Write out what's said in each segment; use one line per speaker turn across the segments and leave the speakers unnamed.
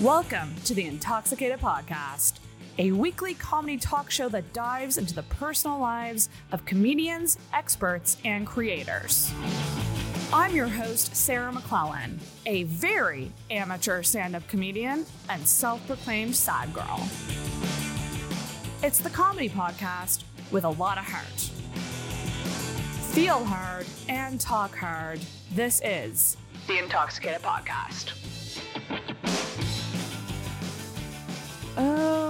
Welcome to the Intoxicated Podcast, a weekly comedy talk show that dives into the personal lives of comedians, experts, and creators. I'm your host, Sarah McClellan, a very amateur stand up comedian and self proclaimed sad girl. It's the comedy podcast with a lot of heart. Feel hard and talk hard. This is the Intoxicated Podcast.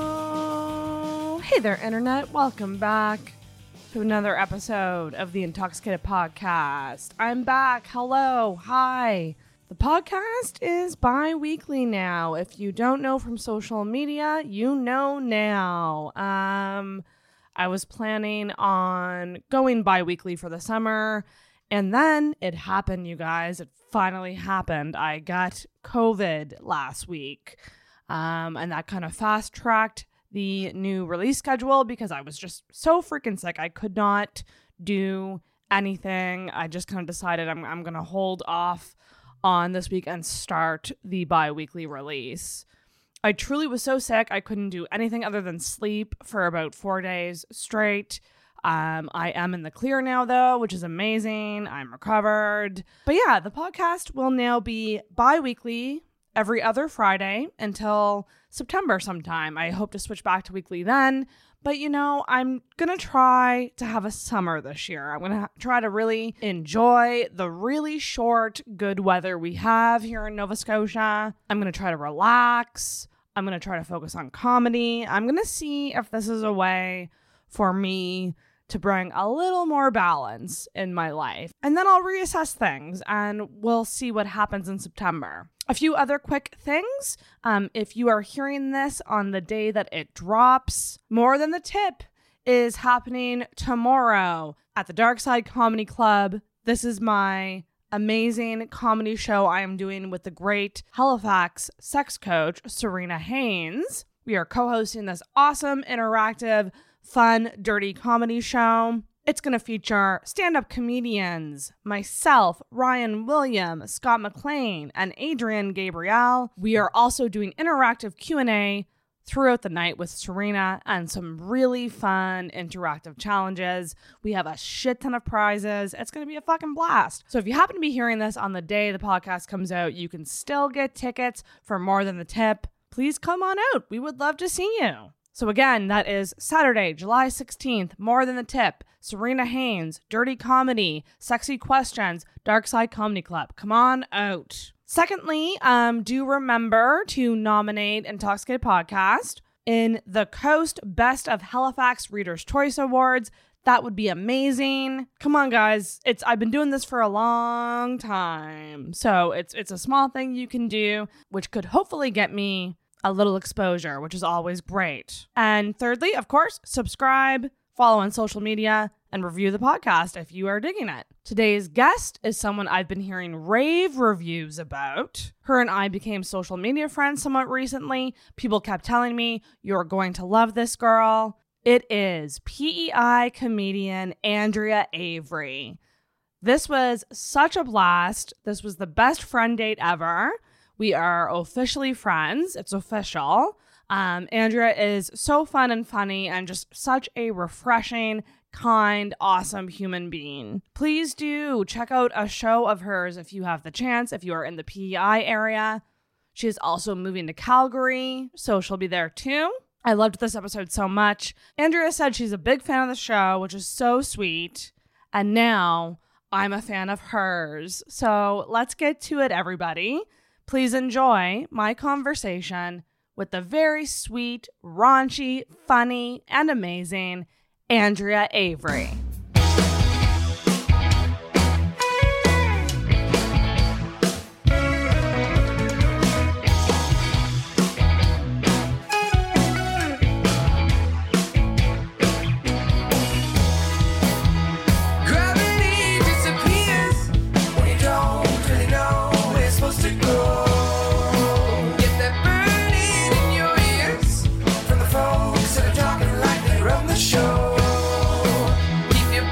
Oh, hey there, Internet. Welcome back to another episode of the Intoxicated Podcast. I'm back. Hello. Hi. The podcast is bi weekly now. If you don't know from social media, you know now. Um, I was planning on going bi weekly for the summer. And then it happened, you guys. It finally happened. I got COVID last week. Um, and that kind of fast tracked the new release schedule because I was just so freaking sick. I could not do anything. I just kind of decided I'm, I'm going to hold off on this week and start the bi weekly release. I truly was so sick. I couldn't do anything other than sleep for about four days straight. Um, I am in the clear now, though, which is amazing. I'm recovered. But yeah, the podcast will now be bi weekly every other Friday until September sometime. I hope to switch back to weekly then. But you know, I'm going to try to have a summer this year. I'm going to ha- try to really enjoy the really short, good weather we have here in Nova Scotia. I'm going to try to relax. I'm going to try to focus on comedy. I'm going to see if this is a way for me to bring a little more balance in my life. And then I'll reassess things and we'll see what happens in September. A few other quick things. Um, if you are hearing this on the day that it drops, more than the tip is happening tomorrow at the Dark Side Comedy Club. This is my amazing comedy show I am doing with the great Halifax sex coach, Serena Haynes. We are co hosting this awesome, interactive, fun, dirty comedy show. It's going to feature stand up comedians, myself, Ryan William, Scott McLean, and Adrian Gabriel. We are also doing interactive Q&A throughout the night with Serena and some really fun interactive challenges. We have a shit ton of prizes. It's going to be a fucking blast. So if you happen to be hearing this on the day the podcast comes out, you can still get tickets for more than the tip. Please come on out. We would love to see you. So again, that is Saturday, July 16th, More Than the Tip, Serena Haynes, Dirty Comedy, Sexy Questions, Dark Side Comedy Club. Come on out. Secondly, um, do remember to nominate Intoxicated Podcast in the Coast Best of Halifax Readers' Choice Awards. That would be amazing. Come on, guys. It's I've been doing this for a long time. So it's it's a small thing you can do, which could hopefully get me a little exposure, which is always great. And thirdly, of course, subscribe, follow on social media, and review the podcast if you are digging it. Today's guest is someone I've been hearing rave reviews about. Her and I became social media friends somewhat recently. People kept telling me, You're going to love this girl. It is PEI comedian Andrea Avery. This was such a blast. This was the best friend date ever. We are officially friends. It's official. Um, Andrea is so fun and funny and just such a refreshing, kind, awesome human being. Please do check out a show of hers if you have the chance, if you are in the PEI area. She is also moving to Calgary, so she'll be there too. I loved this episode so much. Andrea said she's a big fan of the show, which is so sweet. And now I'm a fan of hers. So let's get to it, everybody. Please enjoy my conversation with the very sweet, raunchy, funny, and amazing Andrea Avery.
Gravity disappears when you don't really know where it's supposed to go. Get that burning in your ears from the folks that are talking like they run the show. Keep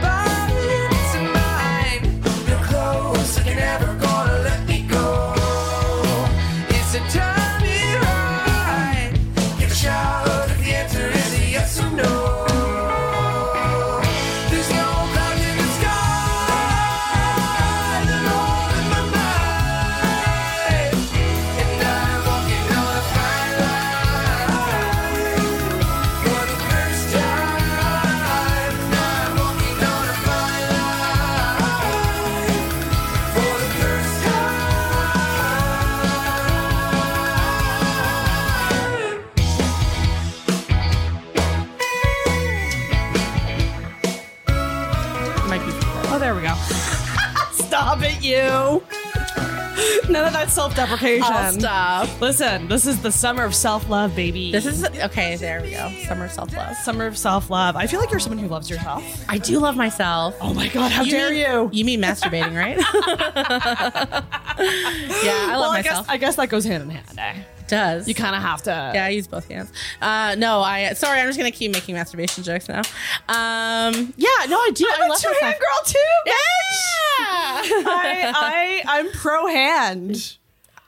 Oh, Stop it, you. None of that self deprecation.
I'll stop.
Listen, this is the summer of self love, baby.
This is okay. There we go. Summer self love.
summer of self love. I feel like you're someone who loves yourself.
I do love myself.
Oh my God, how dare
mean,
you?
You mean masturbating, right? yeah, I love
well, I guess,
myself.
I guess that goes hand in hand. Eh?
it does.
You kind of have to.
Yeah, I use both hands. Uh, no, I. Sorry, I'm just gonna keep making masturbation jokes now. Um, yeah, no, I do. I
I'm a
love
two hand
myself.
girl too.
Yeah.
I, I I'm pro hand.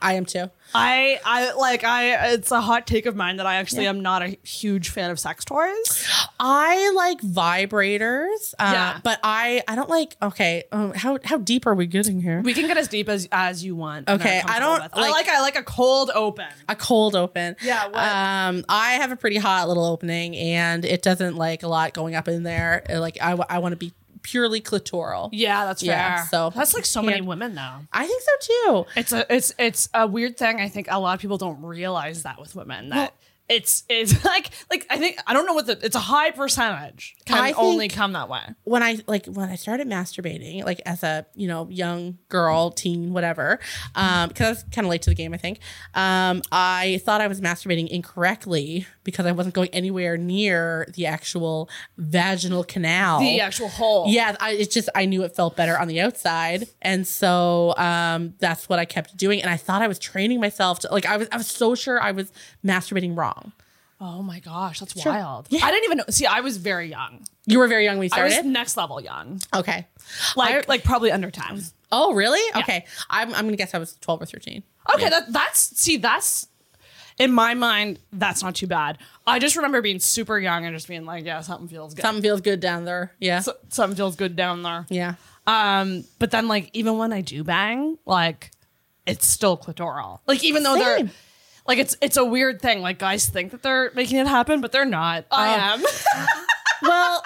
I am too.
I I like I. It's a hot take of mine that I actually am not a huge fan of sex toys.
I like vibrators, uh,
Yeah.
but I I don't like. Okay, um, how how deep are we getting here?
We can get as deep as as you want. and
Okay,
are
I don't
comfortable with.
like-
I like I like a cold open.
a cold open.
Yeah, what?
Um, I have a pretty hot little opening, and it doesn't like a lot going up in there. Uh, Like I, w- I want to be purely clitoral.
Yeah, that's
Yeah,
fair.
so-
that's like so many
Yeah.
women though.
I think so too.
It's a it's it's a weird thing. I think a lot of people don't realize that with women that. it's it's like like I think I don't know what the it's a high percentage can
I think-
only come that way.
When I like when I started masturbating, like as a you know young girl, teen, whatever, um, because I was kind of late to the game, I think. Um, I thought I was masturbating incorrectly because I wasn't going anywhere near the actual vaginal canal.
The actual hole.
Yeah, I, it's just I knew it felt better on the outside, and so um, that's what I kept doing. And I thought I was training myself to like I was I was so sure I was masturbating wrong.
Oh my gosh, that's
Sure.
wild.
Yeah.
I didn't even know. See, I was very young.
You were very young when we
I was
started.
next level young.
okay.
Like
I-
like probably under 10.
oh really? Okay. I'm I'm gonna guess I was twelve or thirteen.
Okay, that that's see that's in my mind that's not too bad. I just remember being super young and just being like, yeah, something feels good.
Something Um, feels good down there. Yeah.
So- something feels good down there.
yeah.
Um, but then like even when I do bang, like it's still clitoral. Like even though
Same.
they're like it's it's a weird thing. Like guys think that they're making it happen, but they're not. Um, I
Oh.
am.
well,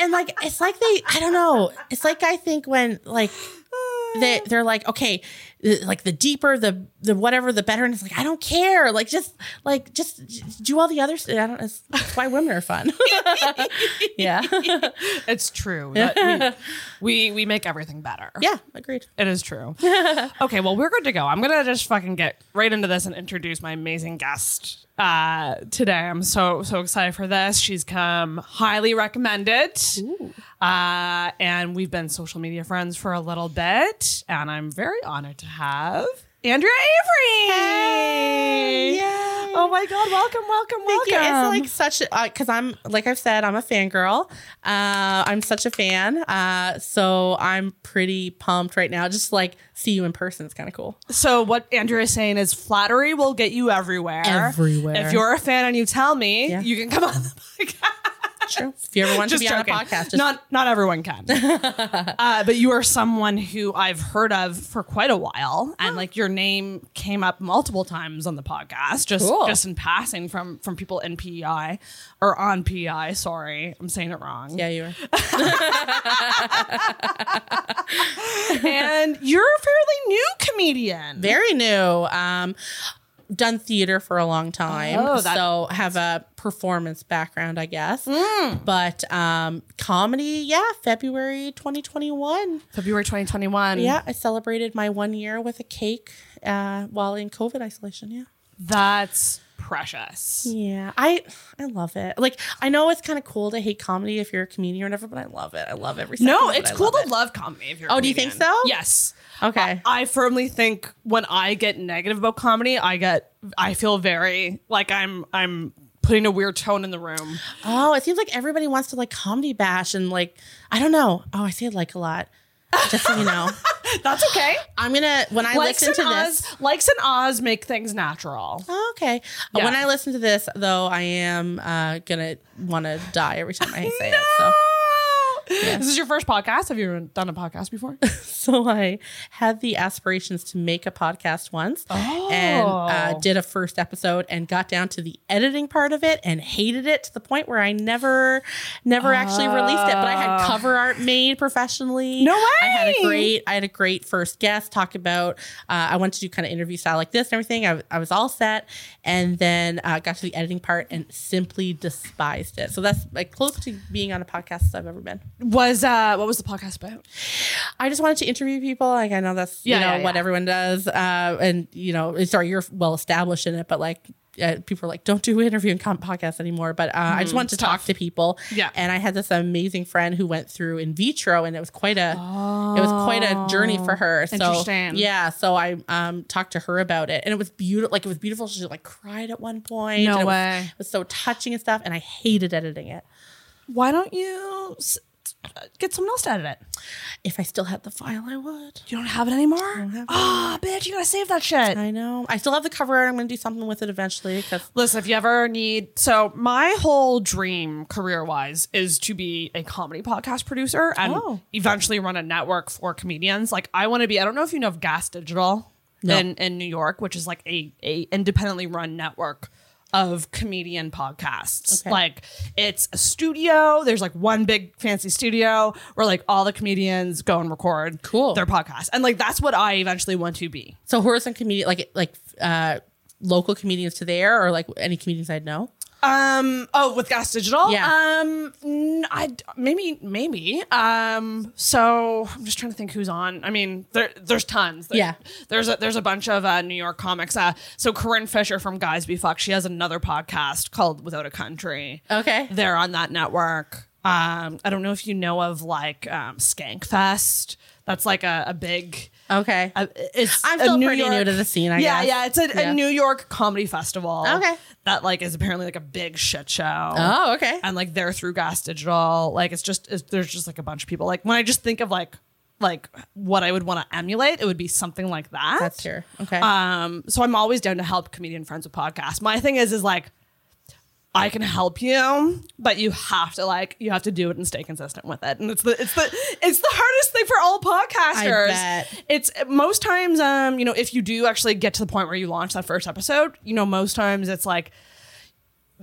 and like it's like they I don't know. It's like I think when like they they're like okay, th- like the deeper the the whatever the better, and it's like I don't care. Like just like just j- do all the other stuff. I don't. It's, it's why women are fun. yeah.
it's true. that we, we we make everything better.
Yeah. Agreed.
It is true. okay, well, we're good to go. I'm going to just fucking get right into this and introduce my amazing guest uh, today. I'm so, so excited for this. She's come highly recommended. Uh, and we've been social media friends for a little bit. And I'm very honored to have Andrea Avery.
yay.
Oh my God. Welcome, welcome,
Thank
welcome.
you. It's like such because I'm like I've said I'm a fangirl. Uh, I'm such a fan. Uh, so I'm pretty pumped right now. Just to, like see you in person is kind of cool.
So what Andrea is saying is flattery will get you everywhere.
Everywhere.
If you're a fan and you tell me,
Yeah.
you can come on the podcast.
True. If you ever want to
Just
be
joking.
on a podcast, just
not not everyone can. uh, but you are someone who I've heard of for quite a while, and like your name came up multiple times on the podcast, just
Cool.
just in passing from from people in PEI or on PEI. Sorry, I'm saying it wrong.
Yeah, you were.
and you're a fairly new comedian.
Very new. Um, done theater for a long time.
Oh, that-
so have a performance background, I guess. But um, comedy, yeah, February 2021.
February 2021.
Yeah, I celebrated my one year with a cake uh, while in COVID isolation. Yeah.
that's precious.
Yeah, I I love it. Like I know it's kind of cool to hate comedy if you're a comedian or whatever, but I love it. I love every. Second
No,
of it.
it's
I
cool
love
to love comedy. If you're a
Oh, do you
comedian.
think so?
Yes.
it. Okay.
I firmly think when I get negative about comedy, I get I feel very like I'm I'm putting a weird tone in the room.
Oh, it seems like everybody wants to like comedy bash and like I don't know. Oh, I say like a lot. Just so you know,
That's okay.
I'm gonna when I
likes
listen
and
to
Oz,
this.
likes and Oz make things natural.
Oh, okay,
Yeah.
when I listen to this though, I am uh, gonna want to die every time I say it. So.
This is your first podcast. Have you done a podcast before?
so I had the aspirations to make a podcast once, and uh,
Oh.
did a first episode and got down to the editing part of it and hated it to the point where I never, never actually released it. But I had cover art made professionally.
Oh. No
I had a
way!
great, I had a great first guest talk about. Uh, I wanted to do kind of interview style like this and everything. I, I was all set, and then uh, got to the editing part and simply despised it. So that's like close to being on a podcast as I've ever been.
was uh what was the podcast about?
I just wanted to interview people. Like I know that's
Yeah,
you know
yeah,
what
yeah.
everyone does, uh, and you know, sorry, you're well established in it, but like. Uh, people are like, don't do interview and com- podcasts anymore. But uh, I just wanted to talk to people.
Mm-hmm. Yeah.
And I had this amazing friend who went through in vitro, and it was quite a
Oh.
it was quite a journey for her. So
Interesting.
yeah, so I um talked to her about it, and it was beautiful. Like it was beautiful. She like cried at one point.
No
and it was-
way.
it was so touching and stuff, and I hated editing it.
Why don't you s- get someone else to edit it?
If I still had the file, I would.
You don't have it anymore? Ah, bitch, you gotta save that shit.
I know. I still have the cover art. I'm going to do something with it eventually. Because
Listen, if you ever need, so my whole dream career wise is to be a comedy podcast producer and
Oh.
eventually run a network for comedians. Like I want to be, I don't know if you know of Gas Digital
No.
in, in New York, which is like a, a independently run network of comedian podcasts.
Okay.
Like it's a studio. There's like one big fancy studio where like all the comedians go and record
Cool.
their podcast. And like that's what I eventually want to be.
so, who are some comedians like like uh, local comedians to there, or like any comedians I'd know?
Um. Oh, with Gas Digital.
Yeah.
Um. I maybe maybe. Um. So I'm just trying to think who's on. I mean, there there's tons. There-
Yeah.
There's a there's a bunch of uh, New York comics. Uh. So Corinne Fisher from Guys Be Fucked. She has another podcast called Without a Country.
Okay.
They're on that network. Um. I don't know if you know of like um, Skankfest. That's like a, a big.
Okay.
Uh, it's
I'm
a
still
New
pretty new
York-
to the scene, I
yeah,
guess.
yeah. It's a,
Yeah.
a New York comedy festival.
Okay.
That like is apparently like a big shit show.
oh, okay.
And like they're through Gas Digital. Like it's just it's, there's just like a bunch of people. Like when I just think of like like what I would want to emulate, it would be something like that.
That's here. Okay.
Um. So I'm always down to help comedian friends with podcasts. My thing is is like. I can help you, but you have to like you have to do it and stay consistent with it. And it's the it's the it's the hardest thing for all podcasters.
bet.
It's most times, um, you know, if you do actually get to the point where you launch that first episode, you know, most times it's like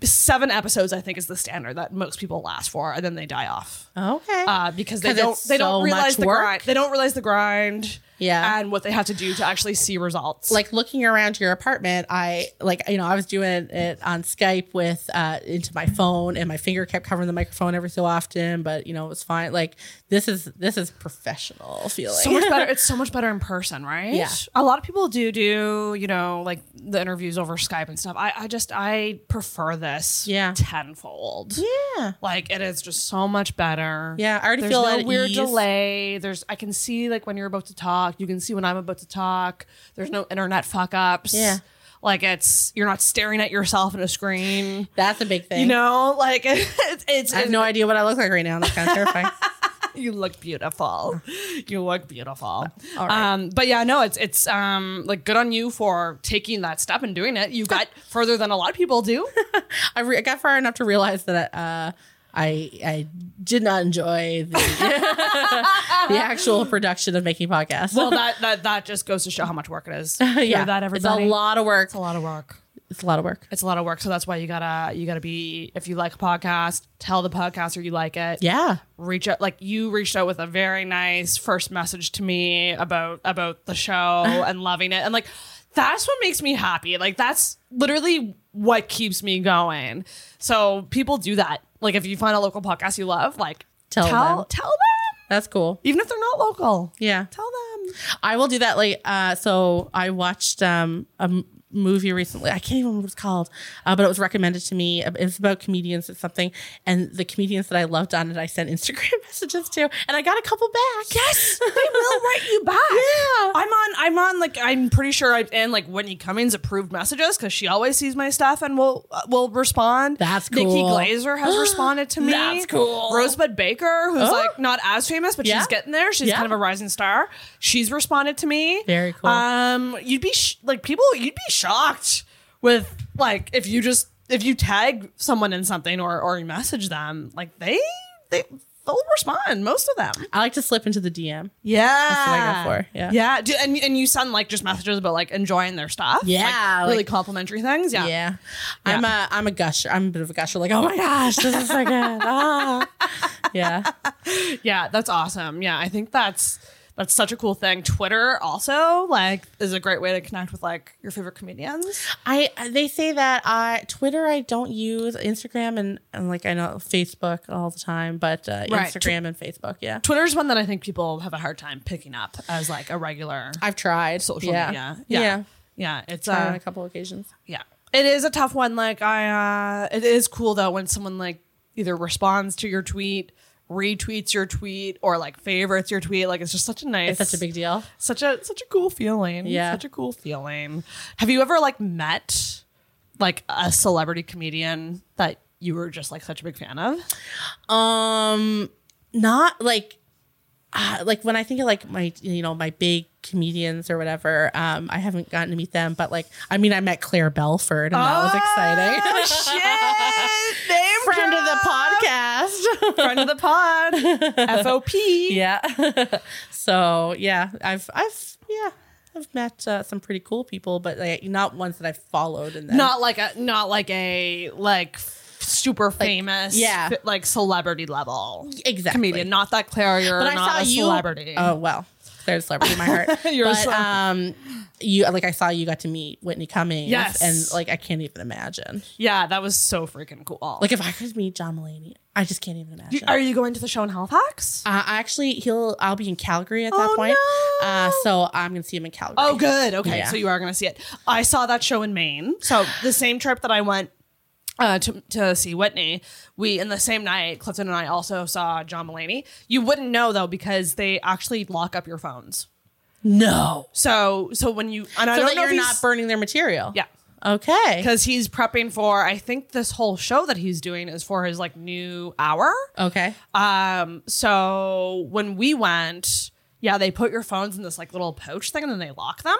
seven episodes. I think is the standard that most people last for, and then they die off
okay.
uh, because they
'Cause
don't
it's
they
so
don't
much
realize the
work.
grind. They don't realize the grind.
Yeah.
and what they have to do to actually see results.
like looking around your apartment, I like you know I was doing it on Skype with uh, into my phone, and my finger kept covering the microphone every so often, but you know it was fine. Like this is this is professional feeling.
so much better. It's so much better in person, right?
Yeah.
A lot of people do do you know like the interviews over Skype and stuff. I I just I prefer this.
Yeah.
tenfold.
yeah.
Like it is just so much better.
Yeah, I already
There's
feel
no
at
weird
ease.
delay. There's I can see like when you're about to talk. You can see when I'm about to talk. There's no internet fuck ups.
Yeah.
Like it's you're not staring at yourself in a screen.
That's a big thing.
You know, like it's it's,
I have no idea what I look like right now. That's kind of terrifying.
you look beautiful. You look beautiful.
All right.
Um, but yeah, no, it's it's um like good on you for taking that step and doing it. You got further than a lot of people do.
I, re- I got far enough to realize that uh, I I did not enjoy the, the actual production of making podcasts.
Well, that that that just goes to show how much work it is. Hear that
it's a
everybody.
lot of work.
It's a lot of work.
It's a lot of work.
It's a lot of work. So that's why you gotta you gotta be if you like a podcast, tell the podcaster you like it.
Yeah,
Reach out like you reached out with a very nice first message to me about about the show and loving it. And like that's what makes me happy. Like that's literally what keeps me going. So people do that. Like if you find a local podcast you love, like
Tell
tell
them.
tell them.
that's cool.
Even if they're not local.
Yeah,
Tell them.
I will do that. Like, uh, so I watched um a m- movie recently. I can't even remember what it's called, uh, but it was recommended to me. It's about comedians. It's something, and the comedians that I loved on it, I sent Instagram messages to, and I got a couple back. Yes, they will
write you back. Yeah. I'm on I'm on like I'm pretty sure I'm in like Whitney Cummings approved messages because she always sees my stuff and will uh, will respond.
That's
Nikki
cool.
Glazer has responded to me.
That's cool.
Rosebud Baker, who's
Oh.
like not as famous, but
Yeah.
she's getting there. She's
Yeah.
kind of a rising star. She's responded to me.
Very cool.
Um, you'd be sh- like people. You'd be shocked with like if you just if you tag someone in something or or you message them like they they they'll respond most of them.
I like to slip into the DM.
Yeah,
what I go for, yeah.
yeah. Do, and and you send like just messages about like enjoying their stuff.
Yeah,
like, really
like-
complimentary things. Yeah,
Yeah. I'm a I'm a gusher. I'm a bit of a gusher. Like, oh my gosh, this is so good. Ah. Yeah.
Yeah, That's awesome. Yeah, I think that's That's such a cool thing. Twitter also like is a great way to connect with like your favorite comedians.
I they say that I Twitter I don't use Instagram and, and like I know Facebook all the time, but uh,
Right.
Instagram and Facebook, yeah.
Twitter's one that I think people have a hard time picking up as like a regular
I've tried
social
yeah.
media.
yeah,
yeah, yeah. It's
Tried on
uh,
a couple occasions.
yeah it is a tough one like i uh it is cool though when someone like either responds to your tweet retweets your tweet or like favorites your tweet like it's just such a nice
It's such a big deal.
such a such a cool feeling
Yeah.
such a cool feeling have you ever like met like a celebrity comedian that you were just like such a big fan of
Um, not like, uh, like when I think of like my you know my big comedians or whatever. Um, I haven't gotten to meet them, but like I mean I met Claire Belford and that was exciting.
shit name
Friend of the podcast.
friend of the pod fop
yeah. so yeah, I've I've yeah. I've met uh, some pretty cool people, but like, not ones that I've followed. And then
not like a not like a like f- super famous
yeah.
f- like celebrity level
exactly
comedian not that claire you're
but I
not
saw
a
you.
celebrity
Oh well, there's celebrity in my heart.
You're a
but,
celebrity.
um, you like I saw you got to meet Whitney Cummings.
Yes.
and like I can't even imagine.
yeah that was so freaking cool
Like if I could meet John Mulaney, I just can't even imagine.
are you going to the show in halifax
uh, I actually, he'll I'll be in Calgary at that
Oh,
point.
no.
Uh, so I'm gonna see him in Calgary.
oh good okay
Yeah.
so you are going to see it i saw that show in maine so the same trip that i went uh, to, to see Whitney, we in the same night, Clifton and I also saw John Mulaney. You wouldn't know though because they actually lock up your phones.
No,
So so when you and I
so
don't
that
know if
you're
he's-
not burning their material.
yeah
Okay.
because he's prepping for i think this whole show that he's doing is for his like new hour
Okay.
um so when we went yeah they put your phones in this like little pouch thing and then they lock them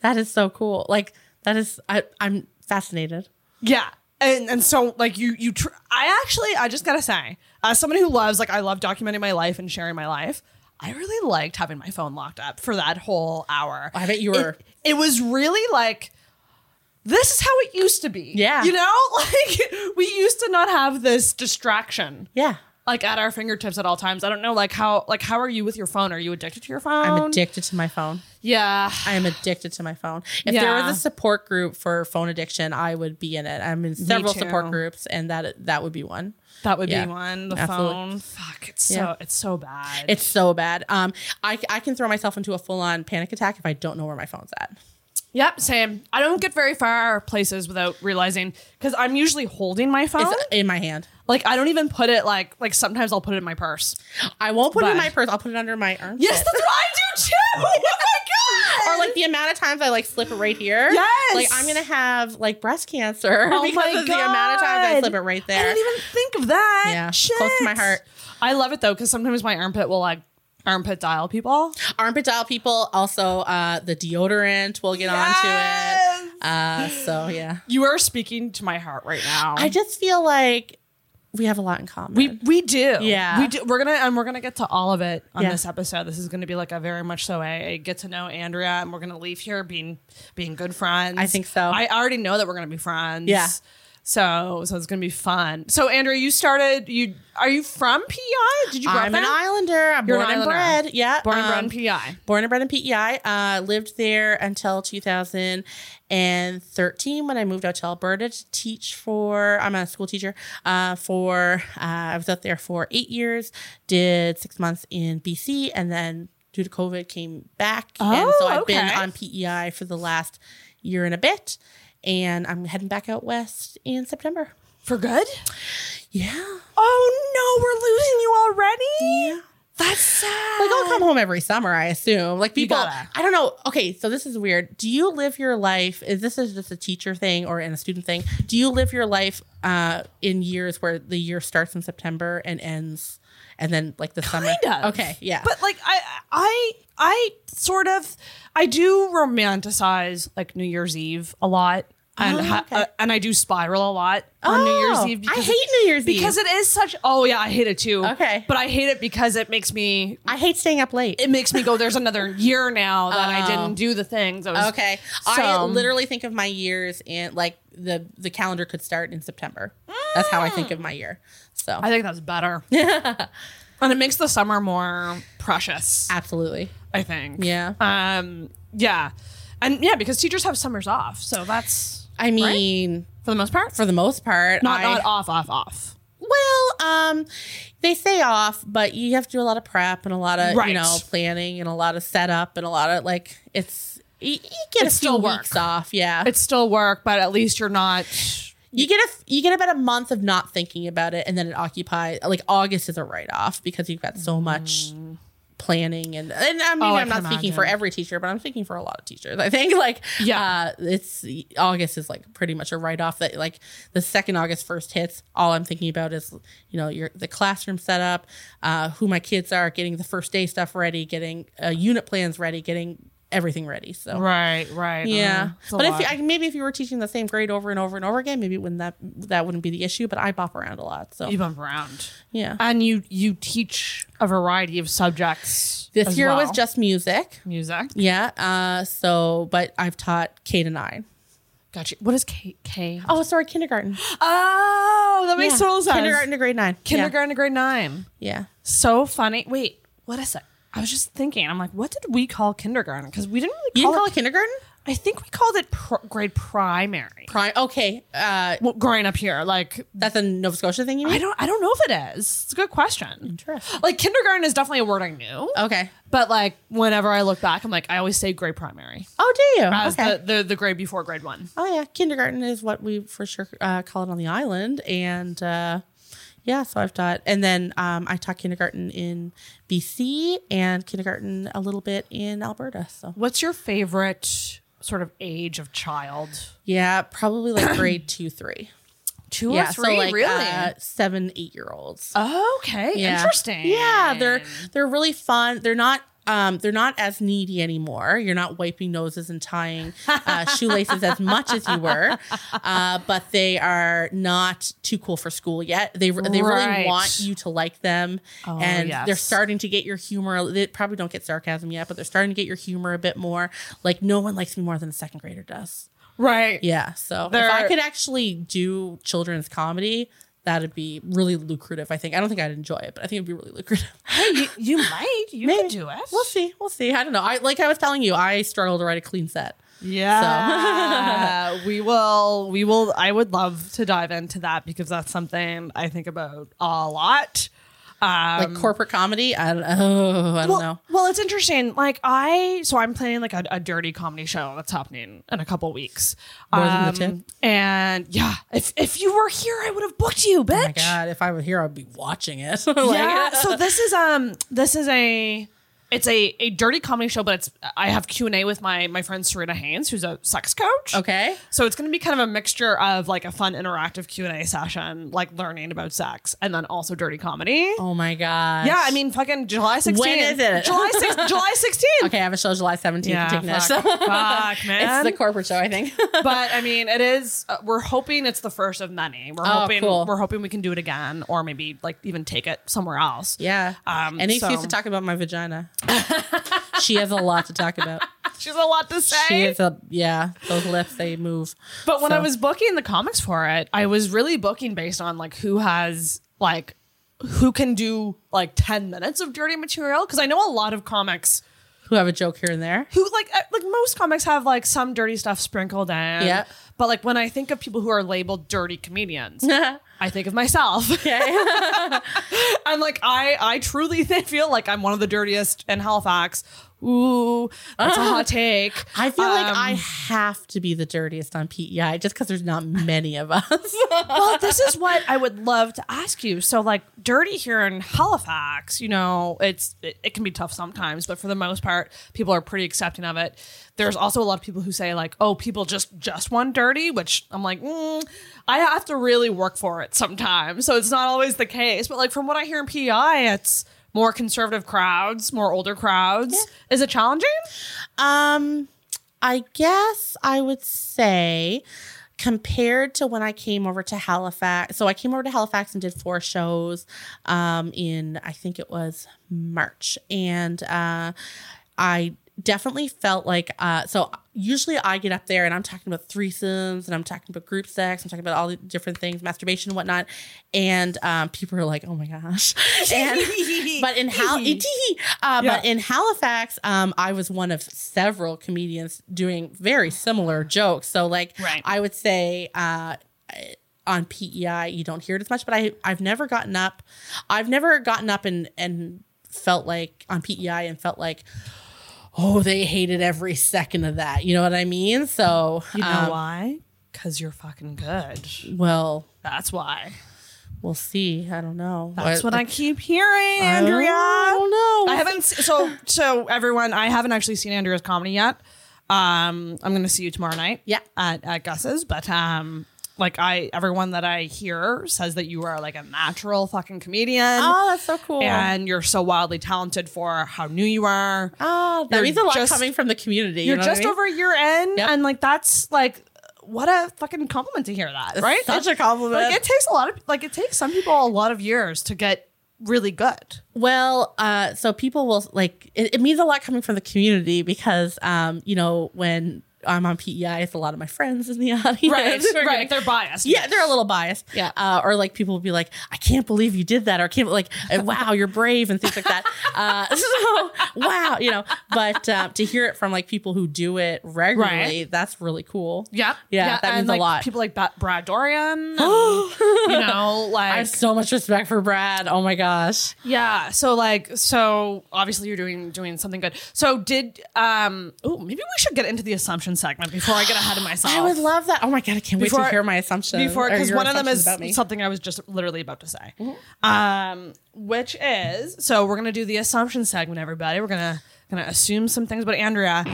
That is so cool. Like that is I I'm fascinated.
yeah and and so like you you tr- i actually i just gotta say as someone who loves like i love documenting my life and sharing my life i really liked having my phone locked up for that whole hour
I bet you were.
it, it was really like this is how it used to be
Yeah.
you know like we used to not have this distraction
yeah.
like at our fingertips at all times. I don't know, like how like how are you with your phone? Are you addicted to your phone?
I'm addicted to my phone.
Yeah,
I am addicted to my phone. If there
Yeah.
was a support group for phone addiction, I would be in it. I'm in several
too.
support groups, and that that would be one.
that would
Yeah.
be one. The
Absolutely.
phone. Fuck, it's
Yeah.
so it's so bad.
It's so bad. Um, I I can throw myself into a full on panic attack if I don't know where my phone's at.
yep, same. I don't get very far places without realizing because I'm usually holding my phone.
It's in my hand.
like I don't even put it like like sometimes I'll put it in my purse.
I won't put it in
But-
my purse. I'll put it under my arm.
Yes, that's what I do too. oh my god.
Or like the amount of times I like slip it right here.
Yes.
Like I'm gonna have like breast cancer
Oh
because
my
of the amount of times I
God.
slip it right
I
there.
didn't even think of that.
Yeah,
Shit.
close to my heart.
I love it though because sometimes my armpit will like armpit dial people.
Armpit dial people. Also, uh, the deodorant. We'll get onto it. Uh, so yeah.
You are speaking to my heart right now.
I just feel like we have a lot in common.
we we do.
Yeah.
We do. We're gonna and we're gonna get to all of it on
Yeah.
this episode. This is gonna be like a very much so a, a get to know Andrea and we're gonna leave here being being good friends.
I think so.
I already know that we're gonna be friends.
Yeah.
So so it's gonna be fun. So Andrea, you started you are you from PEI? Did you grow
I'm
up
an
there?
islander. I'm
You're an
born and
islander.
bred. Yeah,
Born and bred
um,
in PEI.
Born and bred in PEI. Uh, lived there until 2013 when I moved out to Alberta to teach for. I'm a school teacher. Uh, for uh, I was out there for eight years. Did six months in BC, and then due to COVID came back. and so
Oh,
I've been
okay.
on PEI for the last year and a bit, and I'm heading back out west in September.
For good?
Yeah.
Oh no, we're losing you already?
Yeah.
That's sad.
Like I'll come home every summer, I assume. Like people,
gotta.
I don't know. Okay, so this is weird. Do you live your life? Is this is just a teacher thing or and a student thing? Do you live your life uh, in years where the year starts in September and ends, and then like the summer?
Kind of.
Okay, yeah.
But like I I I sort of I do romanticize like New Year's Eve a lot. And
Oh,
ha-
okay.
uh, and I do spiral a lot on New
Oh,
Year's Eve
I hate New Year's
because
Eve.
it is such oh yeah I hate it too
Okay.
but I hate it because it makes me
I hate staying up late.
it makes me go there's another year now that I
Oh.
didn't do the things I was
okay, I
So- um,
literally think of my years and like the the calendar could start in September. That's how I think of my year. So
I think that's better and it makes the summer more precious.
Absolutely.
I think.
Yeah.
Um. Yeah. And yeah, because teachers have summers off, so that's
I mean,
for the most part.
for the most part,
Not
I-
not off, off, off.
Well, um, they say off, but you have to do a lot of prep and a lot of
Right.
you know planning and a lot of setup and a lot of like it's you, you get
It's
a few
still work.
weeks off. Yeah,
It's still work, but at least you're not.
you get a you get about a month of not thinking about it, and then it occupies like August is a write off because you've got so much. Planning and and I mean
Mm. Oh, I
I'm not
can
speaking for
imagine.
every teacher, but I'm speaking for a lot of teachers. I think like uh,
Yeah.
it's August is like pretty much a write off that like the second August first hits, all I'm thinking about is you know your the classroom setup, uh, who my kids are, getting the first day stuff ready, getting uh, unit plans ready, getting everything ready. So
Right. Right. Mm-hmm.
yeah, but if you,
I,
I, maybe if you were teaching the same grade over and over and over again, maybe it wouldn't that that wouldn't be the issue. But I bop around a lot, so
you bump around,
yeah.
and you you teach a variety of subjects.
This
as
year
well.
was just music,
music.
yeah. Uh, so, but I've taught K to nine.
Gotcha. What is K? K?
Oh, sorry, kindergarten.
Oh, that makes
Yeah.
total sense.
Kindergarten to grade nine. Yeah.
Kindergarten to grade nine.
yeah.
So funny. Wait, what is it? I was just thinking. I'm like, what did we call kindergarten? Because we didn't really
You
call,
didn't call
it,
it kindergarten?
I think we called it pr- grade primary.
Prime. Okay. Uh,
Well, growing up here, like
that's a Nova Scotia thing you mean?
I don't, I don't know if it is. It's a good question.
Interesting.
Like kindergarten is definitely a word I knew,
Okay.
but like whenever I look back, I'm like, I always say grade primary
Oh, do you?
as
okay.
the, the the grade before grade one.
oh, yeah. Kindergarten is what we for sure uh, call it on the island. And uh, yeah, so I've taught. And then um, I taught kindergarten in BC and kindergarten a little bit in Alberta. So
What's your favorite sort of age of child?
yeah, probably like grade two, three.
Two
yeah,
or three,
so like
really?
uh, seven, eight year olds.
okay,
Yeah.
interesting.
Yeah, they're they're really fun. They're not um, they're not as needy anymore. You're not wiping noses and tying uh, shoelaces as much as you were, uh, but they are not too cool for school yet. They they really
Right. Oh,
want you to like them, and
yes.
they're starting to get your humor. They probably don't get sarcasm yet, but they're starting to get your humor a bit more. Like no one likes me more than a second grader does.
right.
Yeah, so
They're-
if I could actually do children's comedy. That'd be really lucrative, I think. I don't think I'd enjoy it, but I think it'd be really lucrative.
you, you might. You
Maybe.
could do it.
We'll see. We'll see. I don't know. I like I was telling you, I struggle to write a clean set.
Yeah, we will. We will. I would love to dive into that because that's something I think about a lot. Um,
Like corporate comedy. I don't oh, I don't
well,
know.
well, it's interesting. Like I, so I'm planning like a, a dirty comedy show that's happening in a couple weeks. Um,
More than the tip?
And yeah, if if you were here, I would have booked you, bitch.
Oh my god, if I were here, I'd be watching it. Like-
yeah. so this is um this is a it's a a dirty comedy show, but it's I have Q and A with my my friend Serena Haynes, who's a sex coach.
Okay.
So it's going to be kind of a mixture of like a fun interactive Q and A session, like learning about sex, and then also dirty comedy.
Oh my god.
yeah, I mean, fucking July 16th.
is it?
July 6th, July 16th.
Okay, I have a show July 17th.
Yeah,
taking it,
fuck,
so-
fuck, man.
it's the corporate show, I think.
but I mean, it is. Uh, we're hoping it's the first of many. We're
Oh,
hoping
cool.
we're hoping we can do it again, or maybe like even take it somewhere else.
yeah.
Um,
Any excuse
so-
to talk about my vagina. she has a lot to talk about.
She's a lot to say.
She is a yeah, those lips they move.
But when I
So-
was booking the comics for it, I was really booking based on like who has like who can do like 10 minutes of dirty material because I know a lot of comics
Who have a joke here and there.
who like uh, like most comics have like some dirty stuff sprinkled in.
Yeah.
But like when I think of people who are labeled dirty comedians, I think of myself. I'm like I I truly feel like I'm one of the dirtiest in Halifax. Ooh, that's a hot take.
I feel like
Um,
I have to be the dirtiest on PEI just because there's not many of us.
well, this is what I would love to ask you. So, like, dirty here in Halifax, you know, it's it, it can be tough sometimes, but for the most part, people are pretty accepting of it. There's also a lot of people who say like, "Oh, people just just want dirty," which I'm like, mm, I have to really work for it sometimes. So it's not always the case. But like from what I hear in PI, it's more conservative crowds, more older crowds. Is it challenging?
Um, I guess I would say compared to when I came over to Halifax. So I came over to Halifax and did four shows um, in I think it was March, and uh, I definitely felt like uh, so. usually I get up there and I'm talking about threesomes and I'm talking about group sex. I'm talking about all the different things, masturbation and whatnot. And um, people are like, oh my gosh. And, but in Hal- uh, but in Halifax, um, I was one of several comedians doing very similar jokes. So like
Right.
I would say uh, on PEI, you don't hear it as much, but I I've never gotten up. I've never gotten up and and felt like on PEI and felt like oh they hated every second of that. You know what I mean? So
You know
um,
why? Because you're fucking good.
well,
That's why.
we'll see. I don't know.
That's what I Oh. keep hearing,
I don't-
Andrea.
I don't know.
I haven't se- so so everyone. I haven't actually seen Andrea's comedy yet. Um, I'm going to see you tomorrow night.
Yeah.
at, at Gus's, but um, like I, everyone that I hear says that you are like a natural fucking comedian,
Oh, that's so cool.
and you're so wildly talented for how new you are.
Oh, that
You're
means a lot
just-
coming from the community. you
you're
know what I
just
mean?
over a year in,
Yep.
and like that's like what a fucking compliment to hear that, right?
Such a compliment.
like it takes a lot of like it takes some people a lot of years to get really good.
Well, uh, so people will like it, it means a lot coming from the community because um, you know when I'm on PEI, it's a lot of my friends in the audience. who are gonna-
They're biased.
yeah, they're a little biased.
Yeah.
Uh, or like people will be like, I can't believe you did that, or can't like, uh, wow, you're brave and things like that. Uh, so wow, you know. But uh, to hear it from like people who do it regularly, that's really cool.
Yeah,
Yeah, that
and,
means a
like,
lot.
People like Ba- Brad Dorian, and, you know,
I
like
have so much respect for Brad. Oh my gosh.
yeah. So like, so obviously you're doing doing something good. So did um, oh, maybe we should get into the assumption segment before I get ahead of myself.
I would love that. Oh my god, I can't
Before-
wait to hear my assumptions.
before
or
because
your
one of them
assumptions
is
about me. Mm-hmm.
something I was just literally about to say, um, which is so we're gonna do the assumption segment, everybody. We're gonna gonna assume some things, but Andrea.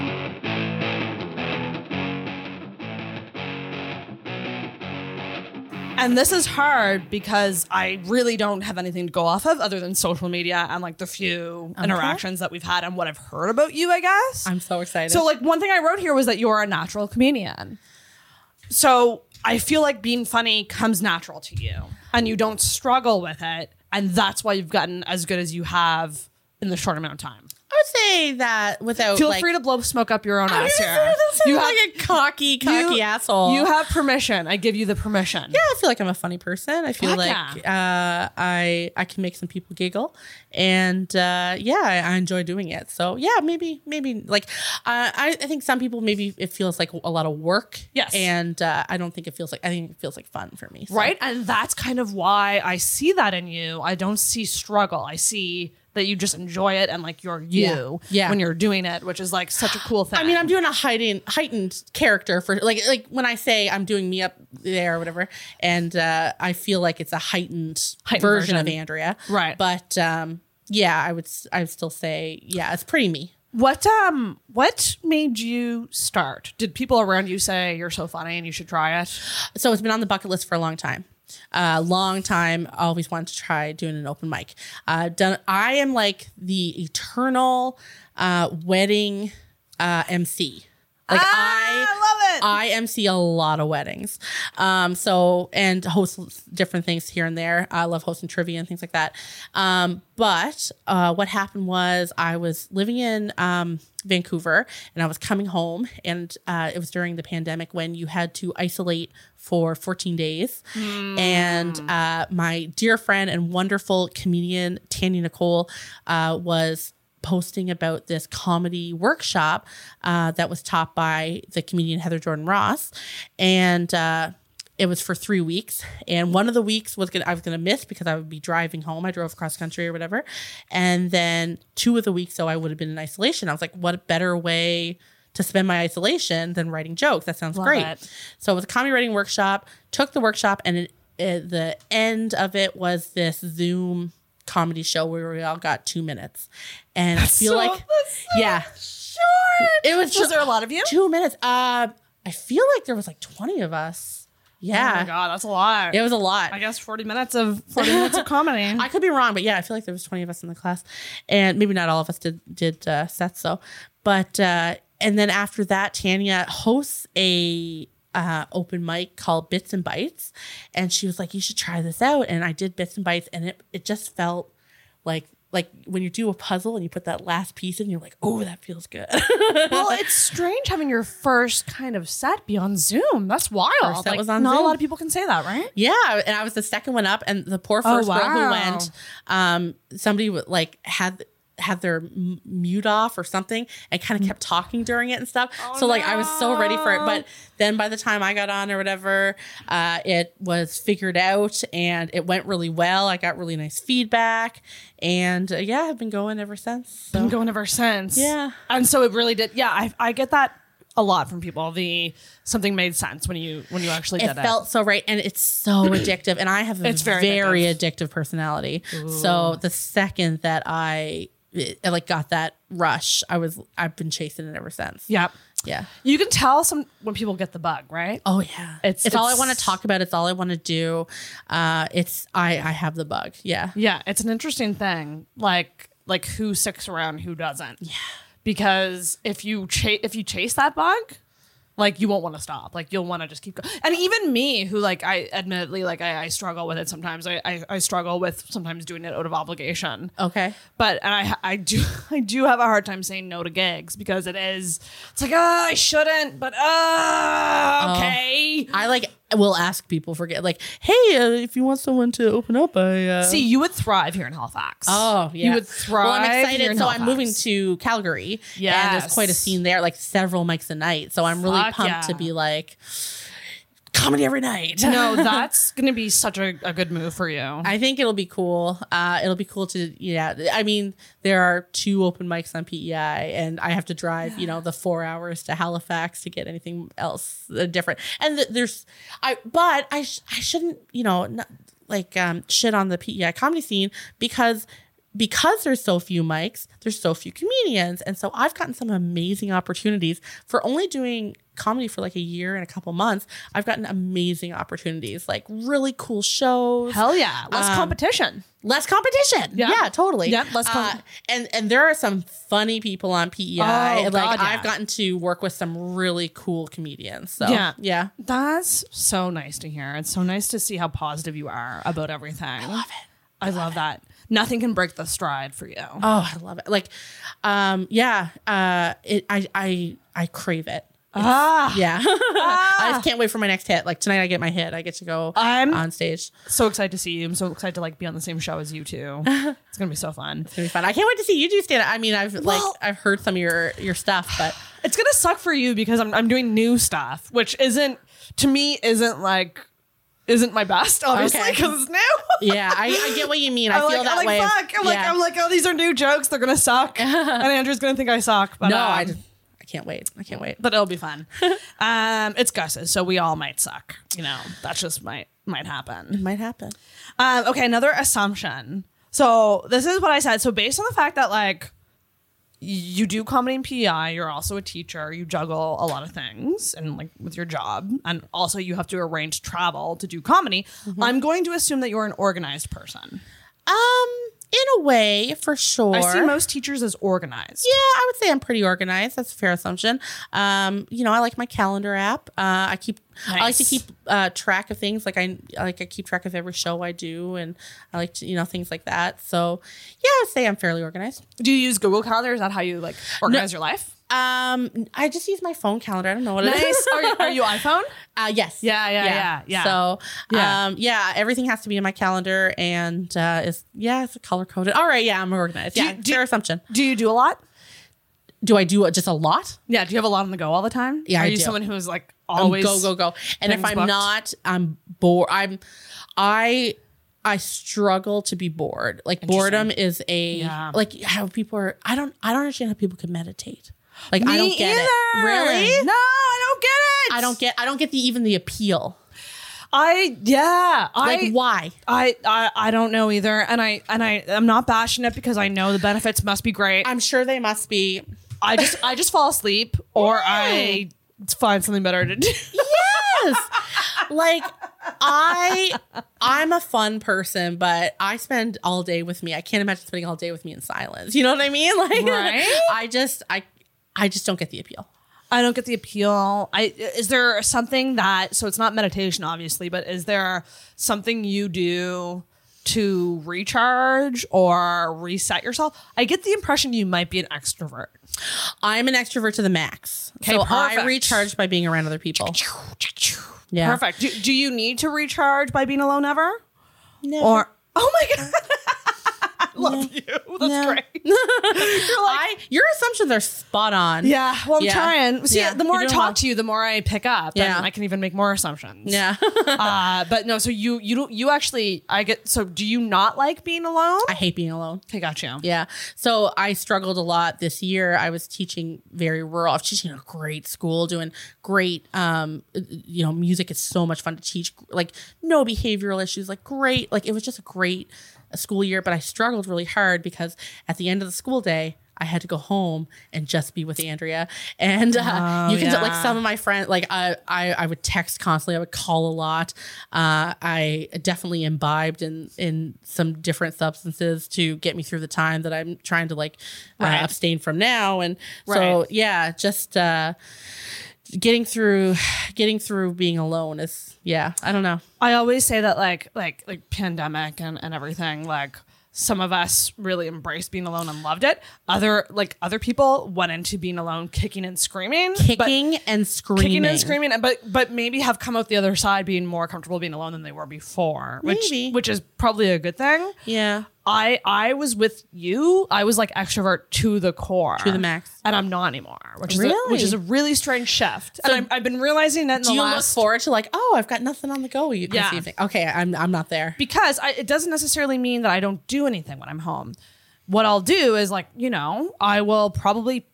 And this is hard because I really don't have anything to go off of other than social media and like the few interactions that we've had and what I've heard about you, I guess.
I'm so excited.
So, like, one thing I wrote here was that you're a natural comedian. So, I feel like being funny comes natural to you and you don't struggle with it. And that's why you've gotten as good as you have in the short amount of time.
I would say that without
Feel
like,
free to blow smoke up your own
I was
ass
gonna say,
here.
that sounds
You
like
have,
a cocky, cocky
you-
asshole.
you have permission. I give you the permission.
Yeah, I feel like I'm a funny person. I feel
Fuck
like uh, I I can make some people giggle, and uh, yeah, I, I enjoy doing it. So yeah, maybe maybe like uh, I I think some people maybe it feels like a lot of work.
Yes.
and uh, I don't think it feels like I think it feels like fun for me. So.
Right? And that's kind of why I see that in you. I don't see struggle. I see that you just enjoy it and like you're you
Yeah.
when you're doing it, which is like such a cool thing.
I mean, I'm doing a heightened heightened character for like like when I say I'm doing me up there or whatever, and uh, I feel like it's a heightened,
Heightened
version, of
version.
Andrea,
Right.
But um, yeah, I would s- I would still say yeah, it's pretty me.
What um what made you start? Did people around you say you're so funny and you should try it?
So it's been on the bucket list for a long time. Uh, long time. I Always wanted to try doing an open mic. Uh, done. I am like the eternal uh, wedding uh, MC. Like I
Ah, love
I MC a lot of weddings. Um, so, and host different things here and there. I love hosting trivia and things like that. Um, but uh, what happened was I was living in um, Vancouver and I was coming home, and uh, it was during the pandemic when you had to isolate for 14 days. And uh, my dear friend and wonderful comedian, Tanya Nicole, uh, was posting about this comedy workshop uh, that was taught by the comedian Heather Jordan Ross, and uh, it was for three weeks. And one of the weeks was gonna, I was going to miss because I would be driving home. I drove cross country or whatever, and then two of the weeks, so I would have been in isolation. I was like, what better way to spend my isolation than writing jokes? That sounds great.
it.
So it was a comedy writing workshop. Took the workshop, and it, it, the end of it was this Zoom comedy show where we all got two minutes. And I feel
so-
like,
that's
yeah, it was
Was
just
there a lot of you?
two minutes. Uh, I feel like there was like twenty of us.
Oh my
Yeah,
god, that's a lot.
it was a lot.
I guess 40 minutes of 40 minutes of comedy.
I could be wrong, but yeah, I feel like there was 20 of us in the class, and maybe not all of us did did uh, sets though. But uh, and then after that, Tanya hosts a uh, open mic called Bits and Bites, and she was like, "You should try this out." And I did Bits and Bites, and it it just felt like like when you do a puzzle and you put that last piece in, you're like, oh, that feels good.
well, it's strange having your first kind of set be on Zoom. That's wild.
First set
Like,
was on
not a
Zoom.
lot of people can say that, right?
Yeah, and I was the second one up, and the poor
Oh,
first girl
wow.
who went, um, somebody w- like had had their m- mute off or something, and kind
Mm.
of kept talking during it and stuff.
Oh,
so like I was so ready for it, but then by the time I got on or whatever, uh, it was figured out and it went really well. I got really nice feedback, and uh, yeah, I've been going ever since. So
been going ever since.
Yeah.
And so it really did. Yeah, I, I get that a lot from people. The something made sense when you when you actually
it
did
felt so right and it's so addictive and i have a
It's very
very, addictive, personality so the second that i it, like got that rush i was i've been chasing it ever since
it. Yep.
yeah
You can tell some when people get the bug, right?
oh yeah
It's-
it's, all i
it's-
want to talk about it's all i want to do uh it's i i have the bug yeah
Yeah, it's an interesting thing. Like like who sticks around, who doesn't. Yeah. Because if you chase if you chase that bug, like you won't want to stop. Like you'll want to just keep going. And even me, who like I admittedly like I, I struggle with it sometimes. I, I I struggle with sometimes doing it out of obligation.
okay
but and I I do I do have a hard time saying no to gigs because it is it's like oh I shouldn't but oh okay.
i like will ask people for get like hey uh, if you want someone to open up i uh
See, you would thrive here in Halifax.
Oh, yeah.
you would thrive.
Well, I'm
here
excited.
in
So I'm
Halifax.
moving to Calgary. Yeah. And
Yes.
there's quite a scene there, like several mics a night. So I'm really
Fuck
pumped
yeah.
to be like, comedy every night.
no, that's gonna be such a, a good move for you.
I think it'll be cool. Uh, it'll be cool to, yeah. I mean, there are two open mics on PEI, and I have to drive, you know, the four hours to Halifax to get anything else uh, different. And th- there's, I, but I, sh- I shouldn't, you know, not, like um, shit on the PEI comedy scene because because there's so few mics, there's so few comedians. And so I've gotten some amazing opportunities for only doing comedy for like a year and a couple months. I've gotten amazing opportunities, like really cool shows
Hell yeah, less
Um,
competition.
less competition.
Yeah.
Yeah, totally.
Yeah, less com-
uh, and and there are some funny people on PEI.
Oh,
like
God, yeah.
I've gotten to work with some really cool comedians. So
Yeah.
yeah.
That's so nice to hear. It's so nice to see how positive you are about everything. I love it. I, love that. Nothing can break the stride for you.
Oh, I love it. Like, um, yeah. Uh, it I I I crave it.
ah,
Yeah, I just can't wait for my next hit. Like tonight, I get my hit. I get to go
I'm-
on stage.
so excited to see you. I'm so excited to like be on the same show as you two. it's gonna be so fun.
It's gonna be fun. I can't wait to see you do stand up. I mean, I've
Well-
like I've heard some of your your stuff, but
It's gonna suck for you because I'm I'm doing new stuff, which isn't to me isn't like isn't my best, obviously,
Okay.
because it's new.
yeah, I, I get what you mean. I
I'm
feel
like,
that
I'm like
way.
fuck. I'm like
Yeah.
I'm like oh these are new jokes. They're gonna suck, and Andrew's gonna think I suck. But
no,
um,
I just, I can't wait. I can't wait.
but it'll be fun. um, it's Gus's, so we all might suck. You know, that's just might might happen.
might happen.
Um, okay, another assumption. So this is what I said. So based on the fact that like you do comedy and PI, you're also a teacher, you juggle a lot of things and like with your job, and also you have to arrange travel to do comedy.
Mm-hmm.
I'm going to assume that you're an organized person.
Um, in a way, for sure.
I see most teachers as organized.
yeah, I would say I'm pretty organized. That's a fair assumption. Um, you know, I like my calendar app. Uh, I keep, I like to
Nice.
keep uh, track of things. Like I, like I keep track of every show I do, and I like to, you know, things like that. So, yeah, I'd say I'm fairly organized.
Do you use Google Calendar? Is that how you like organize your life?
Um, I just use my phone calendar. I don't know what it is.
Nice. are, you, are you iPhone?
Uh, yes.
Yeah, yeah, yeah, yeah.
So,
Yeah.
um, yeah, everything has to be in my calendar, and uh, it's yeah, it's color coded. All right, yeah, I'm organized.
Do you-
yeah,
do-
fair assumption.
Do you do a lot?
Do I do uh, just a lot?
Yeah. Do you have a lot on the go all the time?
Yeah,
Are
I
you
do.
someone who's like
Um,
always
go go go and if
things
i'm
booked.
not i'm bored i'm i i struggle to be bored like boredom is a
Yeah.
like how people are i don't i don't understand how people can meditate like i
Me
don't get
either.
it really
No, I don't get it.
i don't get i don't get the even the appeal
I yeah. I
like why
I, I I don't know either, and I and I I'm not bashing it because I know the benefits must be great.
i'm sure they must be
I just I just fall asleep or I find something better to do.
yes like i i'm a fun person but i spend all day with me i can't imagine spending all day with me in silence you know what i mean like
Right?
i just i i just don't get the appeal
I don't get the appeal. I is there something that so it's not meditation obviously, but is there something you do to recharge or reset yourself. I get the impression you might be an extrovert.
I'm an extrovert to the max.
Okay,
so I
perfect.
recharge by being around other people. Yeah.
Perfect. Do, do you need to recharge by being alone ever?
No.
Or oh my god, I love you. That's
No.
great. You're
I
like,
your assumptions are spot on.
yeah. Well, I'm
Yeah.
trying. See,
Yeah.
the more I
You're
talk
doing well.
to you, the more I pick up,
Yeah.
and I can even make more assumptions.
Yeah.
uh, but no, so you you don't you actually I get so do you not like being alone?
I hate being alone.
I got you.
Yeah. So I struggled a lot this year. I was teaching very rural. I was teaching at a great school, doing great um you know, music is so much fun to teach. Like no behavioral issues, like great. Like it was just a great school year, but I struggled really hard because at the end of the school day, I had to go home and just be with Andrea. And uh,
Oh,
you can tell, like some of my friends, like I, I, I would text constantly. I would call a lot. Uh, I definitely imbibed in in some different substances to get me through the time that I'm trying to like uh, abstain from now. And so
Right.
yeah, just uh, getting through, getting through being alone is yeah. I don't know.
I always say that like like like pandemic and, and everything, like some of us really embraced being alone and loved it. Other like other people went into being alone kicking and screaming. but-
Kicking and screaming.
kicking and screaming but but maybe have come out the other side being more comfortable being alone than they were before. Which
Maybe.
which is probably a good thing.
Yeah.
I I was with you. I was like extrovert to the core, to
the max.
and I'm not anymore. Which is a,
Really?
which is a really strange shift. and I'm, I've been realizing that in
Do
the
you
last
look forward to like, oh, I've got nothing on the go you
Yeah.
this evening? Okay, I'm I'm not there.
because I, it doesn't necessarily mean that I don't do anything when I'm home. What I'll do is like you know I will probably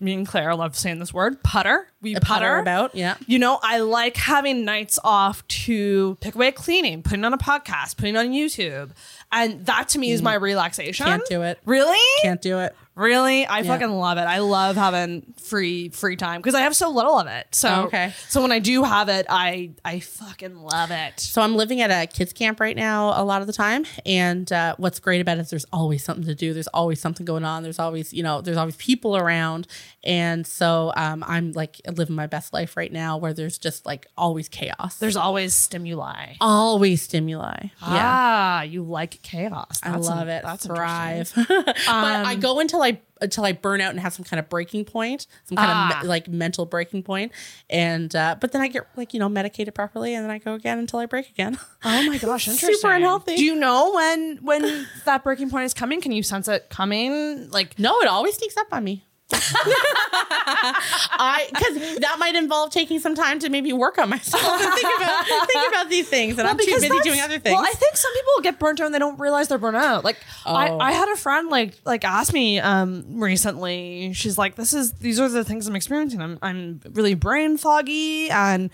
me and Claire love saying this word putter. We putter,
putter about, yeah.
You know I like having nights off to pick away at cleaning, putting on a podcast, putting on YouTube, and that to me is my relaxation.
Mm. Can't do it.
Really?
Can't do it.
Really? I fucking love it. I love having free free time because I have so little of it. So
Oh, okay.
So when I do have it, I I fucking love it.
So I'm living at a kids camp right now a lot of the time, and uh, what's great about it is there's always something to do. There's always something going on. There's always you know there's always people around, and so um, I'm like living my best life right now, where there's just like always chaos.
There's always stimuli.
always stimuli. yeah.
Ah, you like chaos.
I
That's
love
in-
it. That's
That's Um,
thrive. but I go until I until I burn out and have some kind of breaking point, some kind
Ah.
of me- like mental breaking point, and uh, but then I get like you know medicated properly, and then I go again until I break again.
Oh my gosh,
Super
interesting.
unhealthy.
Do you know when when that breaking point is coming? Can you sense it coming? Like
no, it always sneaks up on me. I because that might involve taking some time to maybe work on myself and think about think about these things, and I'm too
because
busy
that's-
doing other things.
Well, I think some people get burnt out and they don't realize they're burnt out. Like
Oh.
I, I had a friend like like ask me um recently. She's like, "This is these are the things I'm experiencing. I'm I'm really brain foggy and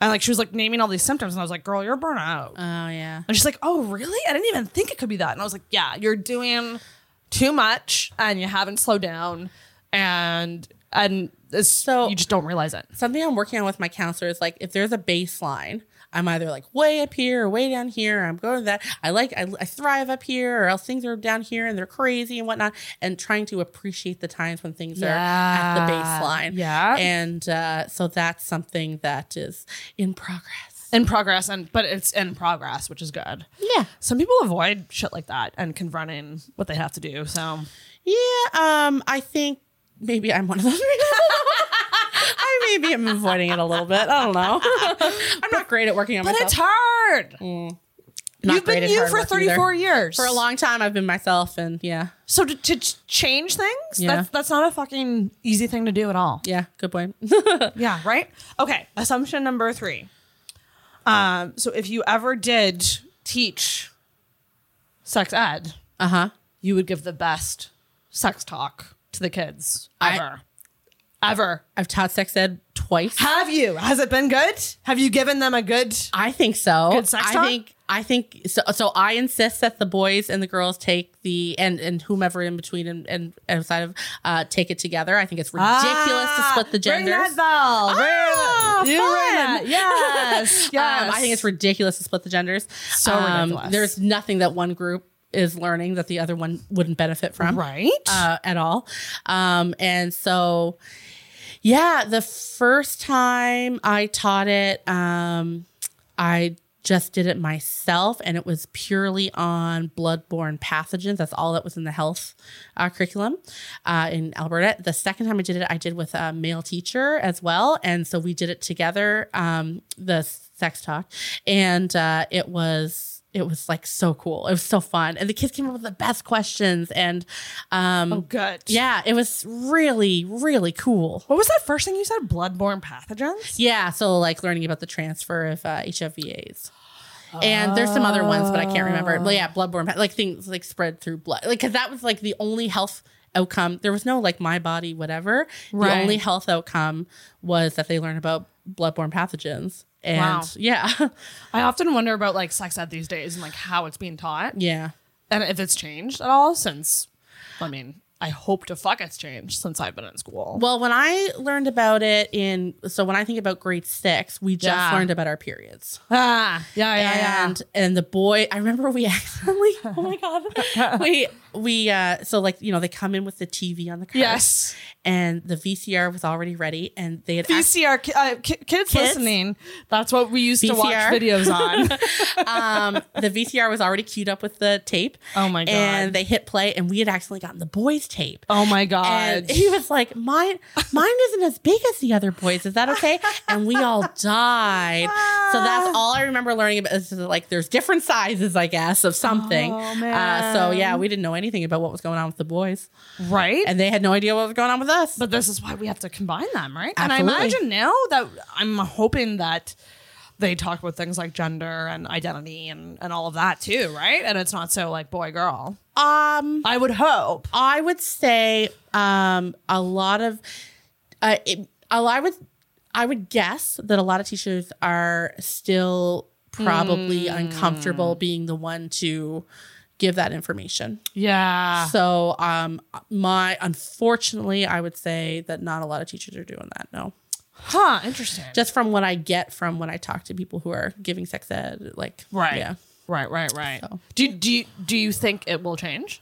and like she was like naming all these symptoms and I was like, "Girl, you're burnt out."
oh yeah.
and she's like, "Oh, really? I didn't even think it could be that." And I was like, "Yeah, you're doing too much and you haven't slowed
Um.
down and and it's, so
So-
you just don't realize it."
something I'm working on with my counselor is like if there's a baseline, I'm either like way up here or way down here. I'm going to that. I like I, I thrive up here, or else things are down here and they're crazy and whatnot. And trying to appreciate the times when things are at the
Yeah.
baseline.
Yeah.
and uh, so that's something that is in progress.
In progress and but it's in progress, which is good.
Yeah,
some people avoid shit like that and confronting what they have to do. So
yeah. Um, I think maybe I'm one of those. people. I maybe am avoiding it a little bit. I don't know. I'm not great at working on
But
myself.
it's hard.
Not
You've
great
been
at
you
hard
for
work either.
34 years.
for a long time i've been myself and yeah
So to, to ch- change things,
Yeah.
that's, that's not a fucking easy thing to do at all.
yeah good point
Yeah, right? Okay, assumption number three. Um, so if you ever did teach sex ed,
uh-huh
you would give the best sex talk to the kids
I-
ever. ever.
i've taught sex ed twice
Have you? Has it been good? Have you given them a good
i think so
Good sex
i
talk?
think i think so so i insist that the boys and the girls take the and and whomever in between and, and outside of uh take it together i think it's ridiculous to split the genders
Ring Ah,
Ah,
that bell. Ring that- you ring
fun.
that. Yes. yes.
Um, I think it's ridiculous to split the genders. Um,
So ridiculous.
There's nothing that one group is learning that the other one wouldn't benefit from.
Right.
Uh, at all. Um, and so, yeah, the first time I taught it, um, I just did it myself, and it was purely on bloodborne pathogens. That's all that was in the health uh, curriculum uh, in Alberta. The second time I did it, I did with a male teacher as well, and so we did it together. Um, the sex talk, and uh, it was it was like so cool. It was so fun, and the kids came up with the best questions, and um,
Good.
yeah, it was really really cool.
What was that first thing you said? Bloodborne pathogens?
Yeah, so like learning about the transfer of uh, HIV/AIDS. And there's some other ones, but I can't remember. But yeah, bloodborne, like things like spread through blood, like because that was like the only health outcome. There was no like my body, whatever. The
Right.
only health outcome was that they learn about bloodborne pathogens. And
Wow.
yeah,
I often wonder about like sex ed these days and like how it's being taught
yeah,
and if it's changed at all since, I mean, I hope to fuck it's changed since I've been in school.
Well, when I learned about it in, so when I think about grade six, we just
Yeah.
learned about our periods.
ah, yeah,
and and the boy i remember we accidentally oh my god we we uh so like you know they come in with the tv on the cart
Yes.
and the vcr was already ready and they had act-
VCR, ki- uh, ki- kids, listening, that's what we used to watch
VCR.
videos on.
um the vcr was already queued up with the tape
Oh my God.
and they hit play and we had accidentally gotten the boys tape
oh my God.
and he was like, "Mine, mine isn't as big as the other boys. Is that okay?" And we all died. So that's all I remember learning about. Is that, like, there's different sizes, I guess, of something. Uh, so yeah, we didn't know anything about what was going on with the boys,
right?
and they had no idea what was going on with us.
But this is why we have to combine them, right? And I
Absolutely.
imagine now that I'm hoping that they talk about things like gender and identity and, and all of that too, right? And it's not so like boy girl.
um,
I would hope.
I would say um, a lot of, uh, it, a lot- I would, I would guess that a lot of teachers are still probably
Hmm.
uncomfortable being the one to give that information.
Yeah.
So, um, my unfortunately, I would say that not a lot of teachers are doing that. No,
Huh, interesting.
just from what I get from when I talk to people who are giving sex ed, like
right.
yeah.
Right, right, right.
So.
Do do you, do you think it will change?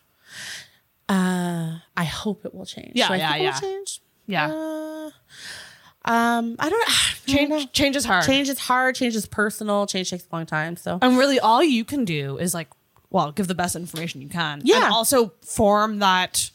Uh, I hope it will change.
Yeah,
Do I
yeah,
think it
yeah.
will change.
Yeah.
Uh, um, I don't
change
Change.
change is hard.
Change is hard. Change is personal. Change takes a long time. So
And really all you can do is like, well, give the best information you can.
Yeah.
And also form that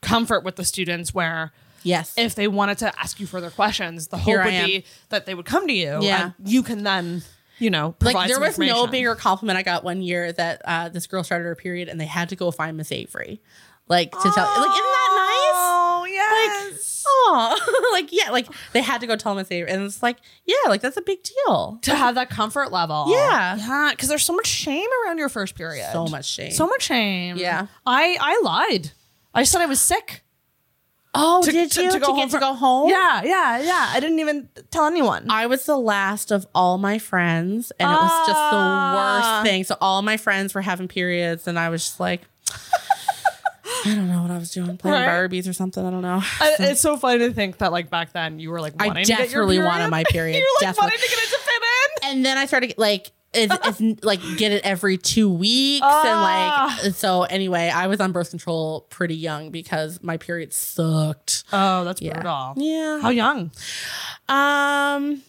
comfort with the students where
yes,
if they wanted to ask you further questions, the
Here
hope
I
would
am.
be that they would come to you.
Yeah.
And you can then, you know, provide
like there
some
was no
information.
bigger compliment I got one year that uh, this girl started her period and they had to go find Miss Avery, like to tell. Like, isn't that nice?
Oh
like, oh, like yeah, like they had to go tell Miss Avery, and it's like, yeah, like that's a big deal.
to have that comfort level.
Yeah.
Yeah. Because there's so much shame around your first period.
So much shame.
So much shame.
Yeah.
I I lied. I said I was sick.
oh,
to-
did
to-
you
to
to,
go
get
home for-
to go home?
Yeah, yeah, yeah. I didn't even tell anyone.
I was the last of all my friends, and it was just the
Ah.
worst thing. So all my friends were having periods, and I was just like, I don't know what I was doing, playing
Right.
Barbies or something. I don't know.
I- it's so funny to think that like back then you were like wanting
I
to get your
desperately
period.
wanted my period.
You're like
desperately.
wanting to get it to fit in.
and then I started like it's, it's like get it every two weeks
Ah.
and like so anyway I was on birth control pretty young because my period sucked.
Oh, that's
Yeah.
brutal.
Yeah.
How young?
Um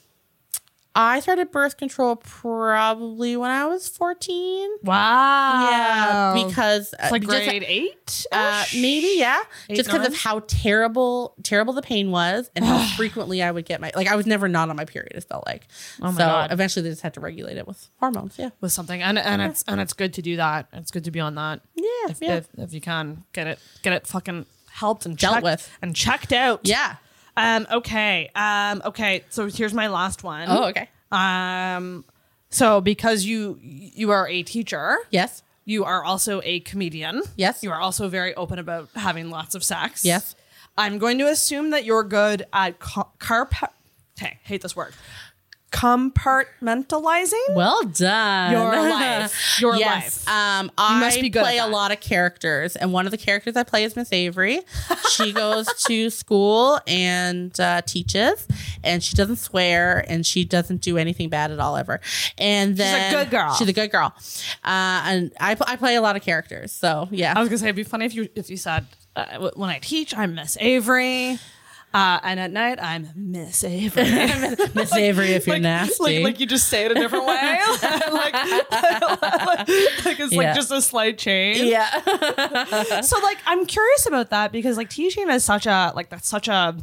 I started birth control probably when I was 14.
Wow.
yeah, because
It's
uh,
like
just-
grade eight,
uh, maybe yeah,
Eight,
just because
nine?
of how terrible terrible the pain was and how frequently I would get my like I was never not on my period. It felt like
Oh my
so
God.
eventually they just had to regulate it with hormones. Yeah,
with something, and and it's and it's good to do that. It's good to be on that
yeah,
if
yeah.
if, if you can get it get it fucking helped and
Dealt
checked
with.
and checked out.
yeah.
Um. Okay. Um. Okay. So here's my last one.
Oh, okay.
Um. So because you you are a teacher,
Yes.
you are also a comedian.
Yes.
You are also very open about having lots of sex.
Yes.
I'm going to assume that you're good at co- carp. Hey, hate this word. Compartmentalizing.
Well done.
Your life. Your
yes.
life.
Um, I
must be good at
play a
that.
lot of characters, and one of the characters I play is Miss Avery. she goes to school and uh, teaches, and she doesn't swear, and she doesn't do anything bad at all ever. And then
good girl.
She's a good girl, uh, and I, pl- I play a lot of characters. So yeah,
I was gonna say it'd be funny if you if you said uh, w- when I teach I'm Miss Avery. Uh, and at night, I'm Miss Avery.
Miss Avery, if you're nasty.
like, like you just say it a different way. like, like, it's
Yeah.
like just a slight change.
yeah.
So like I'm curious about that because like teaching is such a like that's such a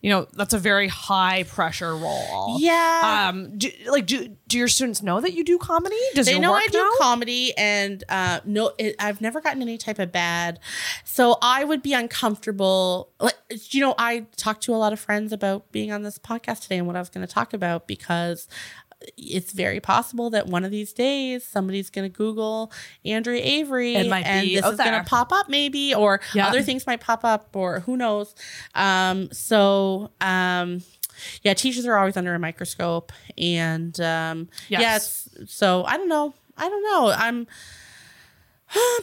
you know that's a very high pressure role.
Yeah.
Um. Do, like do do your students know that you do comedy? Does
they
your
know
work
I do
know?
comedy, and uh, no, it, I've never gotten any type of bad. So I would be uncomfortable. Like you know, I talked to a lot of friends about being on this podcast today and what I was going to talk about because it's very possible that one of these days somebody's going to Google Andrea Avery,
It might
and
be
this
out
is going
there.
to pop up, maybe, or
Yeah.
other things might pop up, or who knows. Um, so. Um, yeah, teachers are always under a microscope, and um,
Yes.
yes. So I don't know. I don't know. I'm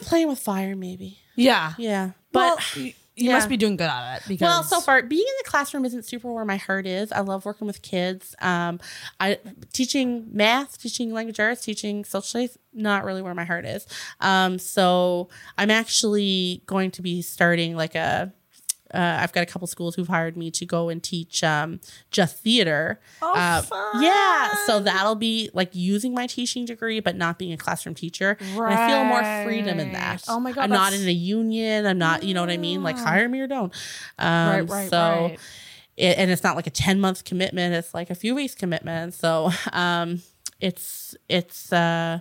playing with fire, maybe.
yeah.
Yeah,
But
but
you
yeah.
must be doing good at it because
well, so far being in the classroom isn't super where my heart is. I love working with kids. Um, I teaching math, teaching language arts, teaching social studies, not really where my heart is. Um, so I'm actually going to be starting like a. Uh, I've got a couple schools who've hired me to go and teach um, just theater. Oh,
fun.
Yeah, so that'll be like using my teaching degree, but not being a classroom teacher. And I feel more freedom in that.
Right. Oh my God,
I'm not
that's-
in a union. I'm not, you know what I mean? Like hire me or don't. Um,
Right, right,
so,
right.
It, and it's not like a 10 month commitment, it's like a few weeks commitment. So, um, it's, it's, uh,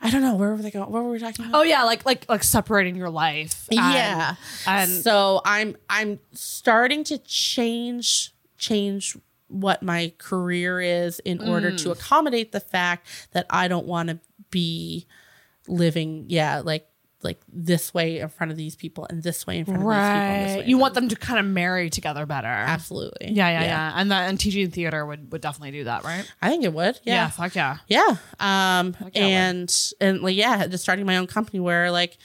I don't know. Where were they going? What were we talking about?
oh yeah, like like like separating your life. Um, and-
yeah.
and
so I'm, I'm starting to change, change what my career is in order
Mm.
to accommodate the fact that I don't want to be living, yeah, like, like this way in front of these people and this way in front of these people. And this
right.
way in
You
front
want them to kind of marry together better.
Absolutely.
Yeah, yeah, yeah, And that and teaching theater would would definitely do that, right?
I think it would.
Yeah.
Yeah.
fuck yeah.
Yeah. Um
yeah, it
and and like yeah, just starting my own company where like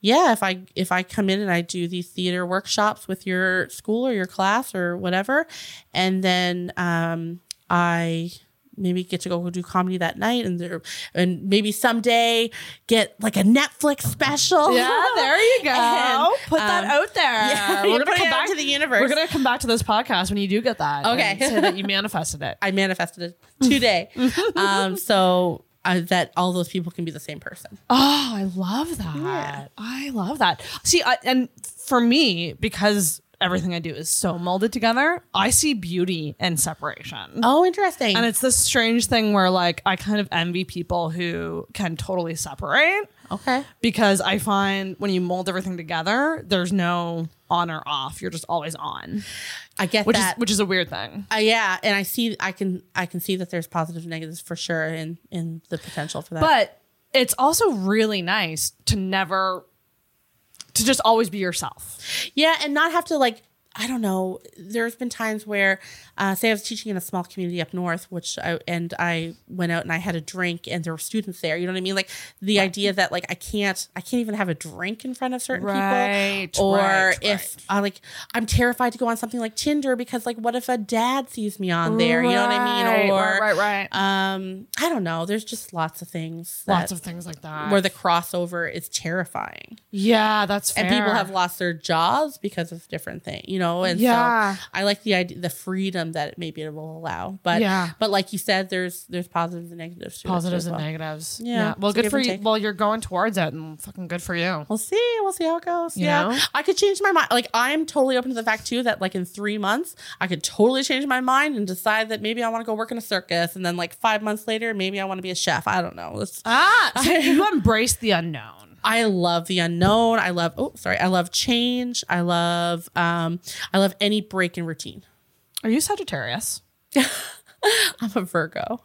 yeah, if I if I come in and I do these theater workshops with your school or your class or whatever and then um I maybe get to go do comedy that night and there and maybe someday get like a Netflix special.
you go.
And,
Put that
um,
out there.
Yeah,
We're
you
gonna
put it
come
out
back
to the universe.
We're gonna come back to this podcast when you do get that. and
Okay.
say that you manifested it.
I manifested it today. um so uh, that all those people can be the same person.
Oh, I love that. I love that. See, I, and for me, because everything I do is so molded together, I see beauty in separation.
Oh, interesting.
And it's this strange thing where, like, I kind of envy people who can totally separate
okay.
because I find when you mold everything together, there's no on or off. You're just always on,
I get
which is
that.
which is a weird thing.
Uh, yeah, and I see, I can, I can see that there's positives and negatives for sure, and and the potential for that.
But it's also really nice to never to just always be yourself.
yeah, and not have to like, I don't know. There's been times where, uh, say, I was teaching in a small community up north, which I and I went out and I had a drink, and there were students there. You know what I mean? Like the idea that like I can't, I can't even have a drink in front of certain
Right,
people, or
right,
if I like, I'm terrified to go on something like Tinder because like, what if a dad sees me on there? You know what I mean? Or
right, right, right.
um i don't know there's just lots of things that,
Lots of things like that.
where the crossover is terrifying
yeah, that's fair.
and people have lost their jobs because of different things you know and
Yeah.
so i like the idea the freedom that it maybe it will allow but
Yeah.
but like you said there's there's positives and negatives to it
positives
as
and
well.
negatives.
Yeah,
Well,
it's
good
give
for
and
you.
take.
Well, you're going towards it, and fucking good for you.
We'll see. We'll see how it goes.
You
yeah.
know?
I could change my mind. Like, I'm totally open to the fact, too, that, like, in three months, I could totally change my mind and decide that maybe I want to go work in a circus. And then, like, five months later, maybe I want to be a chef. I don't know. It's,
Ah, so you embrace the unknown.
I love the unknown. I love oh sorry. I love change. I love um I love any break in routine.
Are you Sagittarius?
I'm a Virgo.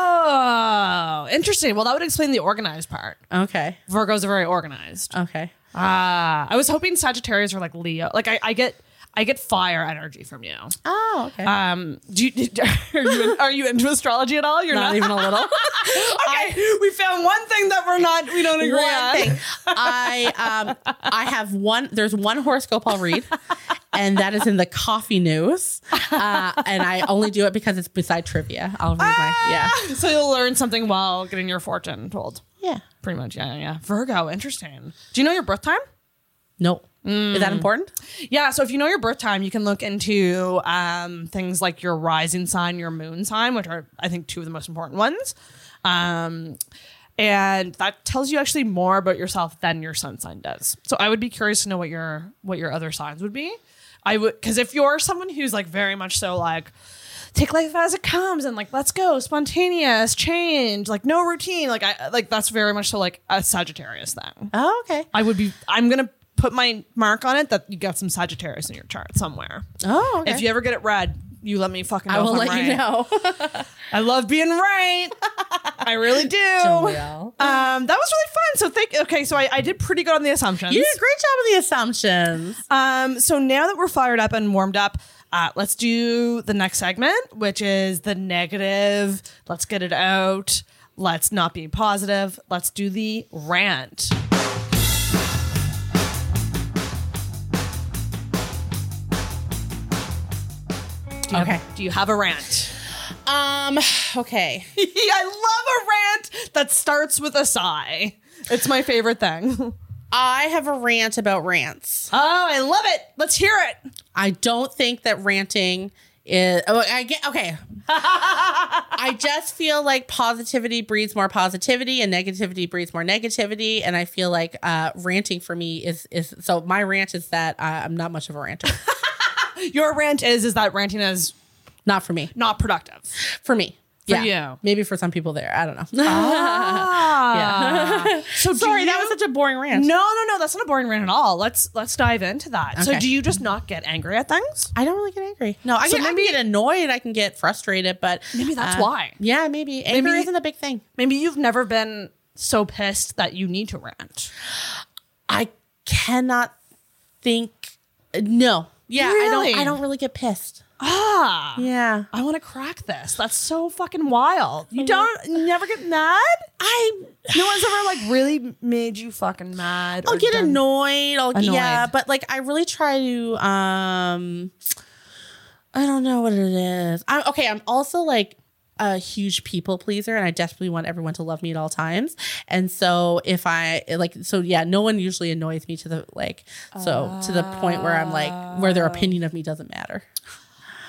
Oh, interesting. Well, that would explain the organized part.
Okay.
Virgos are very organized.
Okay.
Ah, I was hoping Sagittarius were like Leo. Like I, I get, I get fire energy from you.
Oh, okay.
Um, do you, are you are you into astrology at all? You're not, even a little. okay, we found one thing that we're not we don't agree on.
one thing. I um I have one there's one horoscope I'll read. And that is in the coffee news. Uh, and I only do it because it's beside trivia. I'll read my
Ah!
yeah.
So you'll learn something while getting your fortune told.
Yeah.
Pretty much, yeah, yeah. yeah. Virgo, interesting. Do you know your birth time?
No. Is that important?
Mm. Yeah, so if you know your birth time, you can look into um, things like your rising sign, your moon sign, which are I think two of the most important ones. Um, and that tells you actually more about yourself than your sun sign does. So I would be curious to know what your what your other signs would be. I would because if you're someone who's like very much so like take life as it comes and like let's go spontaneous change like no routine like I like that's very much so like a Sagittarius thing.
Oh, okay.
I would be. I'm gonna put my mark on it that you got some Sagittarius in your chart somewhere.
Oh,
If you ever get it read, you let me fucking. Know
I will let
if I'm right.
you know.
I love being right. I really do.
Joelle.
Um, that was really fun. So thank. Okay, so I, I did pretty good on the assumptions.
you did a great job of the assumptions.
Um, so now that we're fired up and warmed up, uh, let's do the next segment, which is the negative. Let's get it out. Let's not be positive. Let's do the rant. Do you have-
Okay.
do you have a rant?
Um, okay.
I love a rant that starts with a sigh. It's my favorite thing. Oh,
I have a rant about rants.
I love it. Let's hear it.
I don't think that ranting is. Oh, I get okay. I just feel like positivity breeds more positivity, and negativity breeds more negativity. And I feel like uh, ranting for me is is so. My rant is that uh, I'm not much of a ranter.
Your rant is is that ranting is
not for me.
not productive.
For me. For
you. Oh.
Maybe for some people there. I don't know. yeah.
So do
Sorry, that
you-
was such a boring rant.
No, no, no. That's not a boring rant at all. Let's let's dive into that. So,
Okay.
do you just not get angry at things?
I don't really get angry. No, I,
So
get, I
maybe-
can get annoyed. I can get frustrated, but
Maybe that's
uh,
why.
Yeah, maybe anger
Maybe-
isn't a big thing.
Maybe you've never been so pissed that you need to rant.
I cannot think. No. Yeah, I
Really?
don't. I don't really get pissed.
Ah,
Yeah,
I want to crack this. That's so fucking wild. You don't you never get mad.
I.
No one's ever like really made you fucking mad.
I'll
or
get
done-
annoyed. I'll yeah,
Annoyed.
but like I really try to. um I don't know what it is. I'm okay. I'm also like a huge people pleaser, and I desperately want everyone to love me at all times. And so if I like, so yeah, no one usually annoys me to the like, so to the point where I'm like, where their opinion of me doesn't matter.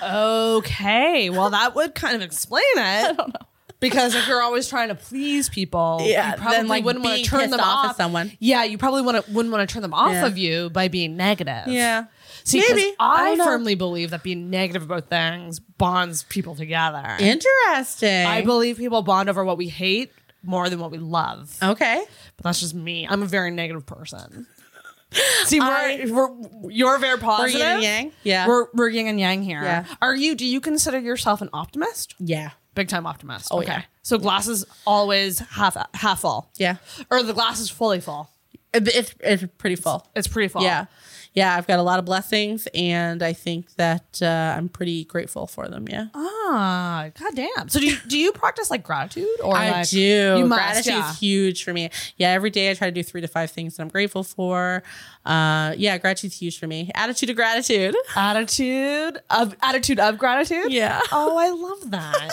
Okay, well that would kind of explain it. I don't know. Because if you're always trying to please people,
Yeah,
you
then,
probably
like,
wouldn't want to
being
turn
pissed
them
off
off
at someone.
Yeah, you probably want to, wouldn't want to turn them off
Yeah.
of you by being negative. See,
Maybe.
maybe
I
I,
don't know.
firmly believe that being negative about things bonds people together.
Interesting.
I believe people bond over what we hate more than what we love.
okay.
But that's just me. I'm a very negative person. See,
I-
we're, we're you're very positive.
and yang. Yeah.
We're, we're yin and yang here.
Yeah.
Are you? Do you consider yourself an optimist?
Yeah.
Big time optimist.
Oh, yeah.
So glasses always half half full.
Yeah.
Or the glass is fully full.
It- It's, it's pretty full.
It's pretty full.
Yeah. Yeah. I've got a lot of blessings and I think that uh, I'm pretty grateful for them. Yeah.
Ah, goddamn. So do you, do you practice like gratitude or
I
like,
do.
You must,
Gratitude
yeah.
is huge for me. Yeah. Every day I try to do three to five things that I'm grateful for. Uh, yeah. Gratitude's huge for me. Attitude of gratitude.
attitude of attitude of gratitude.
Yeah.
Oh, I love that.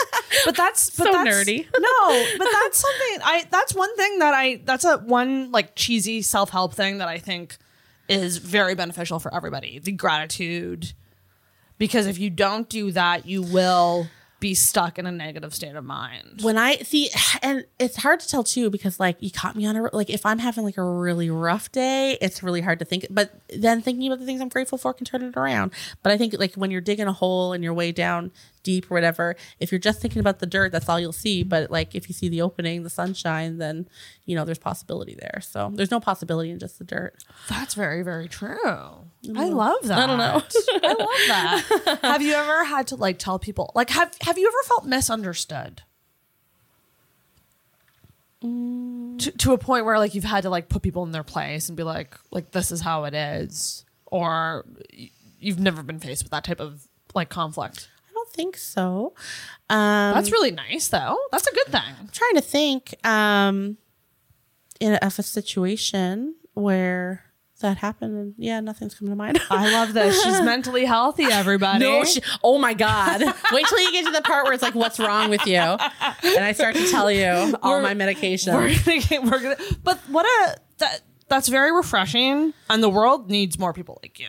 But that's but
So
that's,
nerdy.
no, but that's something I. That's one thing that I. That's a one like cheesy self help thing that I think is very beneficial for everybody. The gratitude, because if you don't do that, you will be stuck in a negative state of mind.
when I see, and it's hard to tell too because like you caught me on a like if I'm having like a really rough day, it's really hard to think. But then thinking about the things I'm grateful for can turn it around. But I think like when you're digging a hole and you're way down deep or whatever, if you're just thinking about the dirt, that's all you'll see. But like if you see the opening, the sunshine, then you know there's possibility there. So there's no possibility in just the dirt.
That's very, very true. I love that. I don't
know.
I love that. have you ever had to like tell people like have have you ever felt misunderstood? To, to a point where like you've had to like put people in their place and be like like this is how it is or y- you've never been faced with that type of like conflict
I don't think so. Um,
that's really nice though that's a good thing
trying to think um in a, of a situation where that happened and yeah nothing's coming to mind
i love this she's mentally healthy everybody
no she, oh my god wait till you get to the part where it's like what's wrong with you and i start to tell you all my medication
we're gonna get we're gonna but what a that That's very refreshing, and the world needs more people like you.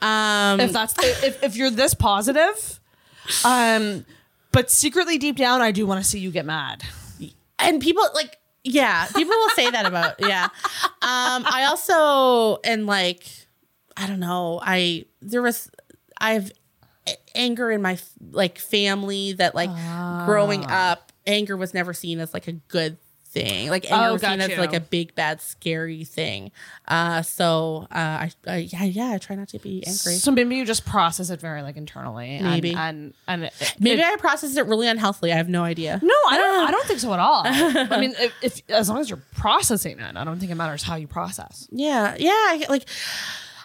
Um,
If that's if, if you're this positive, um, but secretly deep down, I do want to see you get mad.
and people like yeah people will say that about yeah um i also and like i don't know i there was i've a- anger in my like family that like growing
Ah.
up anger was never seen as like a good thing like anger
Oh,
was seen
got
as like
you.
a big bad scary thing uh so uh i, I yeah yeah i try not to be angry
So maybe you just process it very like internally. and-
Maybe.
and and, it-
maybe i processed it really unhealthily i have no idea
No, I don't. I don't think so at all. I mean, if, if as long as you're processing it, I don't think it matters how you process.
Yeah, yeah. I, like,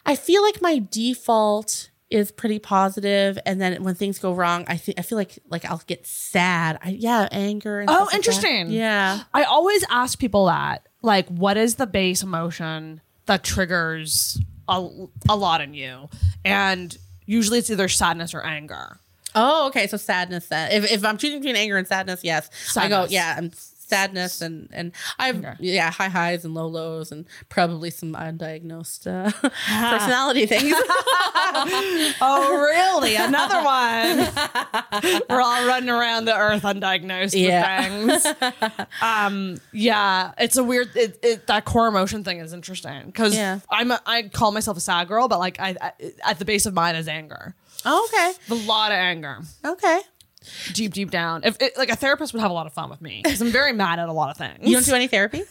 I feel like my default is pretty positive, and then when things go wrong, I think I feel like like I'll get sad. I, yeah, anger. And
Oh,
stuff like that.
interesting.
Yeah,
I always ask people that, like, what is the base emotion that triggers a, a lot in you? And usually, it's either sadness or anger.
Oh, okay. So sadness. Then, if, if I'm choosing between anger and sadness, yes, I
Sadness.
go. Yeah, I'm sadness, and and I've yeah high highs and low lows, and probably some undiagnosed uh, personality things.
Oh, really? Another one. We're all running around the earth undiagnosed
Yeah.
with things. Um, yeah, it's a weird. It, it, that core emotion thing is interesting because
Yeah.
I'm a, I call myself a sad girl, but like I, I at the base of mine is anger.
oh,
A lot of anger,
okay, okay.
deep deep down. If it, like a therapist would have a lot of fun with me because I'm very mad at a lot of things.
You don't do any therapy?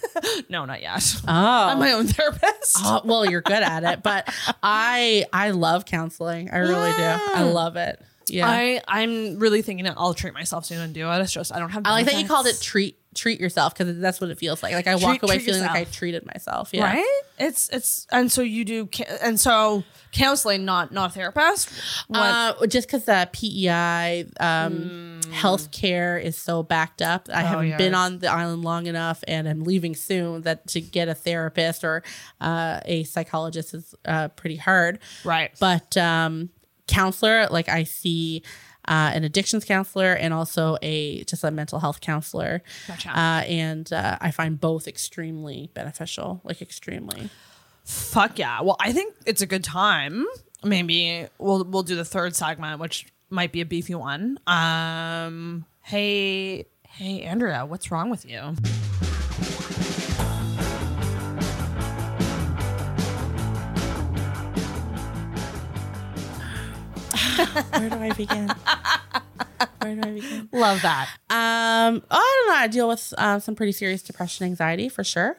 no, not yet.
Oh,
I'm my own therapist.
Oh, well, you're good at it, but I I love counseling. I really do. I love it. Yeah. I,
I I'm really thinking that I'll treat myself soon and do it. It's just I don't have.
like that you
benefits.
called it treat treat yourself because that's what it feels like. Like I walk
Treat-
away
treat
feeling like I
yourself.
treated myself. Yeah.
right it's it's and so you do ca- and so counseling not not a therapist what Mm.
Uh, just because the PEI um, healthcare is so backed up, I haven't been
Oh, yes.
on the island long enough, and I'm leaving soon. That to get a therapist or uh, a psychologist is uh, pretty hard.
right
but um counselor like i see uh, an addictions counselor and also a just a mental health counselor
Gotcha.
uh, and uh, i find both extremely beneficial like extremely
fuck yeah well i think it's a good time maybe we'll we'll do the third segment which might be a beefy one um hey hey andrea what's wrong with you
where do i begin where do i begin
love that
um oh, i don't know i deal with uh, some pretty serious depression anxiety for sure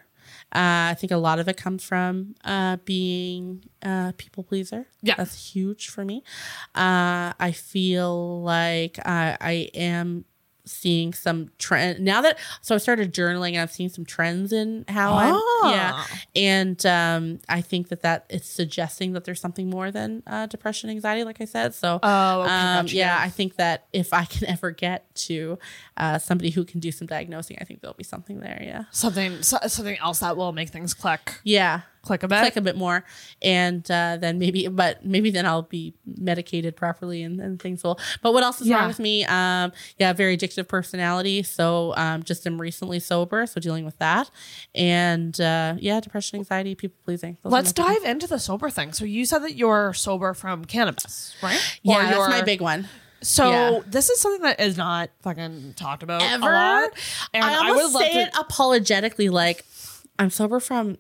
uh, I think a lot of it comes from uh, being a people pleaser.
Yeah.
That's huge for me. Uh, I feel like uh, I am seeing some trend now that so I started journaling and I've seen some trends in how
Ah.
I'm yeah and um I think that that it's suggesting that there's something more than uh, depression anxiety like I said so
Oh, okay,
um,
gotcha.
yeah I think that if I can ever get to uh, somebody who can do some diagnosing I think there'll be something there yeah
something so, something else that will make things click
yeah
click a bit
click a bit more and uh, then maybe but maybe then i'll be medicated properly and, and things will but what else is
Yeah.
wrong with me um yeah very addictive personality so um just am recently sober so dealing with that and uh yeah depression anxiety people pleasing Those are
Let's
my big-
dive into the sober thing. So you said that you're sober from cannabis, right? Or
yeah that's my
you're-
big one
So
Yeah.
this is something that is not fucking talked about
Ever.
a lot. And
i
I,
almost
would love
say
to.
it apologetically like i'm sober from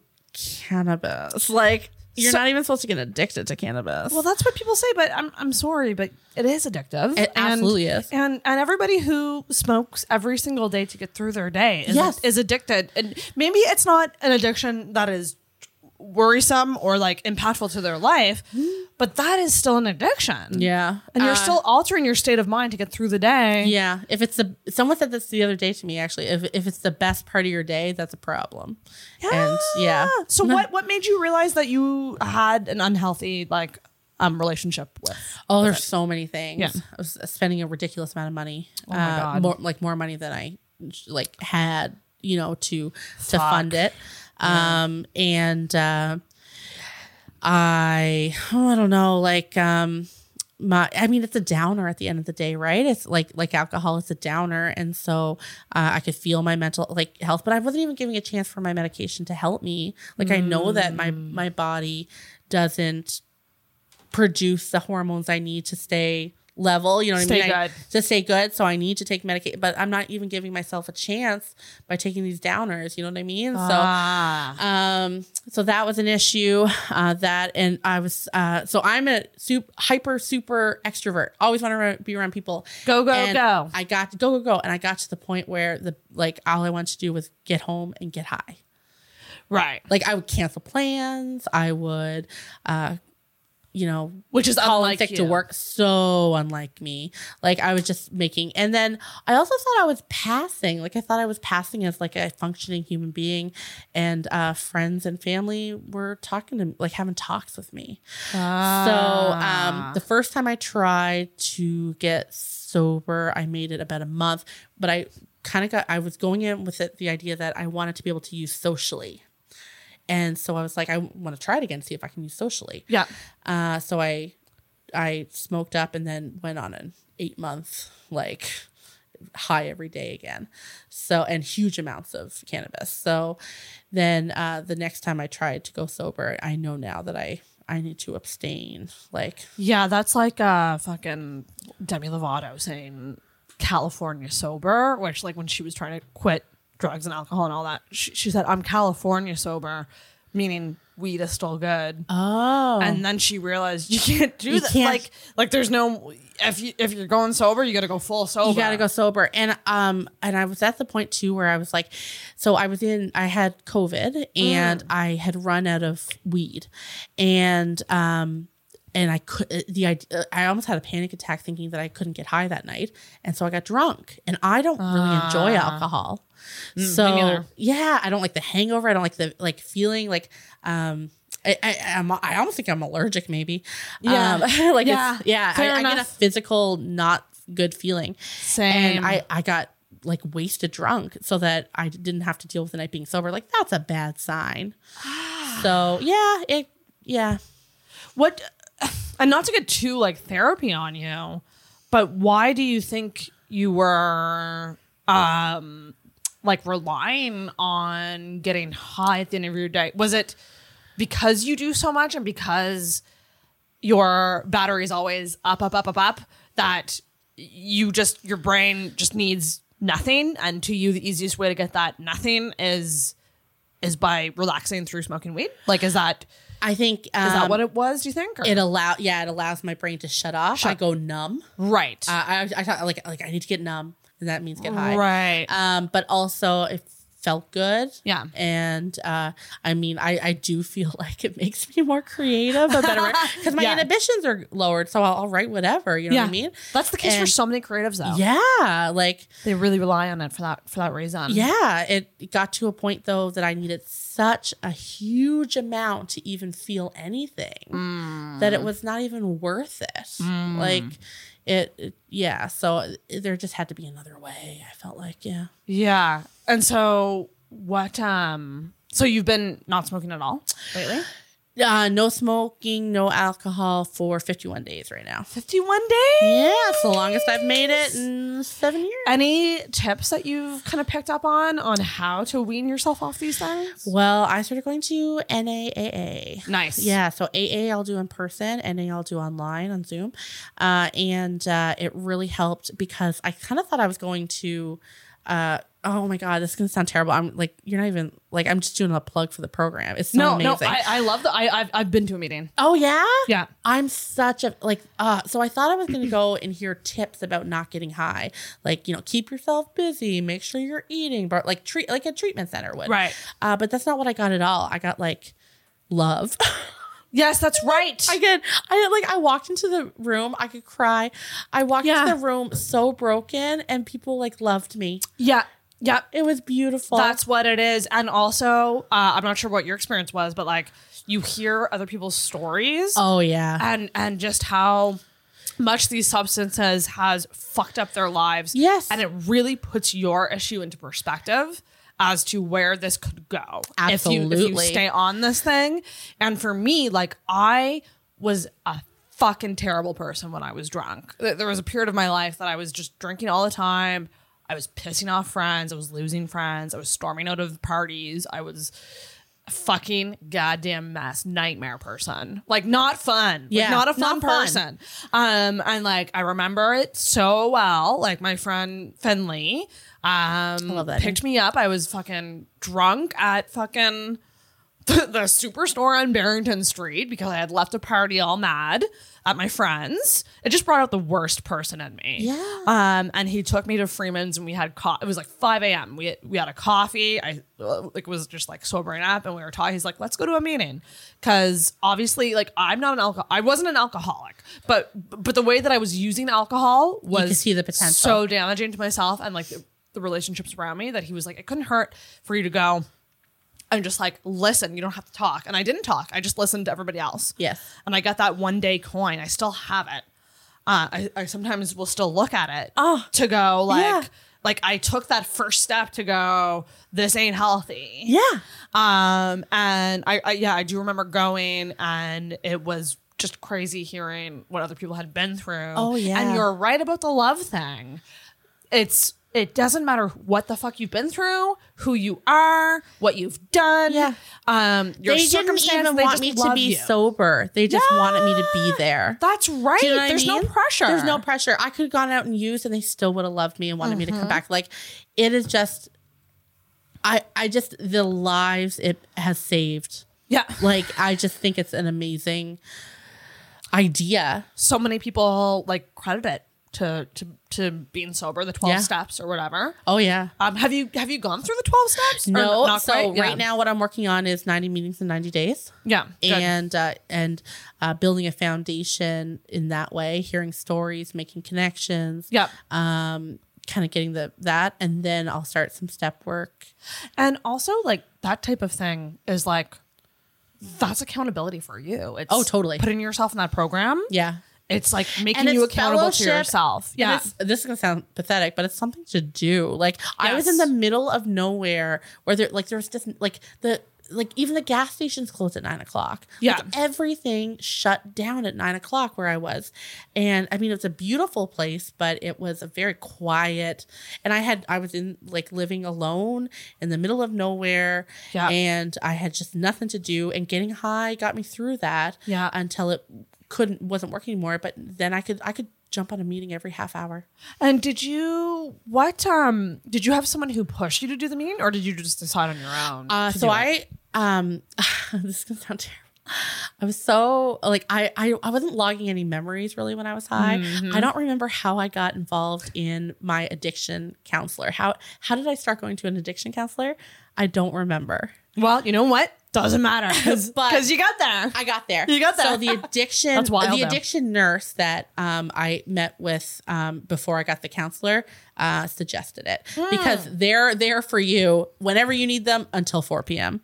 cannabis like you're
So-
not even supposed to get addicted to cannabis
well, that's what people say, but I'm I'm sorry, but it is addictive.
It absolutely is.
And and everybody who smokes every single day to get through their day is
Yes.
is addicted. And maybe it's not an addiction that is worrisome or like impactful to their life, but that is still an addiction.
Mm. yeah
And you're
Uh,
still altering your state of mind to get through the day.
Yeah, if it's the someone said this the other day to me actually. If if it's the best part of your day, that's a problem. And yeah,
Ah, So what what made you realize that you had an unhealthy like um relationship with?
oh, there's so many things.
Yeah.
I was spending a ridiculous amount of money. Oh
my God.
more, like more money than I like had, you know, to to fund it. Um and uh, I oh, I don't know, like um my i mean it's a downer at the end of the day right it's like like alcohol it's a downer and so uh, i could feel my mental like health but i wasn't even giving a chance for my medication to help me like i know that my
Mm.
my body doesn't produce the hormones i need to stay level you know what
Stay
i mean I-
good.
to stay good so i need to take medication but i'm not even giving myself a chance by taking these downers you know what i mean so
Ah.
um, so that was an issue. Uh, that and I was uh, so I'm a super, hyper super extrovert. Always want to be around people.
Go, go,
And
go.
I got to go go go, and I got to the point where the like all I wanted to do was get home and get high.
Right.
Like I would cancel plans. I would, uh, you know,
Which is
call in
unlike
sick
you.
to work. So unlike me. Like I was just making, and then I also thought I was passing. Like I thought I was passing as like a functioning human being, and uh, friends and family were talking to, like having talks with me. So
Ah.
um, the first time I tried to get sober, I made it about a month, but I kind of got. I was going in with it, the idea that I wanted to be able to use socially. And so I was like, I want to try it again, see if I can use socially.
Yeah.
Uh, so I I smoked up and then went on an eight month like high every day again. So and huge amounts of cannabis. So then uh, the next time I tried to go sober, I know now that I I need to abstain. Like
Yeah, that's like uh fucking Demi Lovato saying California sober, which like when she was trying to quit drugs and alcohol and all that, she, she said I'm California sober, meaning weed is still good.
oh
And then she realized you can't do
You
that.
can't-
Like like there's no if you if you're going sober, you got to go full sober.
you gotta go sober and um and i was at the point too where i was like so i was in i had covid
Mm.
and i had run out of weed and um and i could uh, the idea i almost had a panic attack thinking that i couldn't get high that night and so i got drunk and i don't really enjoy alcohol so
Ah. Mm, neither.
yeah i don't like the hangover i don't like the like feeling like um I, I, I'm, I almost think I'm allergic, maybe.
Yeah.
Um, like yeah,
Yeah.
it's, yeah.
Fair
I, I get a
enough.
physical, not good feeling.
Same.
And I, I got like wasted drunk so that I didn't have to deal with the night being sober. Like that's a bad sign. so yeah, it yeah.
what and not to get too like therapy on you but why do you think you were um like relying on getting high at the end of your day was it because you do so much and because your battery is always up up up up up that you just your brain just needs nothing and to you the easiest way to get that nothing is is by relaxing through smoking weed like is that
I think um,
is that what it was? Do you think? Or?
it allow yeah, it allows my brain to shut off. I go numb.
right.
Uh, I I thought like like I need to get numb and that means get high.
Right.
Um but also it felt good.
Yeah.
And uh I mean I I do feel like it makes me more creative a better because my
Yeah.
inhibitions are lowered so I'll, I'll write whatever, you know what I mean?
That's the case for
And-
so many creatives, though.
Yeah, like
They really rely on it for that for that reason.
yeah, it got to a point though that I needed such a huge amount to even feel anything
Mm.
that it was not even worth it. Like it, it- yeah. So there just had to be another way. I felt like, yeah.
Yeah. And so what? Um. So you've been not smoking at all lately?
Uh, no smoking, no alcohol for 51 days right now.
Fifty-one days.
Yeah, it's the longest I've made it in seven years.
Any tips that you've kind of picked up on on how to wean yourself off these things?
Well, I started going to NAAA.
Nice.
Yeah, so AA I'll do in person, NA I'll do online on Zoom, uh, and uh, it really helped because I kind of thought I was going to. Uh, oh my god, this is gonna sound terrible. I'm like, you're not even like, I'm just doing a plug for the program. It's so
No,
amazing.
no. I, I love the. I, I've I've been to a meeting.
oh yeah,
Yeah.
I'm such a like. Uh, so I thought I was gonna go and hear tips about not getting high, like you know, keep yourself busy, make sure you're eating, but like treat like a treatment center would.
Right.
Uh, but that's not what I got at all. I got like love.
Yes, that's right.
I could, I like, I walked into the room, I could cry. I walked
Yeah.
into the room so broken, and people like loved me.
yeah. Yeah.
It was beautiful.
That's what it is. And also, uh, I'm not sure what your experience was, but like you hear other people's stories
oh yeah,
and and just how much these substances has fucked up their lives.
Yes.
And it really puts your issue into perspective as to where this could go. If you, if you
Absolutely.
stay on this thing. And for me, like I was a fucking terrible person when I was drunk. Th- There was a period of my life that I was just drinking all the time. I was pissing off friends. I was losing friends. I was storming out of parties. I was a fucking goddamn mess nightmare person. Like not fun. Like,
Yeah,
not a fun
not fun.
person. Um, and like I remember it so well. Like my friend Finley, um,
love that
picked me up. I was fucking drunk at fucking the, the superstore on Barrington Street because I had left a party all mad at my friends. It just brought out the worst person in me.
Yeah.
Um, and he took me to Freeman's and we had co- it was like 5 a.m. We we had a coffee. I uh, like was just like sobering up and we were talking. He's like, let's go to a meeting because obviously like I'm not an alcohol. I wasn't an alcoholic, but but the way that I was using alcohol was
see the potential.
so damaging to myself and like the, the relationships around me that he was like, it couldn't hurt for you to go. I'm just like, listen, you don't have to talk. And I didn't talk. I just listened to everybody else.
Yes.
And I got that one day coin. I still have it. Uh, I, I sometimes will still look at it to go like,
Ah, yeah.
like I took that first step to go, this ain't healthy.
Yeah.
Um, and I, I, yeah, I do remember going and it was just crazy hearing what other people had been through.
Oh, yeah.
And you're right about the love thing. It's, it doesn't matter what the fuck you've been through, who you are, what you've done.
Yeah.
Um, your
they didn't
circumstance,
even
they
want
just
me to
love
be
you.
sober. They just wanted me to be there.
That's right.
Do you know what I
There's no
mean?
pressure.
There's no pressure. I could have gone out and used, and they still would have loved me and wanted me to
Mm-hmm.
come back. Like it is just, I I just the lives it has saved.
Yeah.
Like I just think it's an amazing idea.
So many people like credit it to, to, to being sober, the 12
Yeah.
steps or whatever.
Oh yeah.
Um, have you, have you gone through the 12 steps? Or
No,
not
so
quite? Yeah.
right now what I'm working on is 90 meetings in 90 days.
Yeah. good.
and uh, and uh, building a foundation in that way, hearing stories, making connections,
Yep.
um, kind of getting the that, and then I'll start some step work.
And also, like that type of thing is like that's accountability for you. It's
Oh, totally.
putting yourself in that program.
Yeah,
It's like making you
it's
accountable to
fellowship,
yourself.
and
Yeah,
it's- this is gonna sound pathetic, but it's something to do. Like I was
Yes.
in the middle of nowhere where there, like there was just like the. Like even the gas stations closed at nine o'clock.
Yeah.
like, everything shut down at nine o'clock where I was, and I mean it's a beautiful place, but it was a very quiet. And I had I was in like living alone in the middle of nowhere,
Yeah.
and I had just nothing to do. And getting high got me through that,
Yeah.
until it couldn't wasn't working anymore. But then I could I could jump on a meeting every half hour.
And did you what um did you have someone who pushed you to do the meeting, or did you just decide on your own?
Uh,
to
so
do it?
I um this is gonna sound terrible. I was so like I, I I wasn't logging any memories really when I was high. I don't remember how I got involved in my addiction counselor. How how did I start going to an addiction counselor? I don't remember.
well, you know what doesn't matter
But-
because you got there.
I got there.
You got there.
So the addiction,
That's wild,
the
though.
addiction nurse that um, I met with um, before I got the counselor uh, suggested it
Hmm.
because they're there for you whenever you need them until 4 p.m.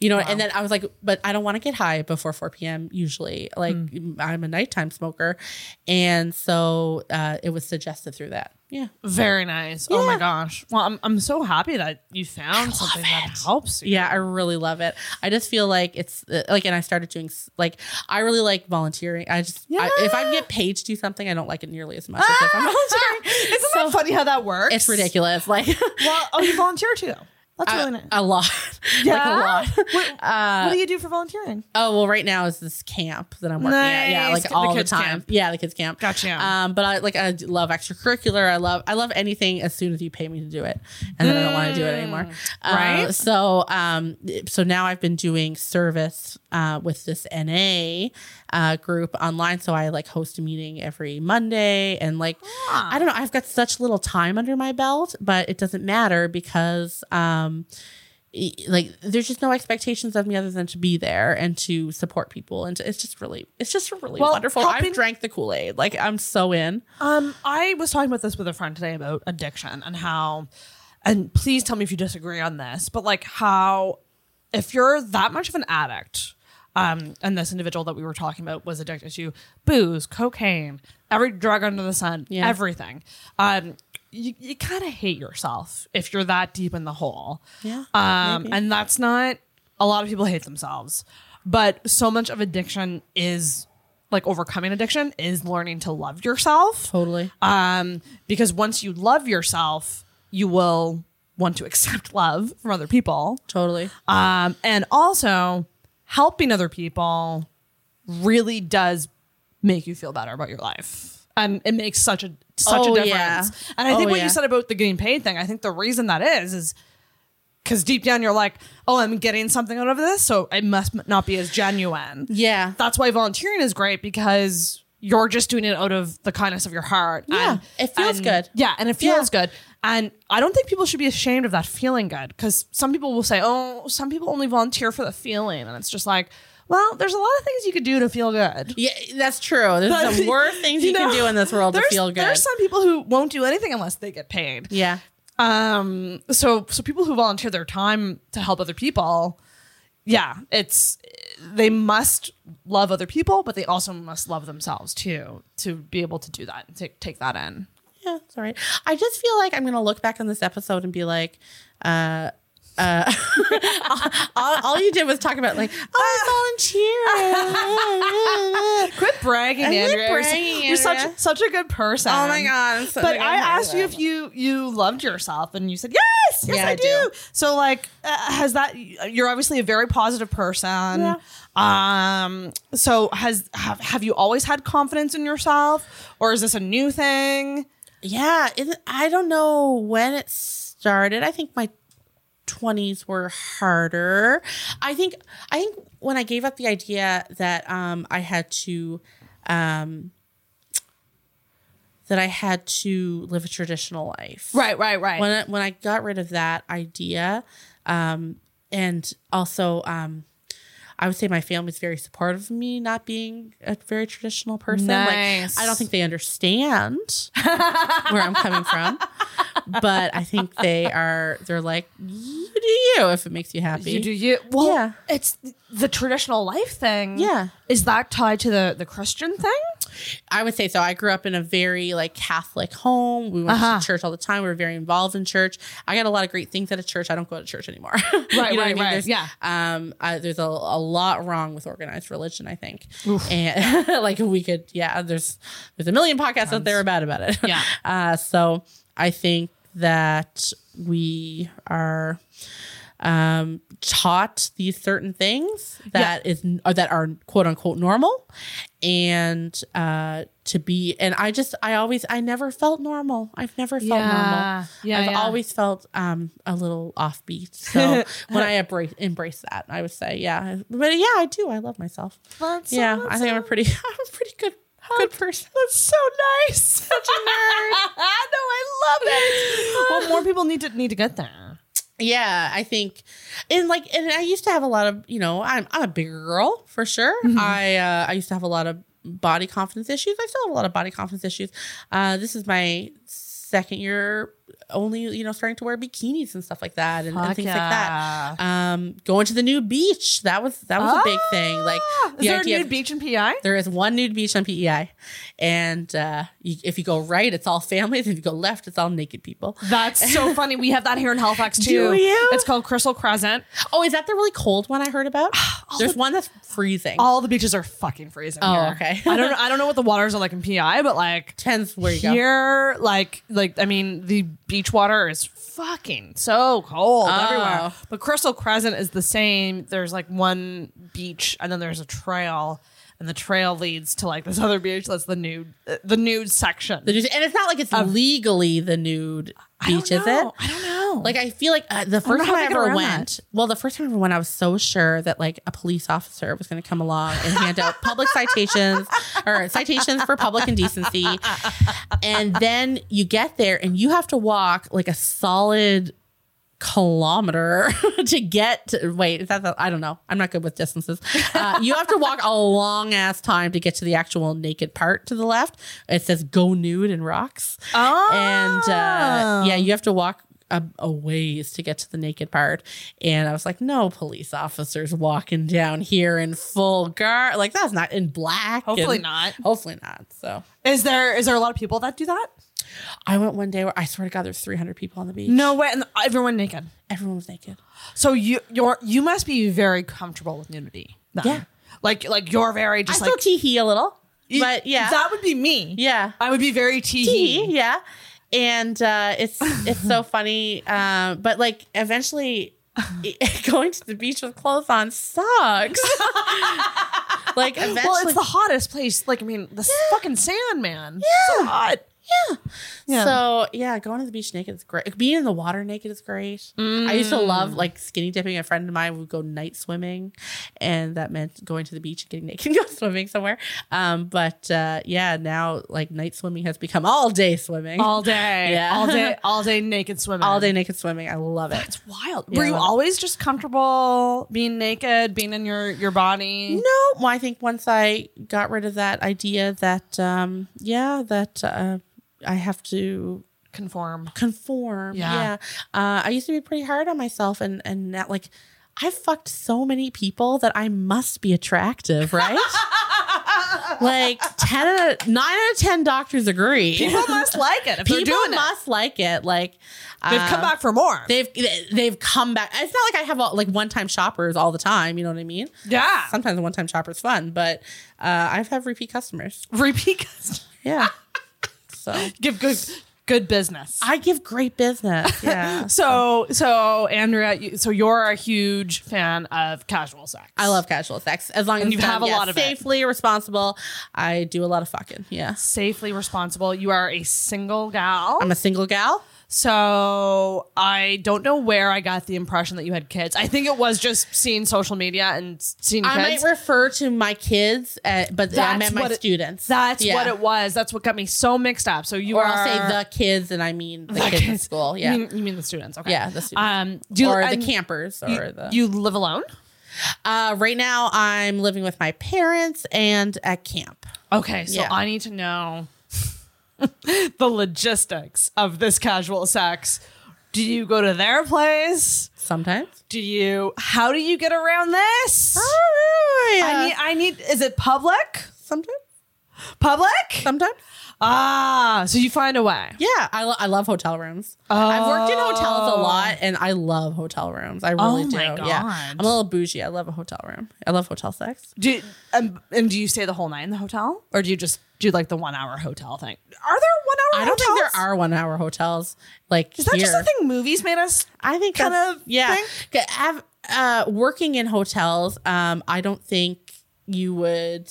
You know, and then I was like, but I don't want to get high before 4 p.m. Usually, like
Hmm.
I'm a nighttime smoker, and so uh, it was suggested through that. Yeah.
Very nice. Oh my gosh. Well, I'm I'm so happy that you found something that helps you.
Yeah, I really love it. I just feel like it's uh, like, and I started doing s- like I really like volunteering. I just I, if I get paid to do something, I don't like it nearly as much as if I'm volunteering.
Isn't that funny how that works?
It's ridiculous, like
Well, oh, you volunteer too. That's really nice.
a, a lot, like a lot.
what do you do for volunteering?
Oh well, right now is this camp that I'm working at. Yeah,
Nice.
like
The
all the,
kids
time.
camp.
Yeah, the kids camp.
Gotcha.
Um, but I like I love extracurricular. I love I love anything as soon as you pay me to do it, and then I don't want to do it anymore. Uh,
Mm. Right.
so um, so now I've been doing service uh, with this NA uh, group online. So I like host a meeting every Monday, and like I don't know. I've got such little time under my belt, but it doesn't matter because. Um, e- like there's just no expectations of me other than to be there and to support people and to, it's just really it's just really
Well,
wonderful
helping-
i've drank the kool-aid like i'm so in
Um, I was talking about this with a friend today about addiction and how, and please tell me if you disagree on this, but like how, if you're that much of an addict, um, and this individual that we were talking about was addicted to booze, cocaine, every drug under the sun, everything. Um, you, you kind of hate yourself if you're that deep in the hole.
Yeah,
Um, and that's not a lot of people hate themselves, but so much of addiction is like overcoming addiction is learning to love yourself.
Totally.
Um, because once you love yourself, you will want to accept love from other people.
Totally.
Um, and also helping other people really does make you feel better about your life. And it makes such a such
Oh,
a difference.
yeah.
And I think
Oh,
what
yeah.
you said about the getting paid thing, I think the reason that is is because deep down you're like, oh, I'm getting something out of this, so it must not be as genuine.
Yeah.
That's why volunteering is great because you're just doing it out of the kindness of your heart.
Yeah,
and,
it feels
and-
good.
Yeah, and it feels good. And I don't think people should be ashamed of that feeling good because some people will say, "Oh, some people only volunteer for the feeling," and it's just like, well, there's a lot of things you could do to feel good.
Yeah, that's true. There's the worst things you,
know,
can do in this world to
there's-
feel good.
There's some people who won't do anything unless they get paid.
yeah.
Um. So so people who volunteer their time to help other people, yeah, it's they must love other people, but they also must love themselves too to be able to do that and take take that in.
Yeah, it's all right. I just feel like I'm gonna look back on this episode and be like, uh, uh, all, all you did was talk about like, oh, I volunteer.
Quit bragging,
quit
Andrea. You're s-
bragging,
you're such
Andrea.
such a good person.
Oh my God, I'm so-
but
like,
I
I'm so
asked you if you you loved yourself, and you said yes, yes,
Yeah,
I,
I
do.
do.
So like, uh, has that? You're obviously a very positive person. Um. So has have, have you always had confidence in yourself, or is this a new thing?
yeah, it, I don't know when it started. I think my 20s were harder. I think I think when I gave up the idea that um I had to um that I had to live a traditional life.
right, right.
when I, when I got rid of that idea, um, and also um, I would say my family's very supportive of me not being a very traditional person.
Nice.
Like I don't think they understand where I'm coming from, but I think they are. They're like, you do you if it makes you happy.
you do you. Well,
Yeah.
it's the traditional life thing.
Yeah.
Is that tied to the the Christian thing?
I would say so. I grew up in a very like Catholic home. We went
Uh-huh.
to church all the time. We were very involved in church. I got a lot of great things out of church. I don't go to church anymore. Right,
right, right. Yeah.
Um, I, there's a, a lot wrong with organized religion. I think, and like we could, yeah. There's there's a million podcasts out there about about it.
Yeah.
Uh, so I think that we are um, taught these certain things that is or that are quote unquote normal, and uh, to be and I just I always I never felt normal. I've never felt
Yeah.
normal.
Yeah,
I've
yeah.
always felt um, a little offbeat. So when I embrace embrace that, I would say yeah. But yeah, I do. I love myself.
That's so-
yeah,
that's
I think I'm a pretty I'm a pretty good good person.
That's so nice. Such a nerd. no, I love it. well, more people need to need to get there.
Yeah, I think, and like, and I used to have a lot of, you know, I'm I'm a bigger girl for sure.
Mm-hmm.
I uh, I used to have a lot of body confidence issues. I still have a lot of body confidence issues. Uh, this is my second year only, you know, starting to wear bikinis and stuff like that, and, and
Fuck
things
yeah. Ah,
like that. Um, going to the new beach that was that was a big thing. Like,
Is there a
idea
nude
of-
beach in PI?
there is one nude beach on PEI, and uh, you, if you go right, it's all families. If you go left, it's all naked people.
That's so funny. We have that here in Halifax too.
Do you?
It's called Crystal Crescent.
Oh, is that the really cold one I heard about? There's one that's freezing.
All the beaches are fucking freezing.
Oh,
here.
okay.
I don't know. I don't know what the waters are like in PI, but like
Depends where you go.
here, like like I mean, the beach water is fucking so cold
Oh.
everywhere. But Crystal Crescent is the same. There's like one beach, and then there's a trail, and the trail leads to like this other beach. That's the nude, the nude section.
The nude- and it's not like it's legally the nude beach, is it?
I don't know.
Like I feel like uh, the
know
first
how
time I
they get
ever
around
went, well, the first time I ever went, I was so sure that like a police officer was going to come along and hand out public citations or citations for public indecency, and then you get there and you have to walk like a solid kilometer to get to, wait is that the, i don't know i'm not good with distances uh, you have to walk a long ass time to get to the actual naked part to the left it says go nude and rocks
Oh.
and uh, yeah you have to walk a, a ways to get to the naked part and i was like no police officers walking down here in full guard like that's not in black
Hopefully
and-
not.
hopefully not so
Is there is there a lot of people that do that?
i went one day where i swear to god there's 300 people on the beach
No way, and everyone naked.
everyone was naked
So you you're you must be very comfortable with nudity. then.
Yeah.
Like like you're very just
i
like
still tee hee a little But yeah.
that would be me.
yeah.
I would be very tee
Tea, yeah. And uh, it's it's so funny. Um, but like eventually e, going to the beach with clothes on sucks. like eventually
Well, it's the hottest place. Like, I mean, the fucking sand, man. Yeah. So hot. Yeah.
So yeah, going to the beach naked is great. Being in the water naked is great. I used to
Mm.
love like skinny dipping. A friend of mine would go night swimming, and that meant going to the beach and getting naked and go swimming somewhere. Um, but uh, yeah, now like night swimming has become all day swimming,
All day.
Yeah.
All day. All day naked swimming.
all day naked swimming. I love it.
It's wild.
Yeah.
Were you always just comfortable being naked, being in your your body?
No, well, I think once I got rid of that idea that um, yeah, that uh, I have to
Conform.
conform. Yeah.
Yeah.
Uh, I used to be pretty hard on myself and and that like I fucked so many people that I must be attractive, right? like ten out of, nine out of ten doctors agree.
People must like it if
People
they're doing
must like it. Like
it. They've
uh,
come back for more.
They've they've come back. It's not like I have all, like one time shoppers all the time. You know what I mean?
yeah.
Sometimes a one time shopper's fun, but uh, I've had repeat customers.
Repeat customers.
Yeah. so
Give good good business.
I give great business. Yeah.
so so Andrea, you- so you're a huge fan of casual sex.
I love casual sex as long as
And
you have a lot of
it.
safely responsible. I do a lot of fucking. Yeah,
safely responsible. You are a single gal.
I'm a single gal.
So I don't know where I got the impression that you had kids. I think it was just seeing social media and seeing
I
kids.
might refer to my kids, uh but I
That's
meant my
what it-
students.
That's
Yeah.
what it was. That's what got me so mixed up. So you
Or
are Mm,
I'll say the kids, and I mean the, kids, Mm-hmm. at school. Yeah,
You mean, you mean the students? Okay.
yeah, the students.
Um. Do you,
or the
and
campers, or
You,
the.
you live alone?
uh, right now, I'm living with my parents and at camp.
Okay. So
Yeah.
I need to know the logistics of this casual sex. Do you go to their place?
Sometimes.
Do you? How do you get around this? I need. I need. Is it public?
sometimes.
Public?
Sometimes.
Ah, so you find a way.
Yeah, I, lo- I love hotel rooms. I've worked in hotels a lot, and I love hotel rooms. I really do.
Oh. my
Yeah,
God.
I'm a little bougie. I love a hotel room. I love hotel sex.
Do um, and do you stay the whole night in the hotel, or do you just do like the one hour hotel thing? Are there one hour?
I don't
hotels?
think there are one hour hotels like
Is that
here.
just a thing movies made us?
I think
kind
that's-
of
yeah.
thing?
'Kay, I've, uh, working in hotels, um, I don't think you would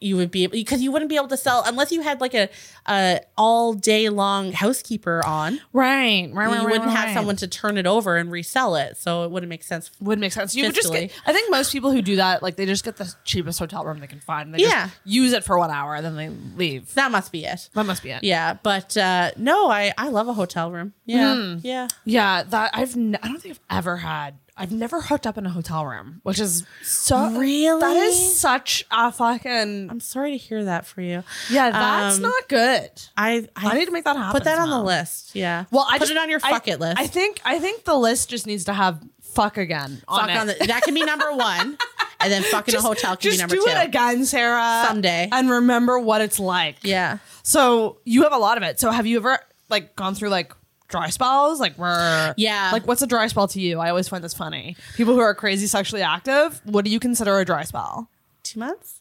you would be able because you wouldn't be able to sell unless you had like a, a all day long housekeeper on.
Right, right,
You wouldn't have someone to turn it over and resell it, so it wouldn't make sense
Would make sense. You would just get,
Fiscally.
I think most people who do that, like they just get the cheapest hotel room they can find. They
Yeah.
just use it for one hour and then they leave.
That must be it.
That must be it.
Yeah, but uh, no, I I love a hotel room. Yeah,
Mm-hmm.
yeah.
yeah. That I've n- I don't think I've ever had. I've never hooked up in a hotel room, which is so
Really?
That is such a fucking
I'm sorry to hear that for you.
Yeah, that's
Um,
not good.
I I,
I need to make that happen.
put that on the
somehow.
list. Yeah.
Well, I
put
just-
it on your
I-
fuck it list.
I think I think the list just needs to have fuck again on
fuck
it.
on the, that can be number one, and then fucking a hotel can be
just
number
do
two.
it again, Sarah,
Someday.
and remember what it's like.
Yeah.
So you have a lot of it. So have you ever like gone through like dry spells? Like where?
Yeah.
Like what's a dry spell to you? I always find this funny. People who are crazy sexually active. What do you consider a dry spell?
Two months.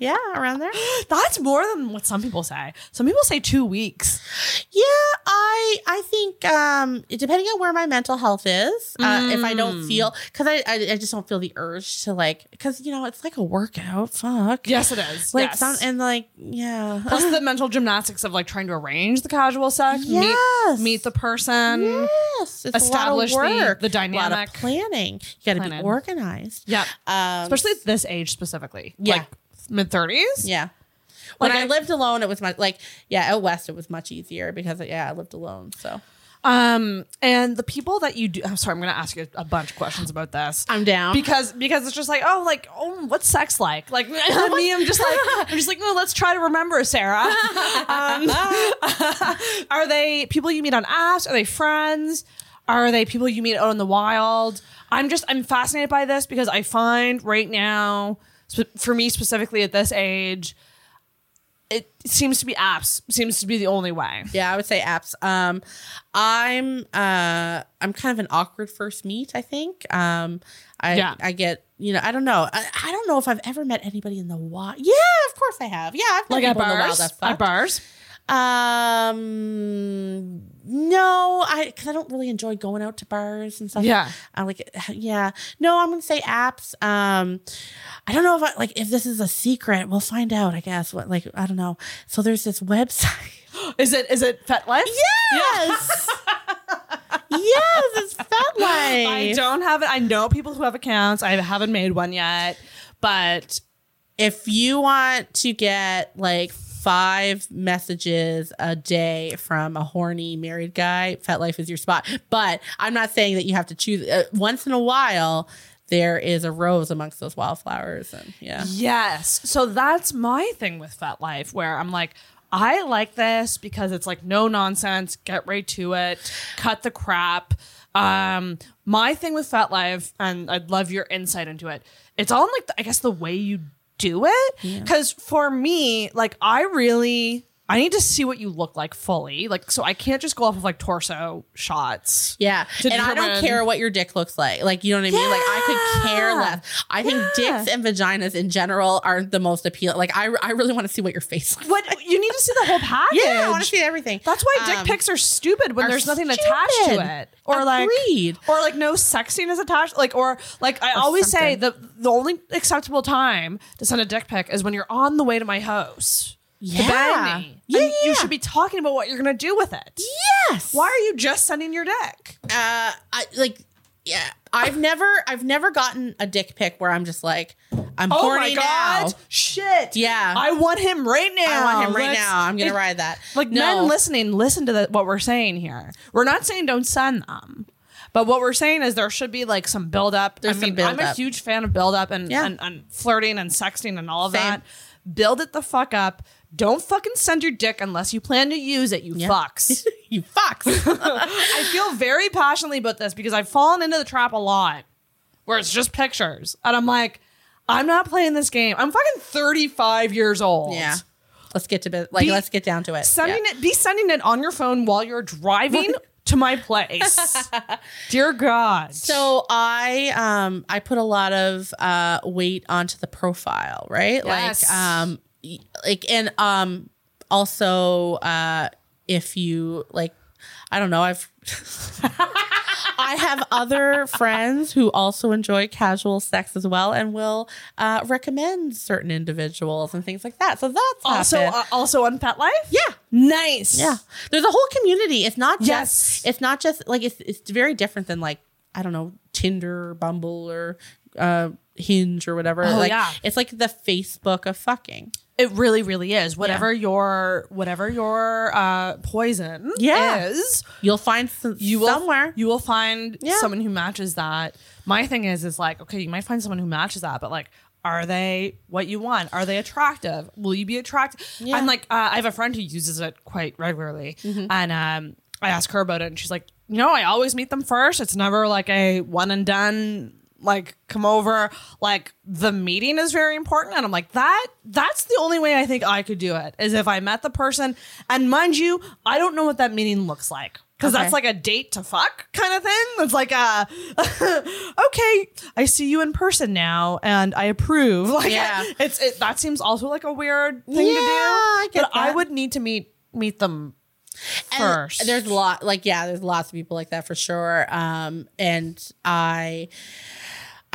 yeah, around there.
That's more than what some people say. Some people say two weeks.
Yeah, I I think um depending on where my mental health is, uh, if I
Mm.
don't feel because I, I I just don't feel the urge to like because you know it's like a workout. Fuck.
Yes, it is.
Like
yes.
some and like yeah.
Plus the mental gymnastics of like trying to arrange the casual sex,
Yes.
meet meet the person.
Yes, it's
um, Establish
a
the-
lot of work,
the
a lot
dynamic.
of planning. You got to be
Planning.
organized.
Yeah.
Um,
Especially at this age specifically.
Yeah.
Like mid 30s.
yeah. When
Like
I,
I-
lived alone, it was much like yeah. Out west, it was much easier because yeah, I lived alone. So
Um and the people that you do I'm sorry, I'm going to ask you a bunch of questions about this.
I'm down.
because because it's just like, oh, like, oh, what's sex like? Like me, I'm just like I'm just like, no, let's try to remember, Sarah. um, are they people you meet on apps? Are they friends? Are they people you meet out in the wild? I'm just I'm fascinated by this because I find right now, sp- for me specifically at this age, it seems to be apps seems to be the only way.
Yeah, I would say apps. Um, I'm uh, I'm kind of an awkward first meet. I think um, I
Yeah.
I get you know I don't know I, I don't know if I've ever met anybody in the wild. Yeah, of course I have. Yeah, I've met
Like at
people in the wild.
bars,
that
at
fucked.
bars.
Um, no, I because I don't really enjoy going out to bars and stuff.
Yeah.
I like yeah. No, I'm gonna say apps. Um, I don't know if I, like if this is a secret. We'll find out. I guess what like I don't know. So there's this website.
Is it is it FetLife?
Yes. yes, it's FetLife.
I don't have it. I know people who have accounts. I haven't made one yet, but
if you want to get like five messages a day from a horny married guy, FetLife is your spot. But I'm not saying that you have to choose. Uh, once in a while, there is a rose amongst those wildflowers, and yeah,
Yes. So that's my thing with FetLife, where I'm like, I like this because it's like no nonsense, get right to it, cut the crap. Um, my thing with FetLife, and I'd love your insight into it. It's all in like the, I guess the way you do it, because for me, like I really. I need to see what you look like fully. Like, so I can't just go off of like torso shots.
yeah.
To
And I don't
determine-
care what your dick looks like. Like you know what I mean? Like I could care
Yeah.
less. I think dicks and vaginas in general aren't the most appealing. Like I, I really want to see what your face looks.
What you need to see the whole package.
Yeah, I want to see everything.
That's why dick
Um,
pics are stupid when
are
there's nothing attached
stupid.
to it, or like,
Agreed.
or like no sexiness attached. Like, or like I always say, the the only acceptable time to send a dick pic is when you're on the way to my house.
Yeah.
to bang me.
Yeah,
And
yeah.
You should be talking about what you're gonna do with it.
Yes.
Why are you just sending your dick?
uh, I like, yeah, I've never, I've never gotten a dick pic where I'm just like, I'm
Oh
horny
my god!
now.
Shit!
Yeah.
I want him right now.
I want him right
Let's-
now. I'm gonna
it-
ride that.
Like men listening, listen to the, what we're saying here. We're not saying don't send them, but what we're saying is there should be like some build up.
There's
I
some
mean, I'm a
buildup.
huge fan of build up and,
Yeah.
and and flirting and sexting and all of
Same.
that. Build it the fuck up. Don't fucking send your dick unless you plan to use it. You fucks.
you fucks.
I feel very passionately about this because I've fallen into the trap a lot, where it's just pictures, and I'm like, I'm not playing this game. I'm fucking 35 years old.
yeah, let's get to bit. Like,
Be-
let's get down to it.
sending
Yeah.
it be sending it on your phone while you're driving to my place dear god
So I um I put a lot of uh weight onto the profile, right?
Yes.
Like um y- like and um also uh if you like I don't know, I've I have other friends who also enjoy casual sex as well and will uh recommend certain individuals and things like that. So that's
also
happened.
uh, also on pet life
yeah.
nice
Yeah, there's a whole community. It's not just
Yes.
it's not just like it's it's very different than like I don't know Tinder, or Bumble, or uh, Hinge or whatever.
Oh,
like
yeah.
it's like the Facebook of fucking.
it really really is whatever your whatever your uh poison
Yeah.
is
You'll find some,
you will
somewhere.
you will find
Yeah.
someone who matches that my thing is is like okay you might find someone who matches that but like are they what you want are they attractive will you be attracted i'm like uh, i have a friend who uses it quite regularly
Mm-hmm.
and um i ask her about it and she's like you know i always meet them first it's never like a one and done like come over like the meeting is very important and i'm like that that's the only way i think i could do it is if i met the person and mind you i don't know what that meeting looks like because
Okay.
that's like a date to fuck kind of thing it's like a okay i see you in person now and i approve like
Yeah.
it's it, that seems also like a weird thing to do
Yeah, I get
but i
that.
would need to meet meet them
And
first
there's a lot like yeah, there's lots of people like that for sure. Um, and I.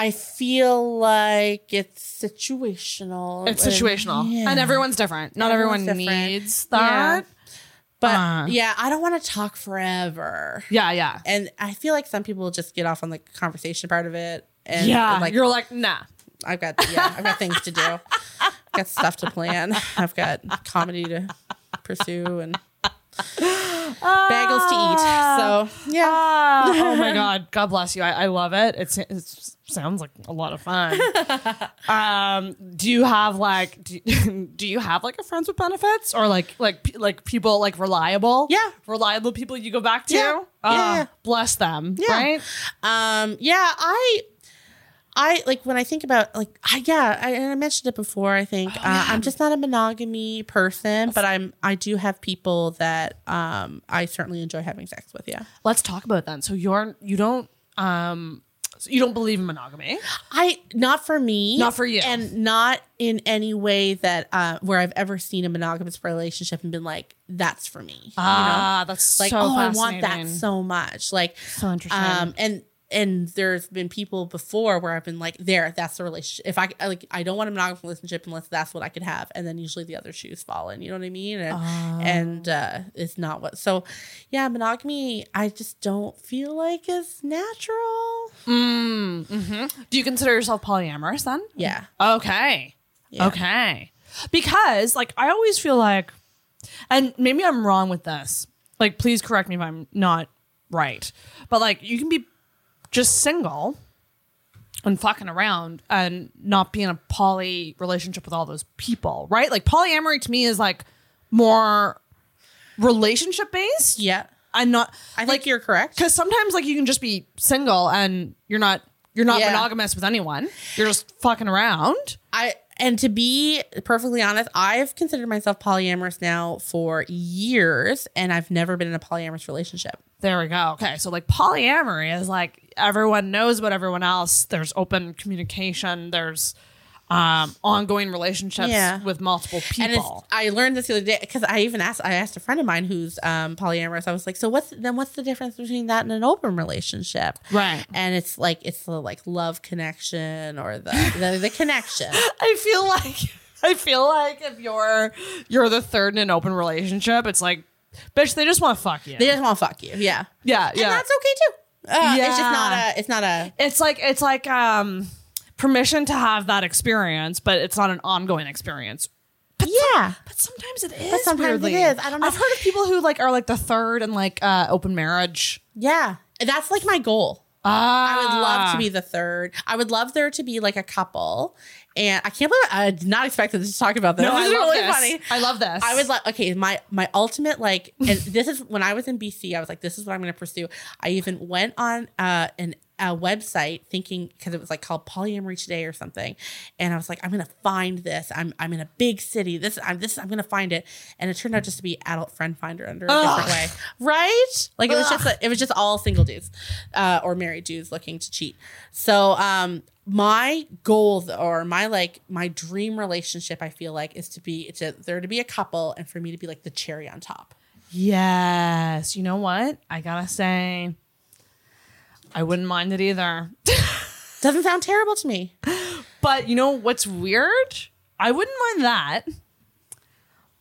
I feel like it's situational.
it's
And-
situational
yeah.
and everyone's different not
Everyone's
everyone
different.
needs that
But
Uh.
yeah, I don't want to talk forever.
yeah yeah
and I feel like some people just get off on the conversation part of it. And
yeah,
like
you're like nah.
I've got yeah, I've got things to do. I've got stuff to plan. I've got comedy to pursue and bagels to eat. So yeah.
Ah, oh my god, God bless you. I, I love it. It's, it's sounds like a lot of fun. um, do you have like do, do you have like a friends with benefits or like like pe- like people like reliable?
Yeah.
reliable people you go back to.
Yeah.
Ah,
Yeah.
bless them.
Yeah.
Right.
Um yeah, I I like when I think about like I yeah, I, and I mentioned it before, I think.
Oh,
uh, I'm just not a monogamy person, but I'm I do have people that um I certainly enjoy having sex with, yeah.
Let's talk about that. So you're you don't um So you don't believe in monogamy.
I not for me,
Not for you.
and not in any way that uh, where I've ever seen a monogamous relationship and been like, that's for me.
Ah, that's
like,
so
oh, I want that
fascinating.
so much. Like,
So interesting.
um, and and there's been people before where I've been like, there, that's the relationship. If I I, like, I don't want a monogamous relationship unless that's what I could have, and then usually the other shoes fall in. You know what I mean? And
Oh.
and uh, it's not what. So, yeah, monogamy, I just don't feel like is natural.
Do you consider yourself polyamorous then?
Yeah.
Okay.
Yeah.
Okay. Because like I always feel like and maybe I'm wrong with this. Like please correct me if I'm not right. But like you can be just single and fucking around and not be in a poly relationship with all those people, right? Like polyamory to me is like more relationship based.
Yeah.
I'm not
I
like
think you're correct.
because sometimes like you can just be single and you're not you're not
Yeah.
monogamous with anyone. You're just fucking around.
I and to be perfectly honest, I've considered myself polyamorous now for years, and I've never been in a polyamorous relationship.
There we go. Okay, so like polyamory is like everyone knows about everyone else. There's open communication. There's um, ongoing relationships
Yeah.
with multiple
And it's,
people.
I learned this the other day because I even asked I asked a friend of mine who's um, polyamorous. I was like, "So what's then? What's the difference between that and an open relationship?"
Right.
And it's like it's the like love connection or the the, the connection.
I feel like I feel like if you're you're the third in an open relationship, it's like bitch, they just want to fuck you.
They just want to fuck you, yeah,
yeah,
and
yeah.
that's okay too. Uh, It's
Yeah.
just not a. It's not a.
it's like it's like um permission to have that experience, but it's not an ongoing experience.
Yeah,
But sometimes it is.
sometimes it
weirdly.
is. I don't know.
I've heard of people who like are like the third and like uh open marriage.
yeah. That's like my goal.
Ah,
I would love to be the third. I would love there to be like a couple. And I can't believe I did not expect us to talk about this.
No,
this
I
is
love
really
this.
funny.
I love this.
I would like okay, my my ultimate like and this is when I was in BC, I was like, this is what I'm gonna pursue. I even went on uh an a website thinking because it was like called polyamory today or something. And I was like, I'm gonna find this. I'm I'm in a big city. This I'm this I'm gonna find it. And it turned out just to be adult friend finder under a different way. Right? Like it was just a, it was just all single dudes uh or married dudes looking to cheat. So um my goal th- or my like my dream relationship i feel like is to be to there to be a couple and for me to be like the cherry on top
Yes. You know what? I gotta say, I wouldn't mind it either.
doesn't sound terrible to me
But you know what's weird? I wouldn't mind that.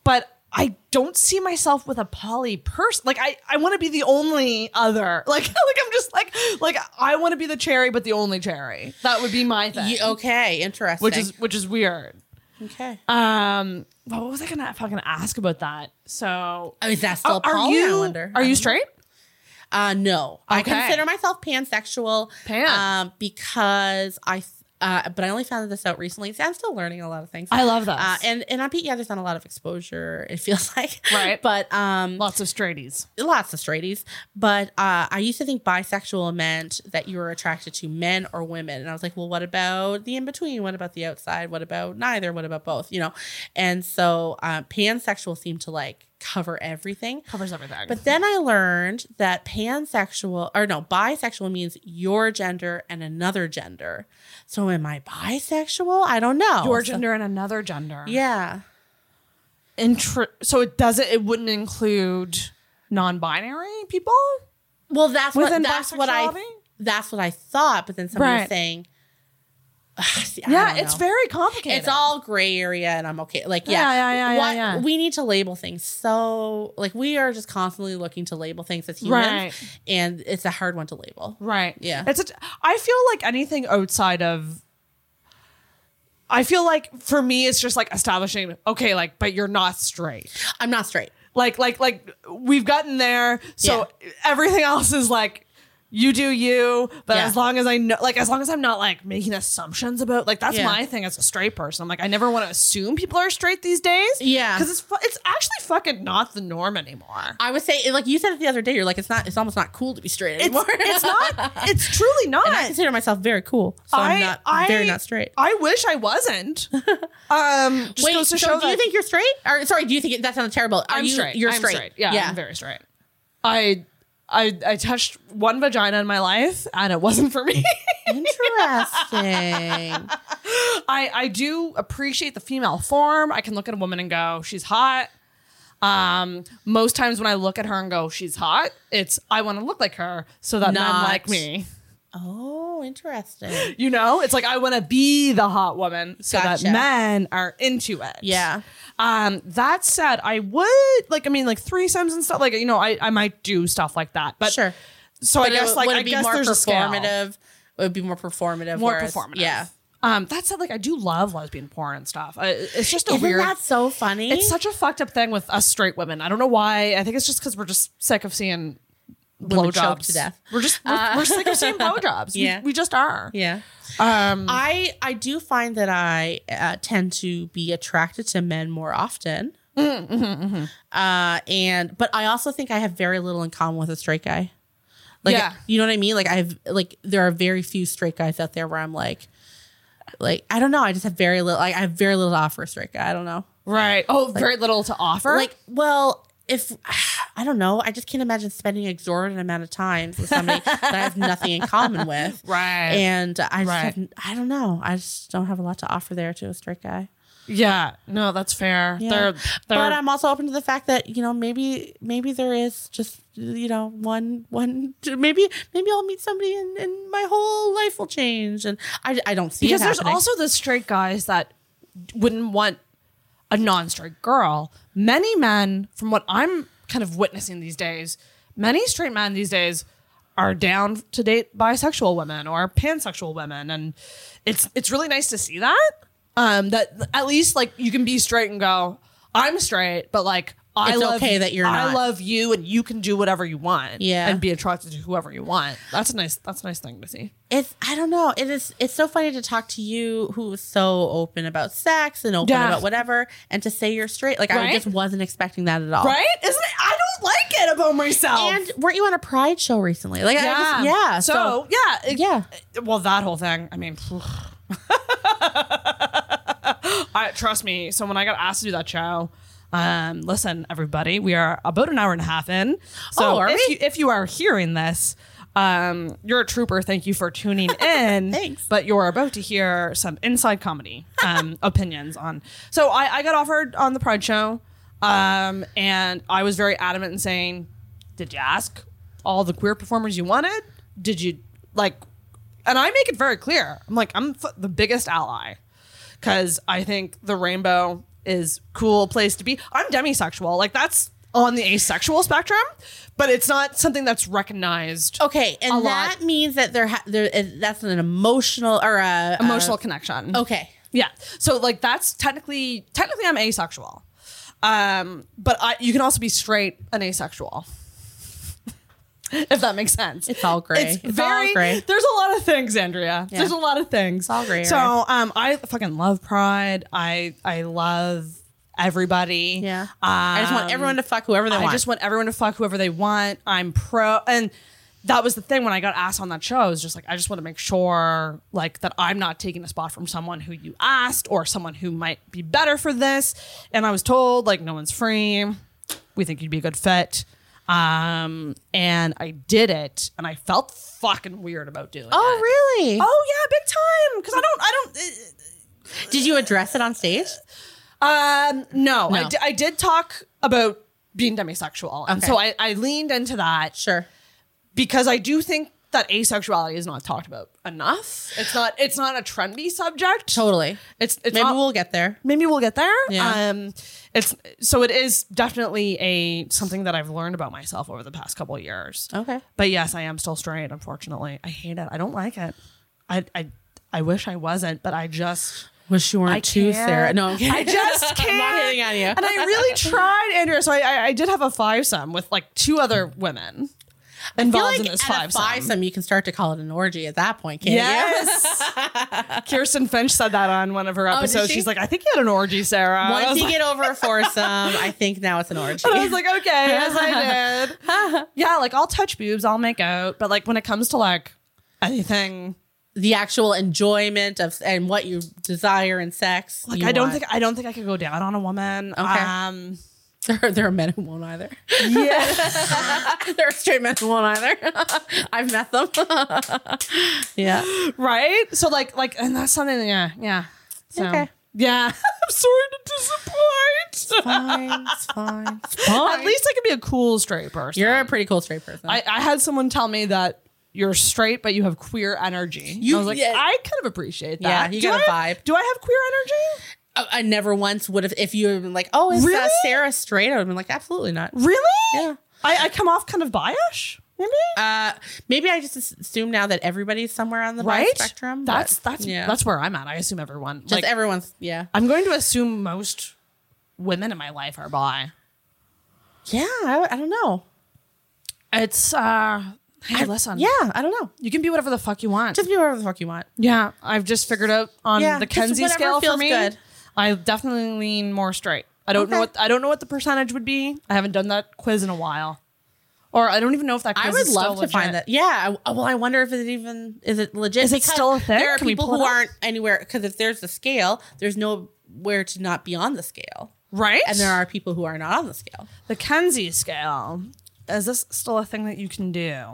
But I don't see myself with a poly person. Like I, I want to be the only other. Like, like I'm just like, like I want to be the cherry, but the only cherry. That would be my thing.
Ye- okay interesting
which is which is weird.
okay
Um, well, what was I gonna fucking ask about that? So,
Oh, is that still
are
poly,
you
I wonder?
are you straight?
uh no i
Okay.
consider myself pansexual
Pan.
um because i th- uh, but I only found this out recently. So I'm still learning a lot of things.
I love this.
uh, and and on PEI, there's not a lot of exposure. It feels like
Right.
but um,
Lots of straighties.
lots of straighties, but uh, I used to think bisexual meant that you were attracted to men or women. And I was like, well, what about the in between? What about the outside? What about neither? What about both? You know? And so uh, pansexual seemed to like cover everything.
Covers everything.
But then I learned that pansexual or no, bisexual means your gender and another gender. So am I bisexual? I don't know.
your
So-
gender and another gender.
yeah.
Intr- so it doesn't. It wouldn't include non-binary people.
Well, that's what
Within
that's what I
bisexuality?
that's what I thought, but then somebody
Right.
was saying, Ugh, see, I
Yeah,
don't
it's
know.
very complicated.
It's all gray area, and I'm okay. Like, yeah,
Yeah, yeah, yeah,
What-
yeah, yeah.
We need to label things. So, like, we are just constantly looking to label things as humans,
Right.
and it's a hard one to label.
right.
Yeah.
It's. A, I feel like anything outside of. I feel like for me, it's just like establishing. Okay, like, but you're not straight.
I'm not straight.
like like like we've gotten there so everything else is like you do you but
Yeah.
as long as i know like as long as i'm not like making assumptions about like that's
Yeah.
my thing as a straight person i'm like i never want to assume people are straight these days
Yeah.
because it's fu- it's actually fucking not the norm anymore
I would say, like you said it the other day, you're like, it's not. It's almost not cool to be straight
it's,
anymore.
it's not it's truly not
I consider myself very cool, so I, am not very not straight.
i wish i wasn't um just
Wait,
goes
so
to show
do you
that-
think you're straight? Or sorry, do you think that sounds terrible? Are
I'm
you,
straight.
You're
I'm
straight.
Yeah, I'm very straight. I I I touched one vagina in my life and it wasn't for me.
Interesting.
I, I do appreciate the female form. I can look at a woman and go, she's hot. Um, most times when I look at her and go, she's hot, it's I want to look like her so that men
Not-
like me.
oh, interesting.
You know, it's like I want to be the hot woman so
Gotcha.
that men are into it.
Yeah.
Um, that said, I would like, I mean, like threesomes and stuff. Like, you know, I, I might do stuff like that. But
Sure.
So
But
I guess
it,
like
would it
I
be
guess
more
there's a scale.
performative? It would be more performative.
more
whereas-
performative.
Yeah.
Um, that said, like I do love lesbian porn and stuff. I, it's just a
Isn't
weird.
that so funny?
It's such a fucked up thing with us straight women. I don't know why. I think it's just because we're just sick of seeing
Women choked
blowjobs
to death.
We're just we're, we're sick of seeing blowjobs.
Yeah.
we, we just are.
yeah.
Um,
I I do find that I uh, tend to be attracted to men more often.
Mm-hmm,
Uh, and but I also think I have very little in common with a straight guy. Like
Yeah.
you know what I mean? Like I've like there are very few straight guys out there where I'm like, like I don't know. I just have very little. Like I have very little to offer a straight guy. I don't know.
right. Oh, very little to offer.
Like well. If I don't know, I just can't imagine spending an exorbitant amount of time with somebody that I have nothing in common with.
right.
and I just
Right.
haven't- I don't know. I just don't have a lot to offer there to a straight guy.
yeah. No, that's fair.
Yeah.
They're,
but
they're
I'm also open to the fact that you know maybe maybe there is just you know one one maybe maybe I'll meet somebody and, and my whole life will change. And I, I don't see
because
it
there's
happening.
also the straight guys that wouldn't want a non-straight girl. Many men, from what I'm kind of witnessing these days, many straight men these days are down to date bisexual women or pansexual women, and it's it's really nice to see that. Um, that at least like you can be straight and go, I'm straight, but like. I
It's
love,
okay that you're
I
not."
love you, and you can do whatever you want,
Yeah.
and be attracted to whoever you want. That's a nice. That's a nice thing to see.
it's I don't know. It is it's so funny to talk to you who is so open about sex and open
Yeah.
about whatever, and to say you're straight. Like I
Right?
just wasn't expecting that at all.
Right? Isn't it? I don't like it about myself.
And weren't you on a pride show recently? Like yeah, I just, yeah.
So, yeah, it-
yeah.
Well, that whole thing. I mean, I trust me. So when I got asked to do that show, um, listen, everybody, we are about an hour and a half in. So
Oh, are
if
we?
you if you are hearing this. Um, you're a trooper. Thank you for tuning in.
Thanks.
But you're about to hear some inside comedy um, opinions on. So I, I got offered on the Pride Show, um, and I was very adamant in saying, "Did you ask all the queer performers you wanted? Did you like?" And I make it very clear. I'm like, I'm f- the biggest ally because I think the rainbow is cool place to be. I'm demisexual, like that's on the asexual spectrum, but it's not something that's recognized.
Okay, and
lot.
that means that there, ha- there is, that's an emotional or a
Emotional connection.
uh, okay,
Yeah. So like that's technically technically I'm asexual. Um, but I, you can also be straight and asexual. if that makes sense.
It's all gray.
It's,
It's all
very
gray.
There's a lot of things, Andrea. There's a lot of things.
all gray
So
area.
um I fucking love pride. I I love everybody.
yeah.
Um,
I just want everyone to fuck whoever they
I
want.
just want everyone to fuck whoever they want. I'm pro and that was the thing when I got asked on that show. I was just like, I just want to make sure like that I'm not taking a spot from someone who you asked or someone who might be better for this. And I was told like no one's free. We think you'd be a good fit. Um, and I did it and I felt fucking weird about doing it.
oh, really?
Oh yeah, big time. Cause I don't I don't
Did you address it on stage?
Um, no, I
No.
di- I did talk about being demisexual, and
Okay.
so I, I leaned into that
Sure.
because I do think that asexuality is not talked about enough. It's not it's not a trendy subject.
Totally. Oh.
It's it's
Maybe
not-
we'll get there.
maybe we'll get there.
Yeah.
Um, it's so it is definitely a something that I've learned about myself over the past couple of years.
Okay.
But yes, I am still straight. Unfortunately, I hate it. I don't like it. I I I wish I wasn't, but I just.
Wish you weren't too
can't.
Sarah. No, I'm
I
kidding.
just can't.
I'm not hitting on you.
And I really tried, Andrea. So I, I, I did have a fivesome with like two other women
I feel
involved
like
in this
at a
fivesome.
fivesome, you can start to call it an orgy at that point, can't you?
Yes. Oh, Kirsten Finch said that on one of her
did
episodes.
she?
She's like, I think you had an orgy, Sarah. I
Once
was
you
like,
get over a foursome, I think now it's an orgy.
I was like, okay, yes, I did. yeah, like I'll touch boobs, I'll make out, but like when it comes to like anything,
the actual enjoyment of and what you desire in sex.
like
you
I don't
want.
think I don't think I could go down on a woman.
Okay.
Um,
There, there are men who won't either. Yeah, there are straight men who won't either. I've met them. yeah,
right? So like like and that's something yeah, yeah. So,
Okay.
Yeah. I'm sorry to disappoint.
fine, it's fine. It's
At
fine.
least I could be a cool straight person.
You're a pretty cool straight person.
I, I had someone tell me that you're straight but you have queer energy.
You-
I was like,
yeah.
I kind of appreciate that.
Yeah, you
do
got a
I-
vibe.
Do I have queer energy?
I, I never once would have if you had been like, "Oh, is uh,
Really?
Sarah straight?" I would have been like, "Absolutely not."
Really?
Yeah.
I, I come off kind of biash, maybe?
Uh, maybe I just as- assume now that everybody's somewhere on the bi
right?
spectrum. but
That's that's
yeah.
that's where I'm at. I assume everyone.
just
like
everyone's yeah.
I'm going to assume most women in my life are bi.
Yeah, I, I don't know.
It's uh hey, listen.
Yeah, I don't know.
You can be whatever the fuck you want.
Just be whatever the fuck you want.
yeah, I've just figured out on
Yeah,
the
just
Kenzie
whatever
scale for
feels
me.
good.
I definitely lean more straight. I don't know
Okay.
what I don't know what the percentage would be. I haven't done that quiz in a while. Or I don't even know if that quiz
I would
is still
love to
legit.
find that. Yeah. I- uh, well, I wonder if it even is it legit.
Is it
because
still a thing?
There are
Can we
people
pull it
who
up?
aren't anywhere because if there's a scale, there's nowhere to not be on the scale,
Right?
and there are people who are not on the scale.
the Kenzie scale. Is this still a thing that you can do?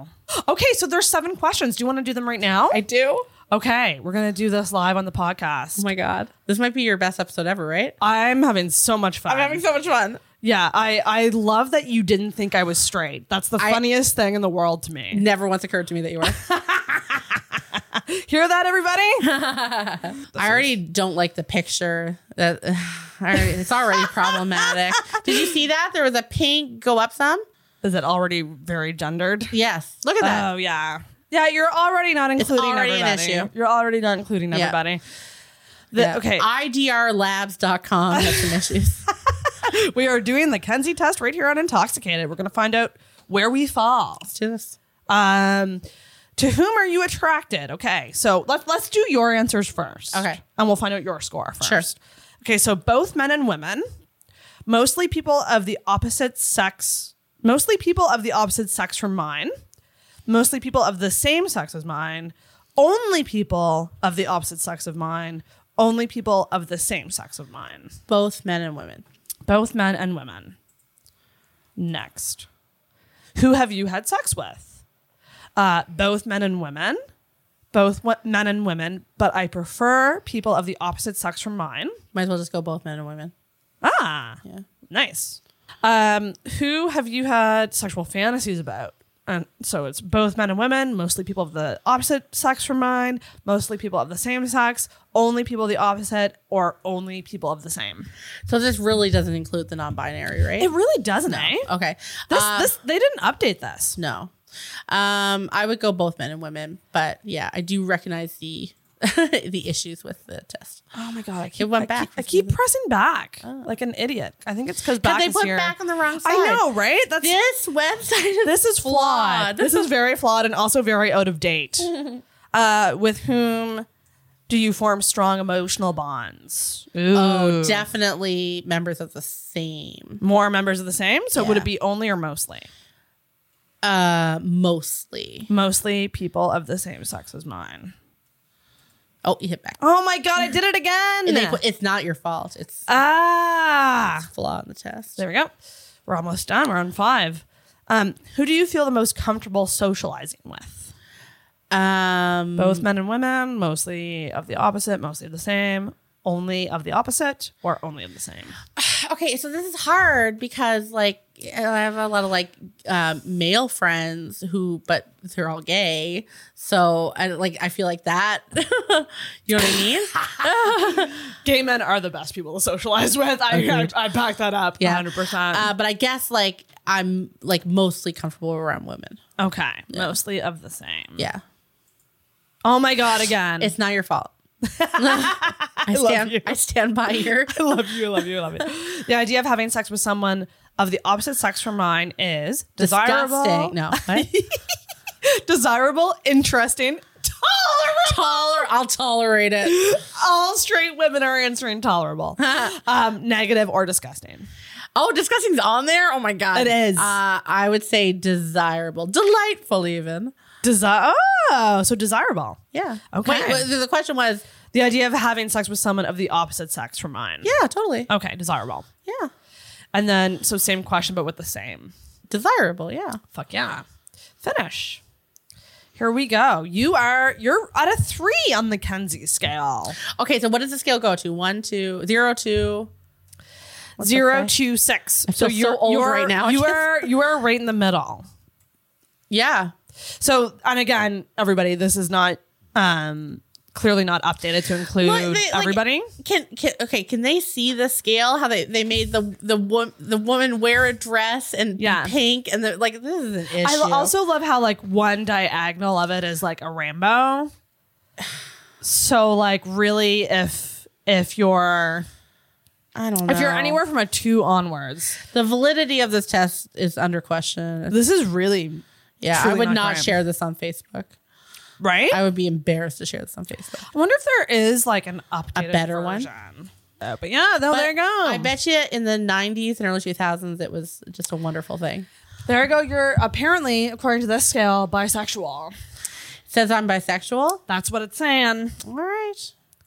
Okay, so there's seven questions. Do you want to do them right now?
do.
okay, we're gonna do this live on the podcast.
Oh my god, this might be your best episode ever, right?
I'm having so much fun.
I'm having so much fun.
Yeah, I I love that you didn't think I was straight. That's the
I-
funniest thing in the world to me.
Never once occurred to me that you were.
Hear that, everybody?
I already don't like the picture. That I already, it's already problematic. Did you see that? There was a pink go up some.
Is it already very gendered?
Yes, Um, look at that.
Oh yeah, yeah. You're already not including
already an
everybody.
issue.
You're already not including
Yeah.
everybody. The-
Yeah.
Okay,
IDRlabs.com has some issues.
we are doing the Kenzie test right here on Intoxicated. We're gonna find out where we fall.
Do this.
Um, to whom are you attracted? Okay, so let's let's do your answers first.
Okay.
and we'll find out your score first.
Sure.
Okay, so both men and women, mostly people of the opposite sex, mostly people of the opposite sex from mine, mostly people of the same sex as mine, only people of the opposite sex of mine, only people of the same sex of mine,
Both men and women.
both men and women. Next. Who have you had sex with? Uh, both men and women. Both wo- men and women, but I prefer people of the opposite sex from mine.
Might as well just go both men and women.
Ah,
Yeah.
nice. Um, who have you had sexual fantasies about? And so it's both men and women, mostly people of the opposite sex from mine, mostly people of the same sex, only people of the opposite, or only people of the same.
So this really doesn't include the non-binary, right?
It really doesn't, eh?
okay.
This,
Uh,
this, they didn't update this.
no. Um, I would go both men and women, but yeah, I do recognize the the issues with the test.
Oh my god, I keep,
went
I
back
keep-
for
I keep pressing back like an idiot. I think it's because back
Oh. they
is
put
here.
back on the wrong
I
side.
know, right? That's
This website is
this is flawed. This is very flawed and also very out of date. uh, with whom do you form strong emotional bonds? Ooh.
oh, definitely members of the same.
More members of the same. So would
Yeah.
it be only or mostly?
Uh, mostly.
Mostly people of the same sex as mine.
Oh, you hit back.
Oh my god, I did it again.
And they put, it's not your fault. It's
ah.
a flaw in the test.
There we go. We're almost done. We're on five. Um, who do you feel the most comfortable socializing with?
Um,
Both men and women, mostly of the opposite, mostly of the same, only of the opposite, or only of the same.
okay so this is hard because like i have a lot of like um, male friends who but they're all gay so i like i feel like that you know what i mean
Gay men are the best people to socialize with. I I, I back that up.
Yeah.
100%.
uh, but i guess like i'm like mostly comfortable around women
Um, okay. Mostly of the same.
yeah
Oh my God, again.
it's not your fault I, stand,
you.
I stand by your
I love you, love you, love you. The idea of having sex with someone of the opposite sex from mine is desirable,
disgusting no what?
desirable, interesting, tolerable.
Toler- i'll tolerate it
all straight women are answering tolerable, um, negative or disgusting.
oh disgusting's on there oh my god
It is.
uh, i would say desirable delightful even
Desi- oh, so desirable.
Yeah.
Okay.
Wait, wait, the question was.
The idea of having sex with someone of the opposite sex from mine.
Yeah, totally.
Okay, desirable.
Yeah.
And then, so same question, but with the same.
Desirable, yeah.
Fuck yeah. Finish. Here we go. You are, you're at a three on the Kenzie scale.
Okay, so what does the scale go to? One, two, zero, two.
Zero to six.
feel so old right now.
You are, you are right in the middle.
Yeah.
So, and again, everybody, this is not um clearly not updated to include
Well, they- like,
everybody.
Can, can okay? Can they see the scale? How they, they made the the wo- the woman wear a dress and be
Yeah.
pink and the, like this is an issue.
I lo- also love how like one diagonal of it is like a Rambo. So like really if if you're
I don't know
if you're anywhere from a two onwards,
The validity of this test is under question.
this is really
Yeah, I
truly
would
not
not,
Graham.
share this on Facebook.
right. Oh I
I would be embarrassed to share this on Facebook.
wonder if there is like an updated
better one?
version. Uh, but yeah, though, there you go.
I bet you in the '90s and early 2000s, it was just a wonderful thing.
there you go. You're apparently, according to this scale, bisexual.
It says I'm bisexual.
That's what it's saying.
All right.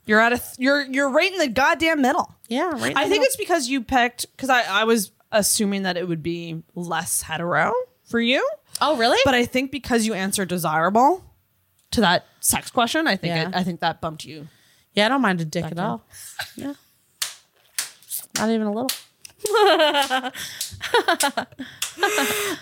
You're at a th- you're you're right in the goddamn middle.
Yeah. Right in
I
the
think
middle.
it's because you picked because I I was assuming that it would be less hetero for you,
Oh, really?
but I think because you answered desirable to that sex question, I think
Yeah.
it, I think that bumped you.
yeah, I don't mind a dick at all. Yeah. Not even a little.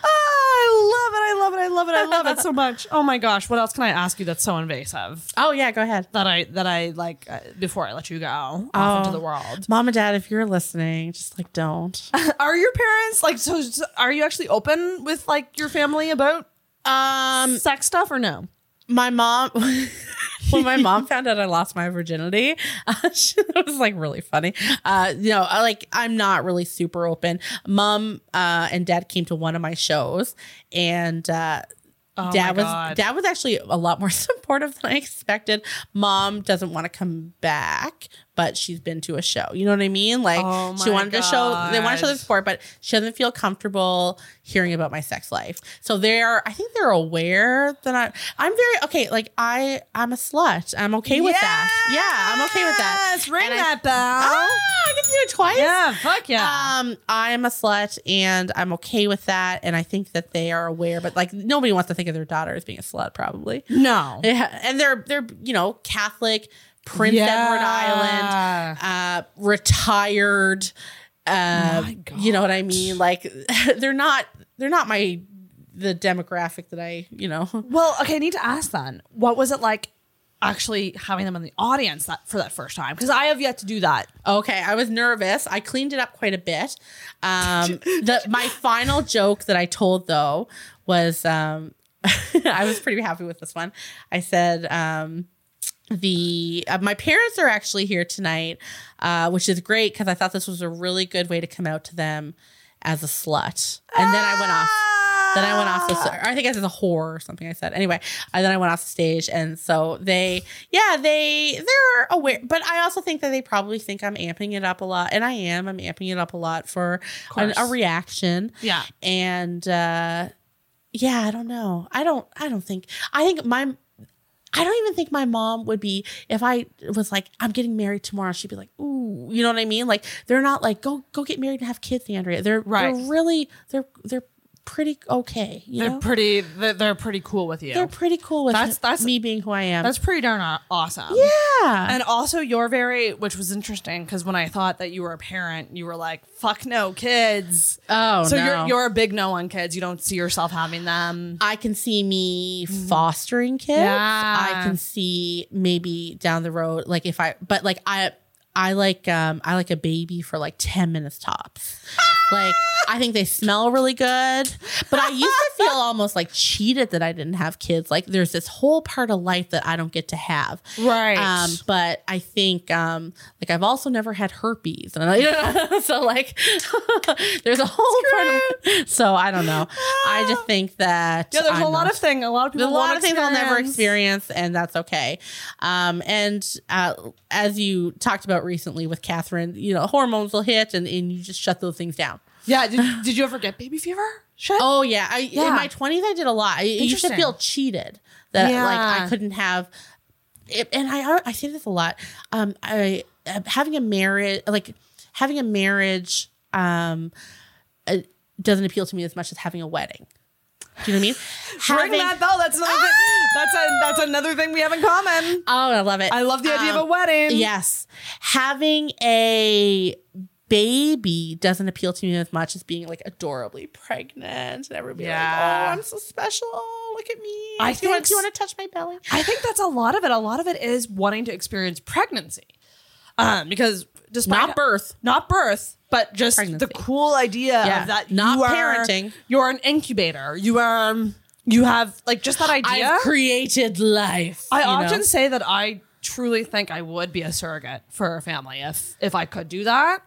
I love it! I love it! I love it! I love it so much. Oh my gosh! What else can I ask you that's so invasive
Oh yeah, go ahead.
that I that I like uh, before I let you go off into the world?
Mom and dad, if you're listening, just like don't.
Are your parents like so? so Are you actually open with like your family about
Um
sex stuff or no?
my mom when my mom found out I lost my virginity, uh, she, it was like really funny. Uh, you know, I, like I'm not really super open. Mom uh, and dad came to one of my shows, and uh, dad
Oh my
was
God.
dad was actually a lot more supportive than I expected. Mom doesn't want to come back, but she's been to a show. You know what I mean? Like
Oh
she
my
wanted to show they want to show the
God.
support, but she doesn't feel comfortable hearing about my sex life. So they're I think they're aware that I I'm very okay, like I I'm a slut. I'm okay with that. Yeah, I'm okay with that.
Yes, ring
And I-
that bell. Uh,
Ah, I get to do it twice.
Yeah, fuck yeah.
Um, I'm a slut and I'm okay with that. And I think that they are aware, but like nobody wants to think of their daughter as being a slut, probably.
no.
Yeah, and they're they're you know Catholic, Prince Edward Island, uh, retired. Uh, you know what I mean? Like they're not they're not my the demographic that I you know.
Well, okay, I need to ask then. What was it like actually having them in the audience that for that first time? Because I have yet to do that.
Okay, I was nervous. I cleaned it up quite a bit. Um, the my final joke that I told though was um, I was pretty happy with this one. I said. Um, the uh, my parents are actually here tonight, uh, which is great because I thought this was a really good way to come out to them as a slut. And then I went off. Then I went off the.
Ah.
sta- I think I said a whore or something. I said anyway. And then I went off the stage, and so they, yeah, they they're aware, but I also think that they probably think I'm amping it up a lot, and I am. I'm amping it up a lot for an, a
course.
reaction
Yeah.
and uh yeah i don't know i don't i don't think i think my i don't even think my mom would be if i was like i'm getting married tomorrow she'd be like ooh you know what i mean like they're not like go go get married and have kids andrea they're
Right.
they're really they're they're pretty okay you know
pretty they're, they're pretty cool with you.
they're pretty cool with
That's- that's-
me being who i am
That's pretty darn aw- awesome.
yeah
And also, you're very, which was interesting because when I thought that you were a parent, you were like, "Fuck no, kids."
oh
so
no.
you're you're a big no on kids. You don't see yourself having them.
I can see me fostering kids.
Mm-hmm. Yeah.
I can see maybe down the road, like if I, but like I, I like, um, I like a baby for like 10 minutes tops. like I think they smell really good, but I used to feel almost like cheated that I didn't have kids. Like there's this whole part of life that I don't get to have.
Right.
Um, but I think, um, like I've also never had herpes and I, you know, so like there's a whole part of, so I don't know. I just think that
Ah. Yeah, there's
I'm
a lot
not-
of thing. A lot of people.
there's a lot
won't
of things I'll never experience,
experience.
and that's okay. Um, and uh, as you talked about recently with Catherine, you know, hormones will hit, and, and you just shut those things down.
Yeah. Did, did you ever get baby fever? Shit.
Oh yeah, I, in my twenties I did a lot. I I used to
Interesting.
feel cheated that like
Yeah.
I couldn't have. It, and I I uh, say this a lot. Um, I having a marriage like having a marriage um, it doesn't appeal to me as much as having a wedding. Do you know what I mean? Having-
Bring that though. Oh, That's another thing. That's a, that's another thing we have in common.
Oh, I love it.
I love the idea of a
Um,
wedding.
Yes. Having a baby doesn't appeal to me as much as being like adorably pregnant and everybody
Yeah.
like, oh, I'm so special. Look at me.
I
do you want,
think
do you
s-
want to touch my belly?
I think that's a lot of it. A lot of it is wanting to experience pregnancy, um, because despite
Not birth.
not birth, but just
Pregnancy.
the cool idea
Yeah.
of that
Not
you are,
parenting.
You're an incubator. You are. um, You have like just that idea.
I've created life.
I
you know?
often say that I truly think I would be a surrogate for a family if if I could do that,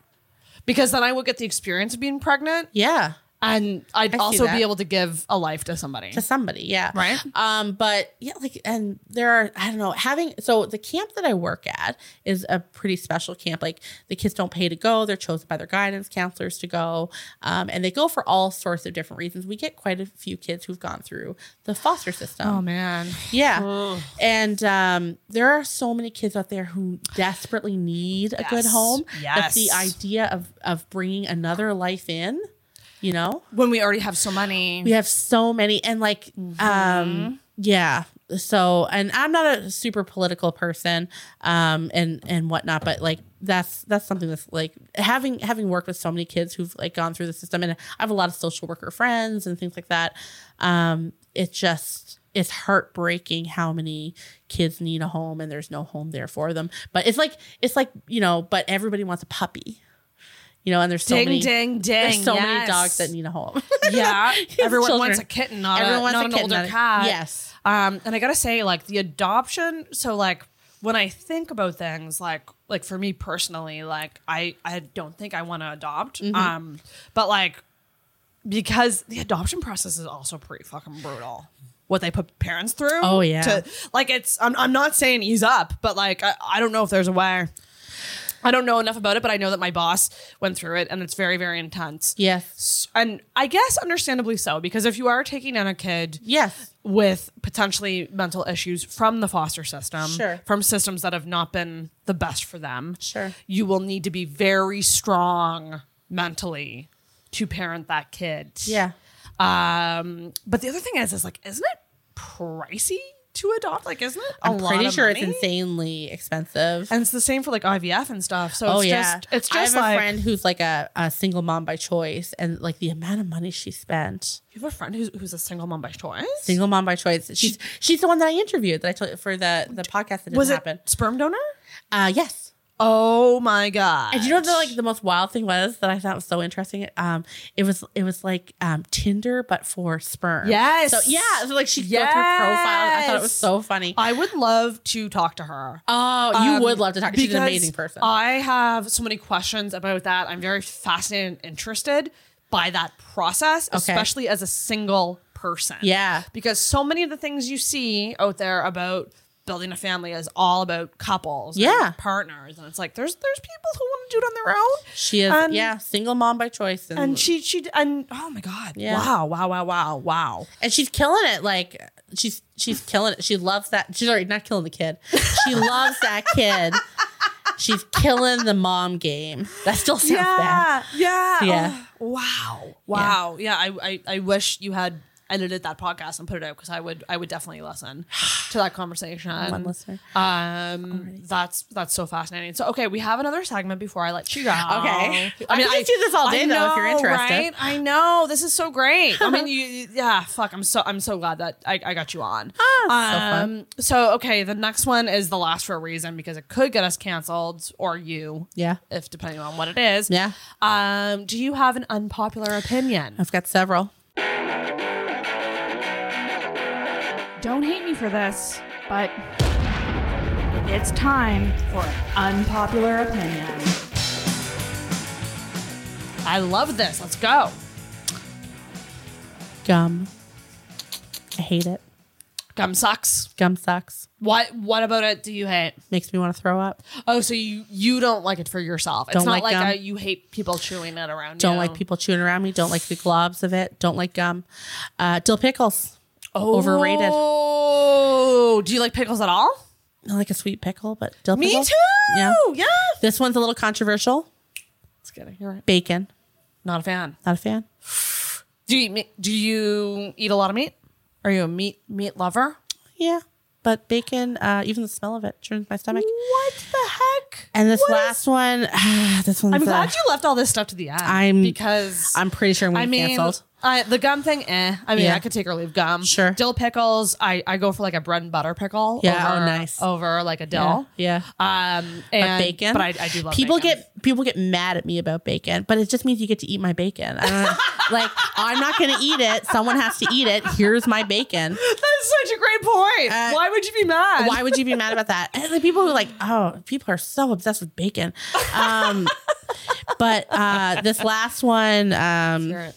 because then I would get the experience of being pregnant,
Yeah.
and I'd
I see
also
that.
be able to give a life to somebody.
To somebody, yeah.
Right.
Um, but yeah, like and there are I don't know, having so the camp that I work at is a pretty special camp. Like the kids don't pay to go, they're chosen by their guidance counselors to go. Um, and they go for all sorts of different reasons. We get quite a few kids who've gone through the foster system.
oh man,
Yeah. And um, there are so many kids out there who desperately need a good
Yes.
home. That's the
Yes.
idea of of bringing another life in, you know?
when we already have so many.
We have so many and like
Mm-hmm.
um yeah. So and I'm not a super political person um and and whatnot, but like that's that's something that's like having having worked with so many kids who've like gone through the system and I have a lot of social worker friends and things like that. Um it just it's heartbreaking how many kids need a home and there's no home there for them. But it's like it's like, you know, but everybody wants a puppy. You know, and there's so
Ding,
many
ding, ding.
there's so many
Yes.
dogs that need a home.
yeah, everyone
children.
wants a kitten, not,
Everyone
a,
wants
not
a
an
kitten, not
older
a-
cat.
Yes.
Um, and I gotta say, like the adoption. So like when I think about things, like like for me personally, like I I don't think I want to adopt.
Mm-hmm.
Um, but like because the adoption process is also pretty fucking brutal. What they put parents through.
Oh, yeah.
To, like it's I'm I'm not saying ease up, but like I, I don't know if there's a way. I don't know enough about it, but I know that my boss went through it and it's very, very intense.
Yes.
And I guess understandably so, because if you are taking in a kid
Yes.
with potentially mental issues from the foster system,
Sure.
from systems that have not been the best for them,
Sure.
you will need to be very strong mentally to parent that kid.
Yeah.
Um, but the other thing is, is like, isn't it pricey to adopt? Like, isn't it? a
I'm
lot
pretty
of
sure
money?
it's insanely expensive.
And it's the same for like IVF and stuff. So
oh
it's
yeah.
just, it's
I
just
have
like,
a friend who's like a, a single mom by choice and like the amount of money she spent.
you have a friend who's, who's a single mom by choice.
Single mom by choice. She's she's the one that I interviewed that I told you for the the podcast that didn't
Was it
happen.
sperm donor?
Uh yes.
Oh my God.
And you know what the like the most wild thing was that I thought was so interesting? Um, it was it was like um Tinder but for sperm.
Yes.
So yeah, so like she built her profile. and I thought it was
Yes.
so funny.
I would love to talk to her.
Oh, you
Um,
would love to talk. She's an
because
amazing person.
I have so many questions about that. I'm very fascinated and interested by that process, especially as a single person.
Yeah.
Because so many of the things you see out there about building a family is all about couples and
Yeah.
partners. And it's like there's there's people who want to do it on their own.
She is,
And-
yeah, single mom by choice, and
And she she and oh my God.
Yeah.
Wow, wow, wow, wow, wow.
and she's killing it. Like she's she's killing it. She loves that. She's already not killing the kid. She loves that kid. She's killing the mom game. That still sounds bad.
Yeah.
Yeah.
Oh, wow. Wow. Yeah. I, I I wish you had edited that podcast and put it out because I would I would definitely listen to that conversation.
One listener.
Um. That's that's so fascinating. So okay, we have another segment before I let you go. Okay.
I could just do this all day, though, if you're interested.
Right? I know this is so great. I mean, you, you- yeah. Fuck. I'm so I'm so glad that I, I got you on.
Ah, so
um, so okay, the next one is the last for a reason because it could get us canceled or you
Yeah.
if depending on what it is.
Yeah.
Um, do you have an unpopular opinion?
I've got several.
Don't hate me for this, but it's time for an unpopular opinion.
I love this. Let's go.
Gum. I hate it.
Gum sucks.
Gum sucks.
What What about it? Do you hate?
Makes me want to throw up.
Oh, so you you don't like it for yourself. It's
Don't
not
like
like,
gum.
a, you hate people chewing it around.
Don't
you.
like people chewing around me. Don't like the globs of it. Don't like gum. Uh, dill pickles.
Oh.
Overrated.
Oh, do you like pickles at all?
I like a sweet pickle, but dill
Me
pickles.
too.
Yeah.
Yeah.
This one's a little controversial.
Let's get it. You're right.
Bacon.
Not a fan.
Not a fan.
Do you eat meat? do you eat a lot of meat? Are you a meat meat lover?
Yeah. But bacon, uh, even the smell of it turns my stomach.
What the heck?
And this last one, this one's.
I'm
uh,
glad you left all this stuff to the end.
I'm-
because
I'm pretty sure I'm
I
gonna be
mean,
canceled.
I, the gum thing, eh. I mean,
Yeah.
I could take or leave gum.
Sure.
Dill pickles, I, I go for like a bread and butter pickle.
Yeah, oh,
over,
nice.
Over like a dill.
Yeah.
Um, and,
bacon.
But I, I do love
people
bacon.
get people get mad at me about bacon, but it just means you get to eat my bacon. I don't know. like I'm not going to eat it. Someone has to eat it. Here's my bacon.
That is such a great point.
Uh,
Why would you be mad?
Why would you be mad about that? And the people who are like, oh, people are so obsessed with bacon. Um, but uh, this last one, um,
You're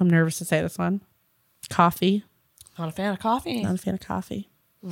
I'm nervous to say this one. Coffee.
not a fan of coffee.
Not a fan of coffee.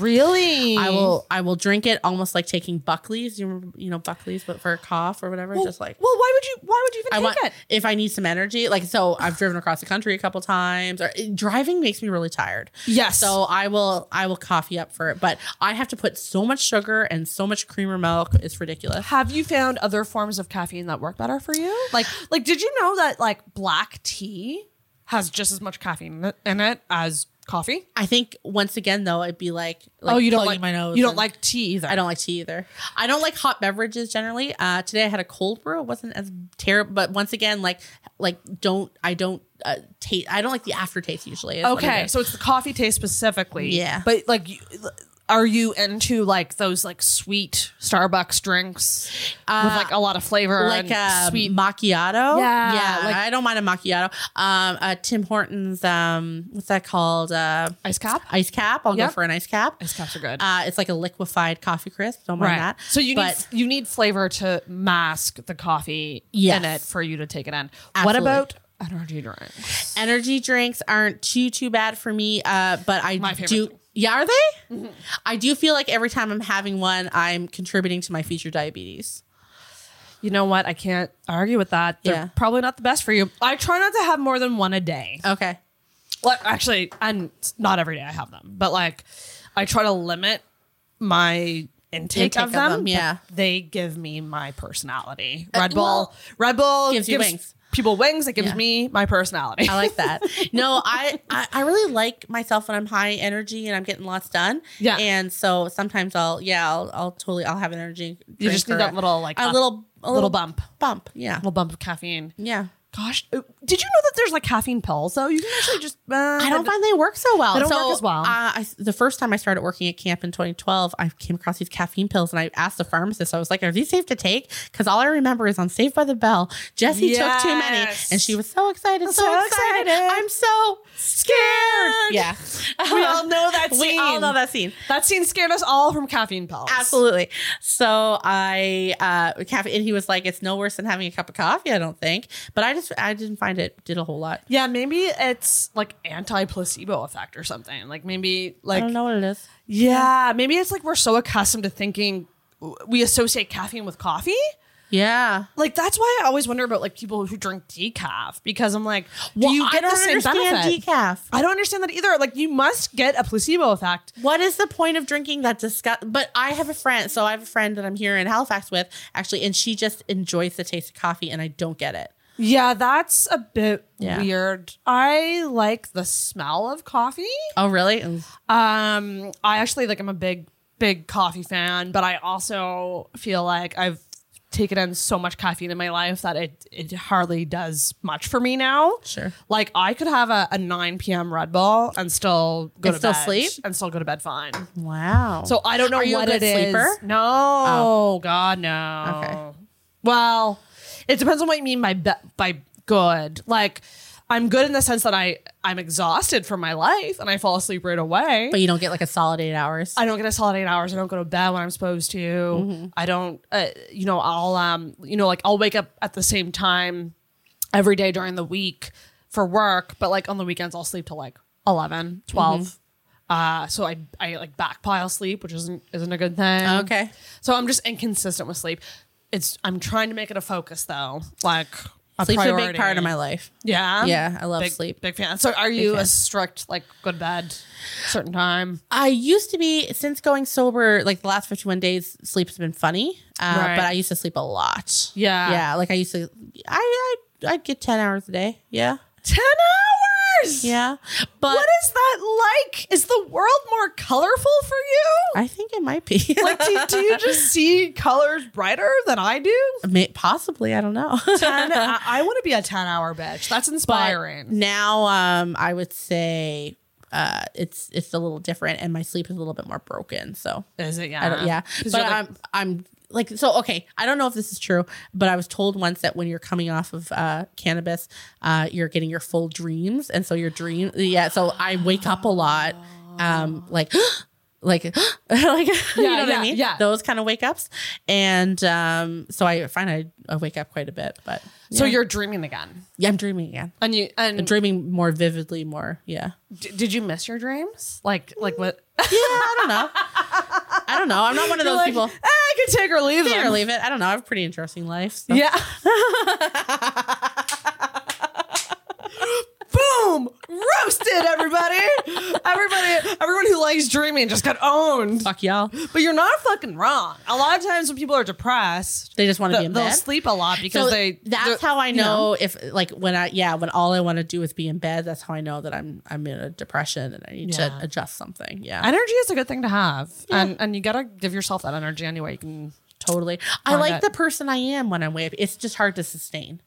Really?
I will. I will drink it almost like taking Buckley's. You remember, you know Buckley's, but for a cough or whatever. just like
Well, why would you? Why would you even
I
take
want
it?
if I need some energy. Like so, I've driven across the country a couple times. Or driving makes me really tired.
Yes.
So I will. I will coffee up for it, but I have to put so much sugar and so much creamer milk. It's ridiculous.
Have you found other forms of caffeine that work better for you? Like, like did you know that like black tea has just as much caffeine in it as coffee?
I think once again though, it'd be like, like
oh, you don't like
plugging my nose.
You don't
and-
like tea either.
I don't like tea either. I don't like hot beverages generally. Uh, today I had a cold brew. It wasn't as terrible, but once again, like like don't I don't uh, taste. I don't like the aftertaste usually. is what it
Okay,
is.
so it's the coffee taste specifically.
Yeah.
but like, you- are you into like those like sweet Starbucks drinks with like a lot of flavor
Uh, like um,
and
a
sweet?
macchiato.
Yeah,
yeah.
like-
I don't mind a macchiato. Um, uh, Tim Hortons. Um, what's that called? Uh,
Ice cap?
Ice cap. I'll
Yep.
go for an ice cap.
Ice caps are good.
Uh, it's like a liquefied coffee crisp. Don't mind that.
So you
But-
need you need flavor to mask the coffee
Yes.
in it for you to take it in.
Absolutely.
What about energy drinks?
energy drinks aren't too too bad for me uh but i
My favorite Mm-hmm.
do
thing.
yeah are they i do feel like every time i'm having one i'm contributing to my future diabetes
You know what? I can't argue with that. They're
Yeah.
probably not the best for you. I try not to have more than one a day.
okay
Well, actually, and not every day I have them, but like I try to limit my intake,
Intake
of
of
them. Uh,
them,
but
yeah.
they give me my personality. Red Bull,
well,
Red Bull
gives you wings.
People wings. It gives
Yeah.
me my personality.
i like that no I, I i really like myself when i'm high energy and i'm getting lots done
Yeah.
and so sometimes i'll yeah i'll, I'll totally i'll have an energy drink
You just need
or
that little, like,
a
up-
little a
little bump,
bump yeah
little bump of caffeine.
yeah
Gosh, uh, did you know that there's like caffeine pills though? You can actually just uh,
I don't find they work so well.
They don't
So,
work as well.
Uh, I, the first time I started working at camp in 2012, I came across these caffeine pills, and I asked the pharmacist. I was like, "Are these safe to take?" Because all I remember is on Saved by the Bell, Jesse took too many,
Yes.
and she was so excited, so,
so
excited.
excited.
I'm so
scared.
yeah.
we all know that scene.
we all know that scene.
That scene scared us all from caffeine pills.
Absolutely. So I uh caffeine and he was like, it's no worse than having a cup of coffee, I don't think. But I just I didn't find it did a whole lot.
Yeah, maybe it's like anti-placebo effect or something. Like maybe
I
like
don't know what it is.
yeah, maybe it's like we're so accustomed to thinking we associate caffeine with coffee.
Yeah.
Like that's why I always wonder about like people who drink decaf because I'm like, do
Well,
you
I
get the
don't
same
understand
benefit?
decaf.
I don't understand that either. Like you must get a placebo effect.
What is the point of drinking that disgust? But I have a friend, so I have a friend that I'm here in Halifax with, actually, and she just enjoys the taste of coffee, and I don't get it.
Yeah, that's a bit
Yeah.
weird. I like the smell of coffee.
Oh, really?
Um, I actually like I'm a big big coffee fan, but I also feel like I've taken in so much caffeine in my life that it it hardly does much for me now.
Sure.
Like I could have a, a 9 p.m. Red Bull and still go
And
to
still
bed
sleep?
and still go to bed fine.
Wow.
So I don't know
Are you a
what
good
it is.
sleeper? Oh.
No, God, no.
Okay.
Well, it depends on what you mean by be- by good. Like, I'm good in the sense that I I'm exhausted from my life and I fall asleep right away.
but you don't get like a solid eight hours.
I don't get a solid eight hours. I don't go to bed when I'm supposed to.
Mm-hmm.
I don't, uh, you know, I'll, um, you know, like I'll wake up at the same time every day during the week for work, but like on the weekends, I'll sleep till like 11, 12.
Mm-hmm.
Uh, so I, I like backpile sleep, which isn't, isn't a good thing.
Okay.
So I'm just inconsistent with sleep. It's, I'm trying to make it a focus though. Like a
Sleep's a big
priority.
part of my life.
Yeah.
Yeah, I love
Big-
sleep.
Big fan. So are you a
fan.
strict, like go to bed certain time?
I used to be since going sober, like the last 51 days, sleep's been funny. Uh,
Right.
But I used to sleep a lot.
Yeah.
Yeah. Like I used to, I, I I'd get ten hours a day. Yeah,
10 hours.
yeah. But
What is that like? Is the world more colorful for you?
I think it might be
Like, do, do you just see colors brighter than I do?
May- possibly. I don't know.
10 I, I want to be a 10 hour bitch.
But
That's inspiring.
now, um, I would say uh, it's it's a little different, and my sleep is a little bit more broken. So
Is it? Yeah.
I don't, yeah,
'Cause
but
you're like-
I'm I'm like so okay. I don't know if this is true, but I was told once that when you're coming off of uh, cannabis, uh, you're getting your full dreams, and so your dream, yeah. So I wake up a lot, um, like. Like, like, you know what
yeah,
I mean?
yeah.
Those kind of wake ups. And um, so I find I, I wake up quite a bit, but
So you're dreaming again.
yeah, I'm dreaming again.
And you and
dreaming more vividly more yeah
d- did you miss your dreams? Like like what?
yeah i don't know i don't know i'm not one of those
Like,
people
"Ah, I could take or leave
take it
them.
or leave it i don't know i have a pretty interesting life so.
Yeah. Boom! Roasted everybody. Everybody everyone who likes dreaming just got owned.
fuck y'all
But you're not fucking wrong. A lot of times when people are depressed,
they just want to
th-
be in
they'll
bed
sleep a lot because
So
they
that's
they're-
how i know, if like when i yeah when all i want to do is be in bed that's how i know that i'm i'm in a depression and i need to
Yeah.
adjust something yeah
energy is a good thing to have. And and you gotta give yourself that energy anyway. You can
totally i
Find
like
it.
the person i am when i'm way up it's just hard to sustain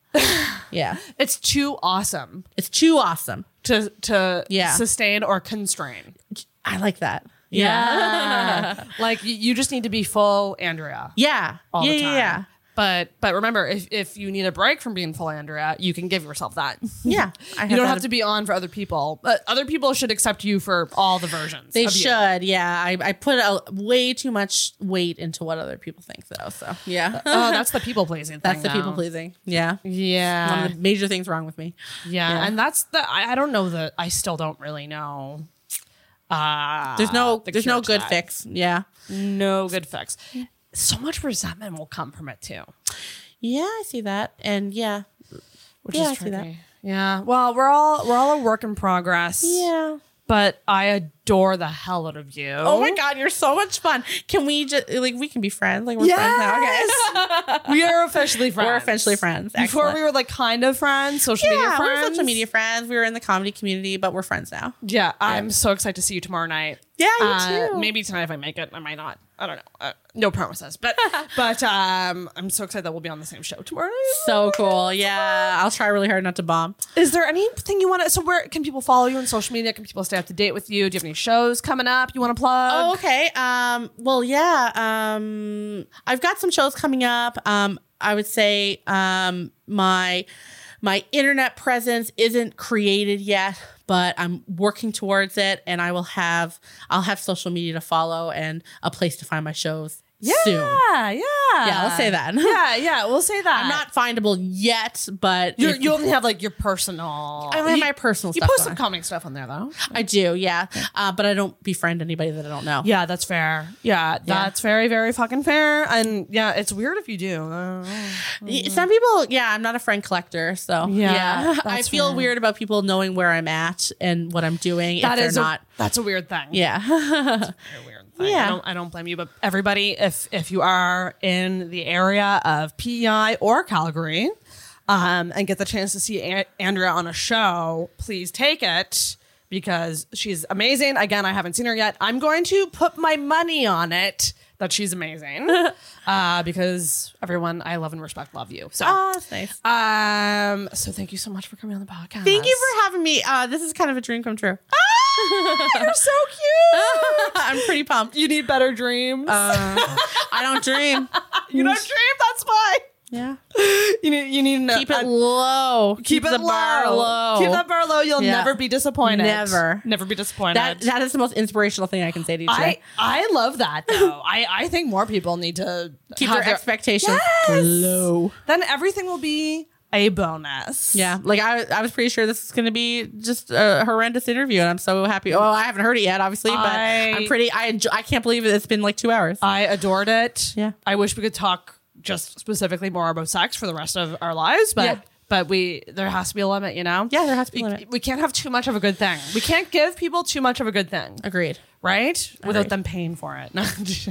yeah
it's too awesome
it's too awesome
to to
Yeah.
sustain or constrain.
i like that
Yeah. like you, you just need to be full Andrea
yeah
all
yeah,
the time.
yeah yeah
But but remember, if, if you need a break from being full Andrea, you can give yourself that.
yeah I
You don't
that
have to be on for other people. But other people should accept you for all the versions.
They
of you.
should, yeah. I, I put a, way too much weight into what other people think, though. So yeah,
Oh, that's the people pleasing. thing,
that's the people
though.
pleasing. Yeah, one
Yeah.
of the major things wrong with me.
yeah, and that's the. I, I don't know that. I still don't really know. Uh,
There's no,
the
there's no
cure to
good
that.
fix. Yeah,
No good fix. So much resentment will come from it too.
yeah, I see that, and yeah,
which
Yeah,
is
I see
tricky.
that.
Yeah. Well, we're all we're all a work in progress.
yeah.
But I adore the hell out of you.
Oh my god, you're so much fun. Can we just like we can be friends? Like we're friends now. Okay,
we are officially friends.
we're officially friends.
Before
Excellent.
we were like kind of friends, social media
yeah, we
friends.
we're social media friends. We were in the comedy community, but we're friends now.
Yeah, I'm so excited to see you tomorrow night.
Yeah, you
Uh,
too.
Maybe tonight if I make it, I might not. I don't know. Uh, no promises, but but um, I'm so excited that we'll be on the same show tomorrow.
So cool. Yeah, I'll try really hard not to bomb.
Is there anything you want to? So where can people follow you on social media? Can people stay up to date with you? Do you have any shows coming up you want to plug?
Oh, okay. Um, well, yeah. Um, I've got some shows coming up. Um, I would say um, my my internet presence isn't created yet, but I'm working towards it, and I will have I'll have social media to follow and a place to find my shows soon. Yeah,
Yeah, yeah. Yeah,
I'll say that.
Oh, Yeah, yeah, we'll say that.
I'm not findable yet, but
You're,
if-
you only have like your personal.
I only have
you,
my personal
You
stuff
post
on
some
it.
comic stuff on there though.
I do, yeah. Uh, but I don't befriend anybody that I don't know.
Yeah, that's fair. Yeah, that's very, very fucking fair. And yeah, it's weird if you do. Uh,
Y- Some people, yeah, I'm not a friend collector, so
Yeah,
Mm-hmm. yeah, I
that's
feel
fair.
weird about people knowing where I'm at and what I'm doing. if they're
a-
not,
that's a weird thing.
yeah,
Very weird thing.
Yeah.
I don't, I don't blame you, but everybody, if if you are in the area of PEI or Calgary, um, and get the chance to see a- Andrea on a show, please take it because she's amazing. Again, I haven't seen her yet. I'm going to put my money on it that she's amazing uh, because everyone I love and respect love you. So,
oh, that's nice.
um, so thank you so much for coming on the podcast.
Ah. Thank you for having me. Uh, this is kind of a dream come true.
You're so cute.
I'm pretty pumped.
You need better dreams.
Um, I don't dream.
you don't dream. That's why.
Yeah,
You need you need to
keep it low.
keep it
the
low.
bar low.
Keep that bar low. You'll
Yeah.
never be disappointed.
Never.
never be disappointed.
That that is the most inspirational thing I can say to you
I
today.
I love that though. I I think more people need to
keep
have
their expectations
Yes!
low.
Then everything will be a bonus.
Yeah, like I, I was pretty sure this is going to be just a horrendous interview, and I'm so happy. Oh, I haven't heard it yet, obviously, but
I-
I, am pretty. I enjoy, I can't believe it. it's been like two hours.
I adored it.
Yeah.
I wish we could talk just specifically more about sex for the rest of our lives, but.
Yeah.
But we, there has to be a limit, you know.
Yeah, there has to be a
We-
limit.
We can't have too much of a good thing. We can't give people too much of a good thing.
Agreed.
right? Without
Agreed.
them paying for it. No, I'm just-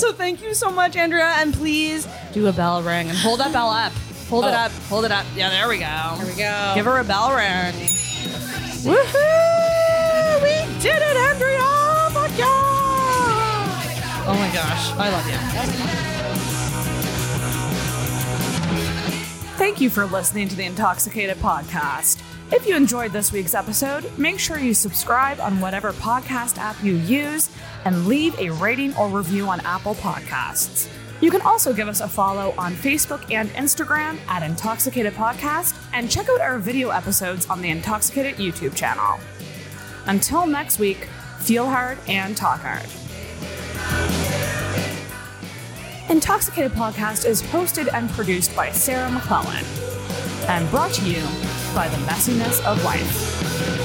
so thank you so much, Andrea, and please do a bell ring and hold that bell up. Hold it
Oh.
up. Hold it up. Yeah, there we go.
There we go.
Give her a bell ring. Woohoo! We did it, Andrea! Fuck yeah! Oh my gosh, I love you.
Thank you for listening to the Intoxicated Podcast. If you enjoyed this week's episode, make sure you subscribe on whatever podcast app you use and leave a rating or review on Apple Podcasts. You can also give us a follow on Facebook and Instagram at Intoxicated Podcast and check out our video episodes on the Intoxicated YouTube channel. Until next week, feel hard and talk hard. Intoxicated Podcast is hosted and produced by Sarah McClellan and brought to you by the messiness of life.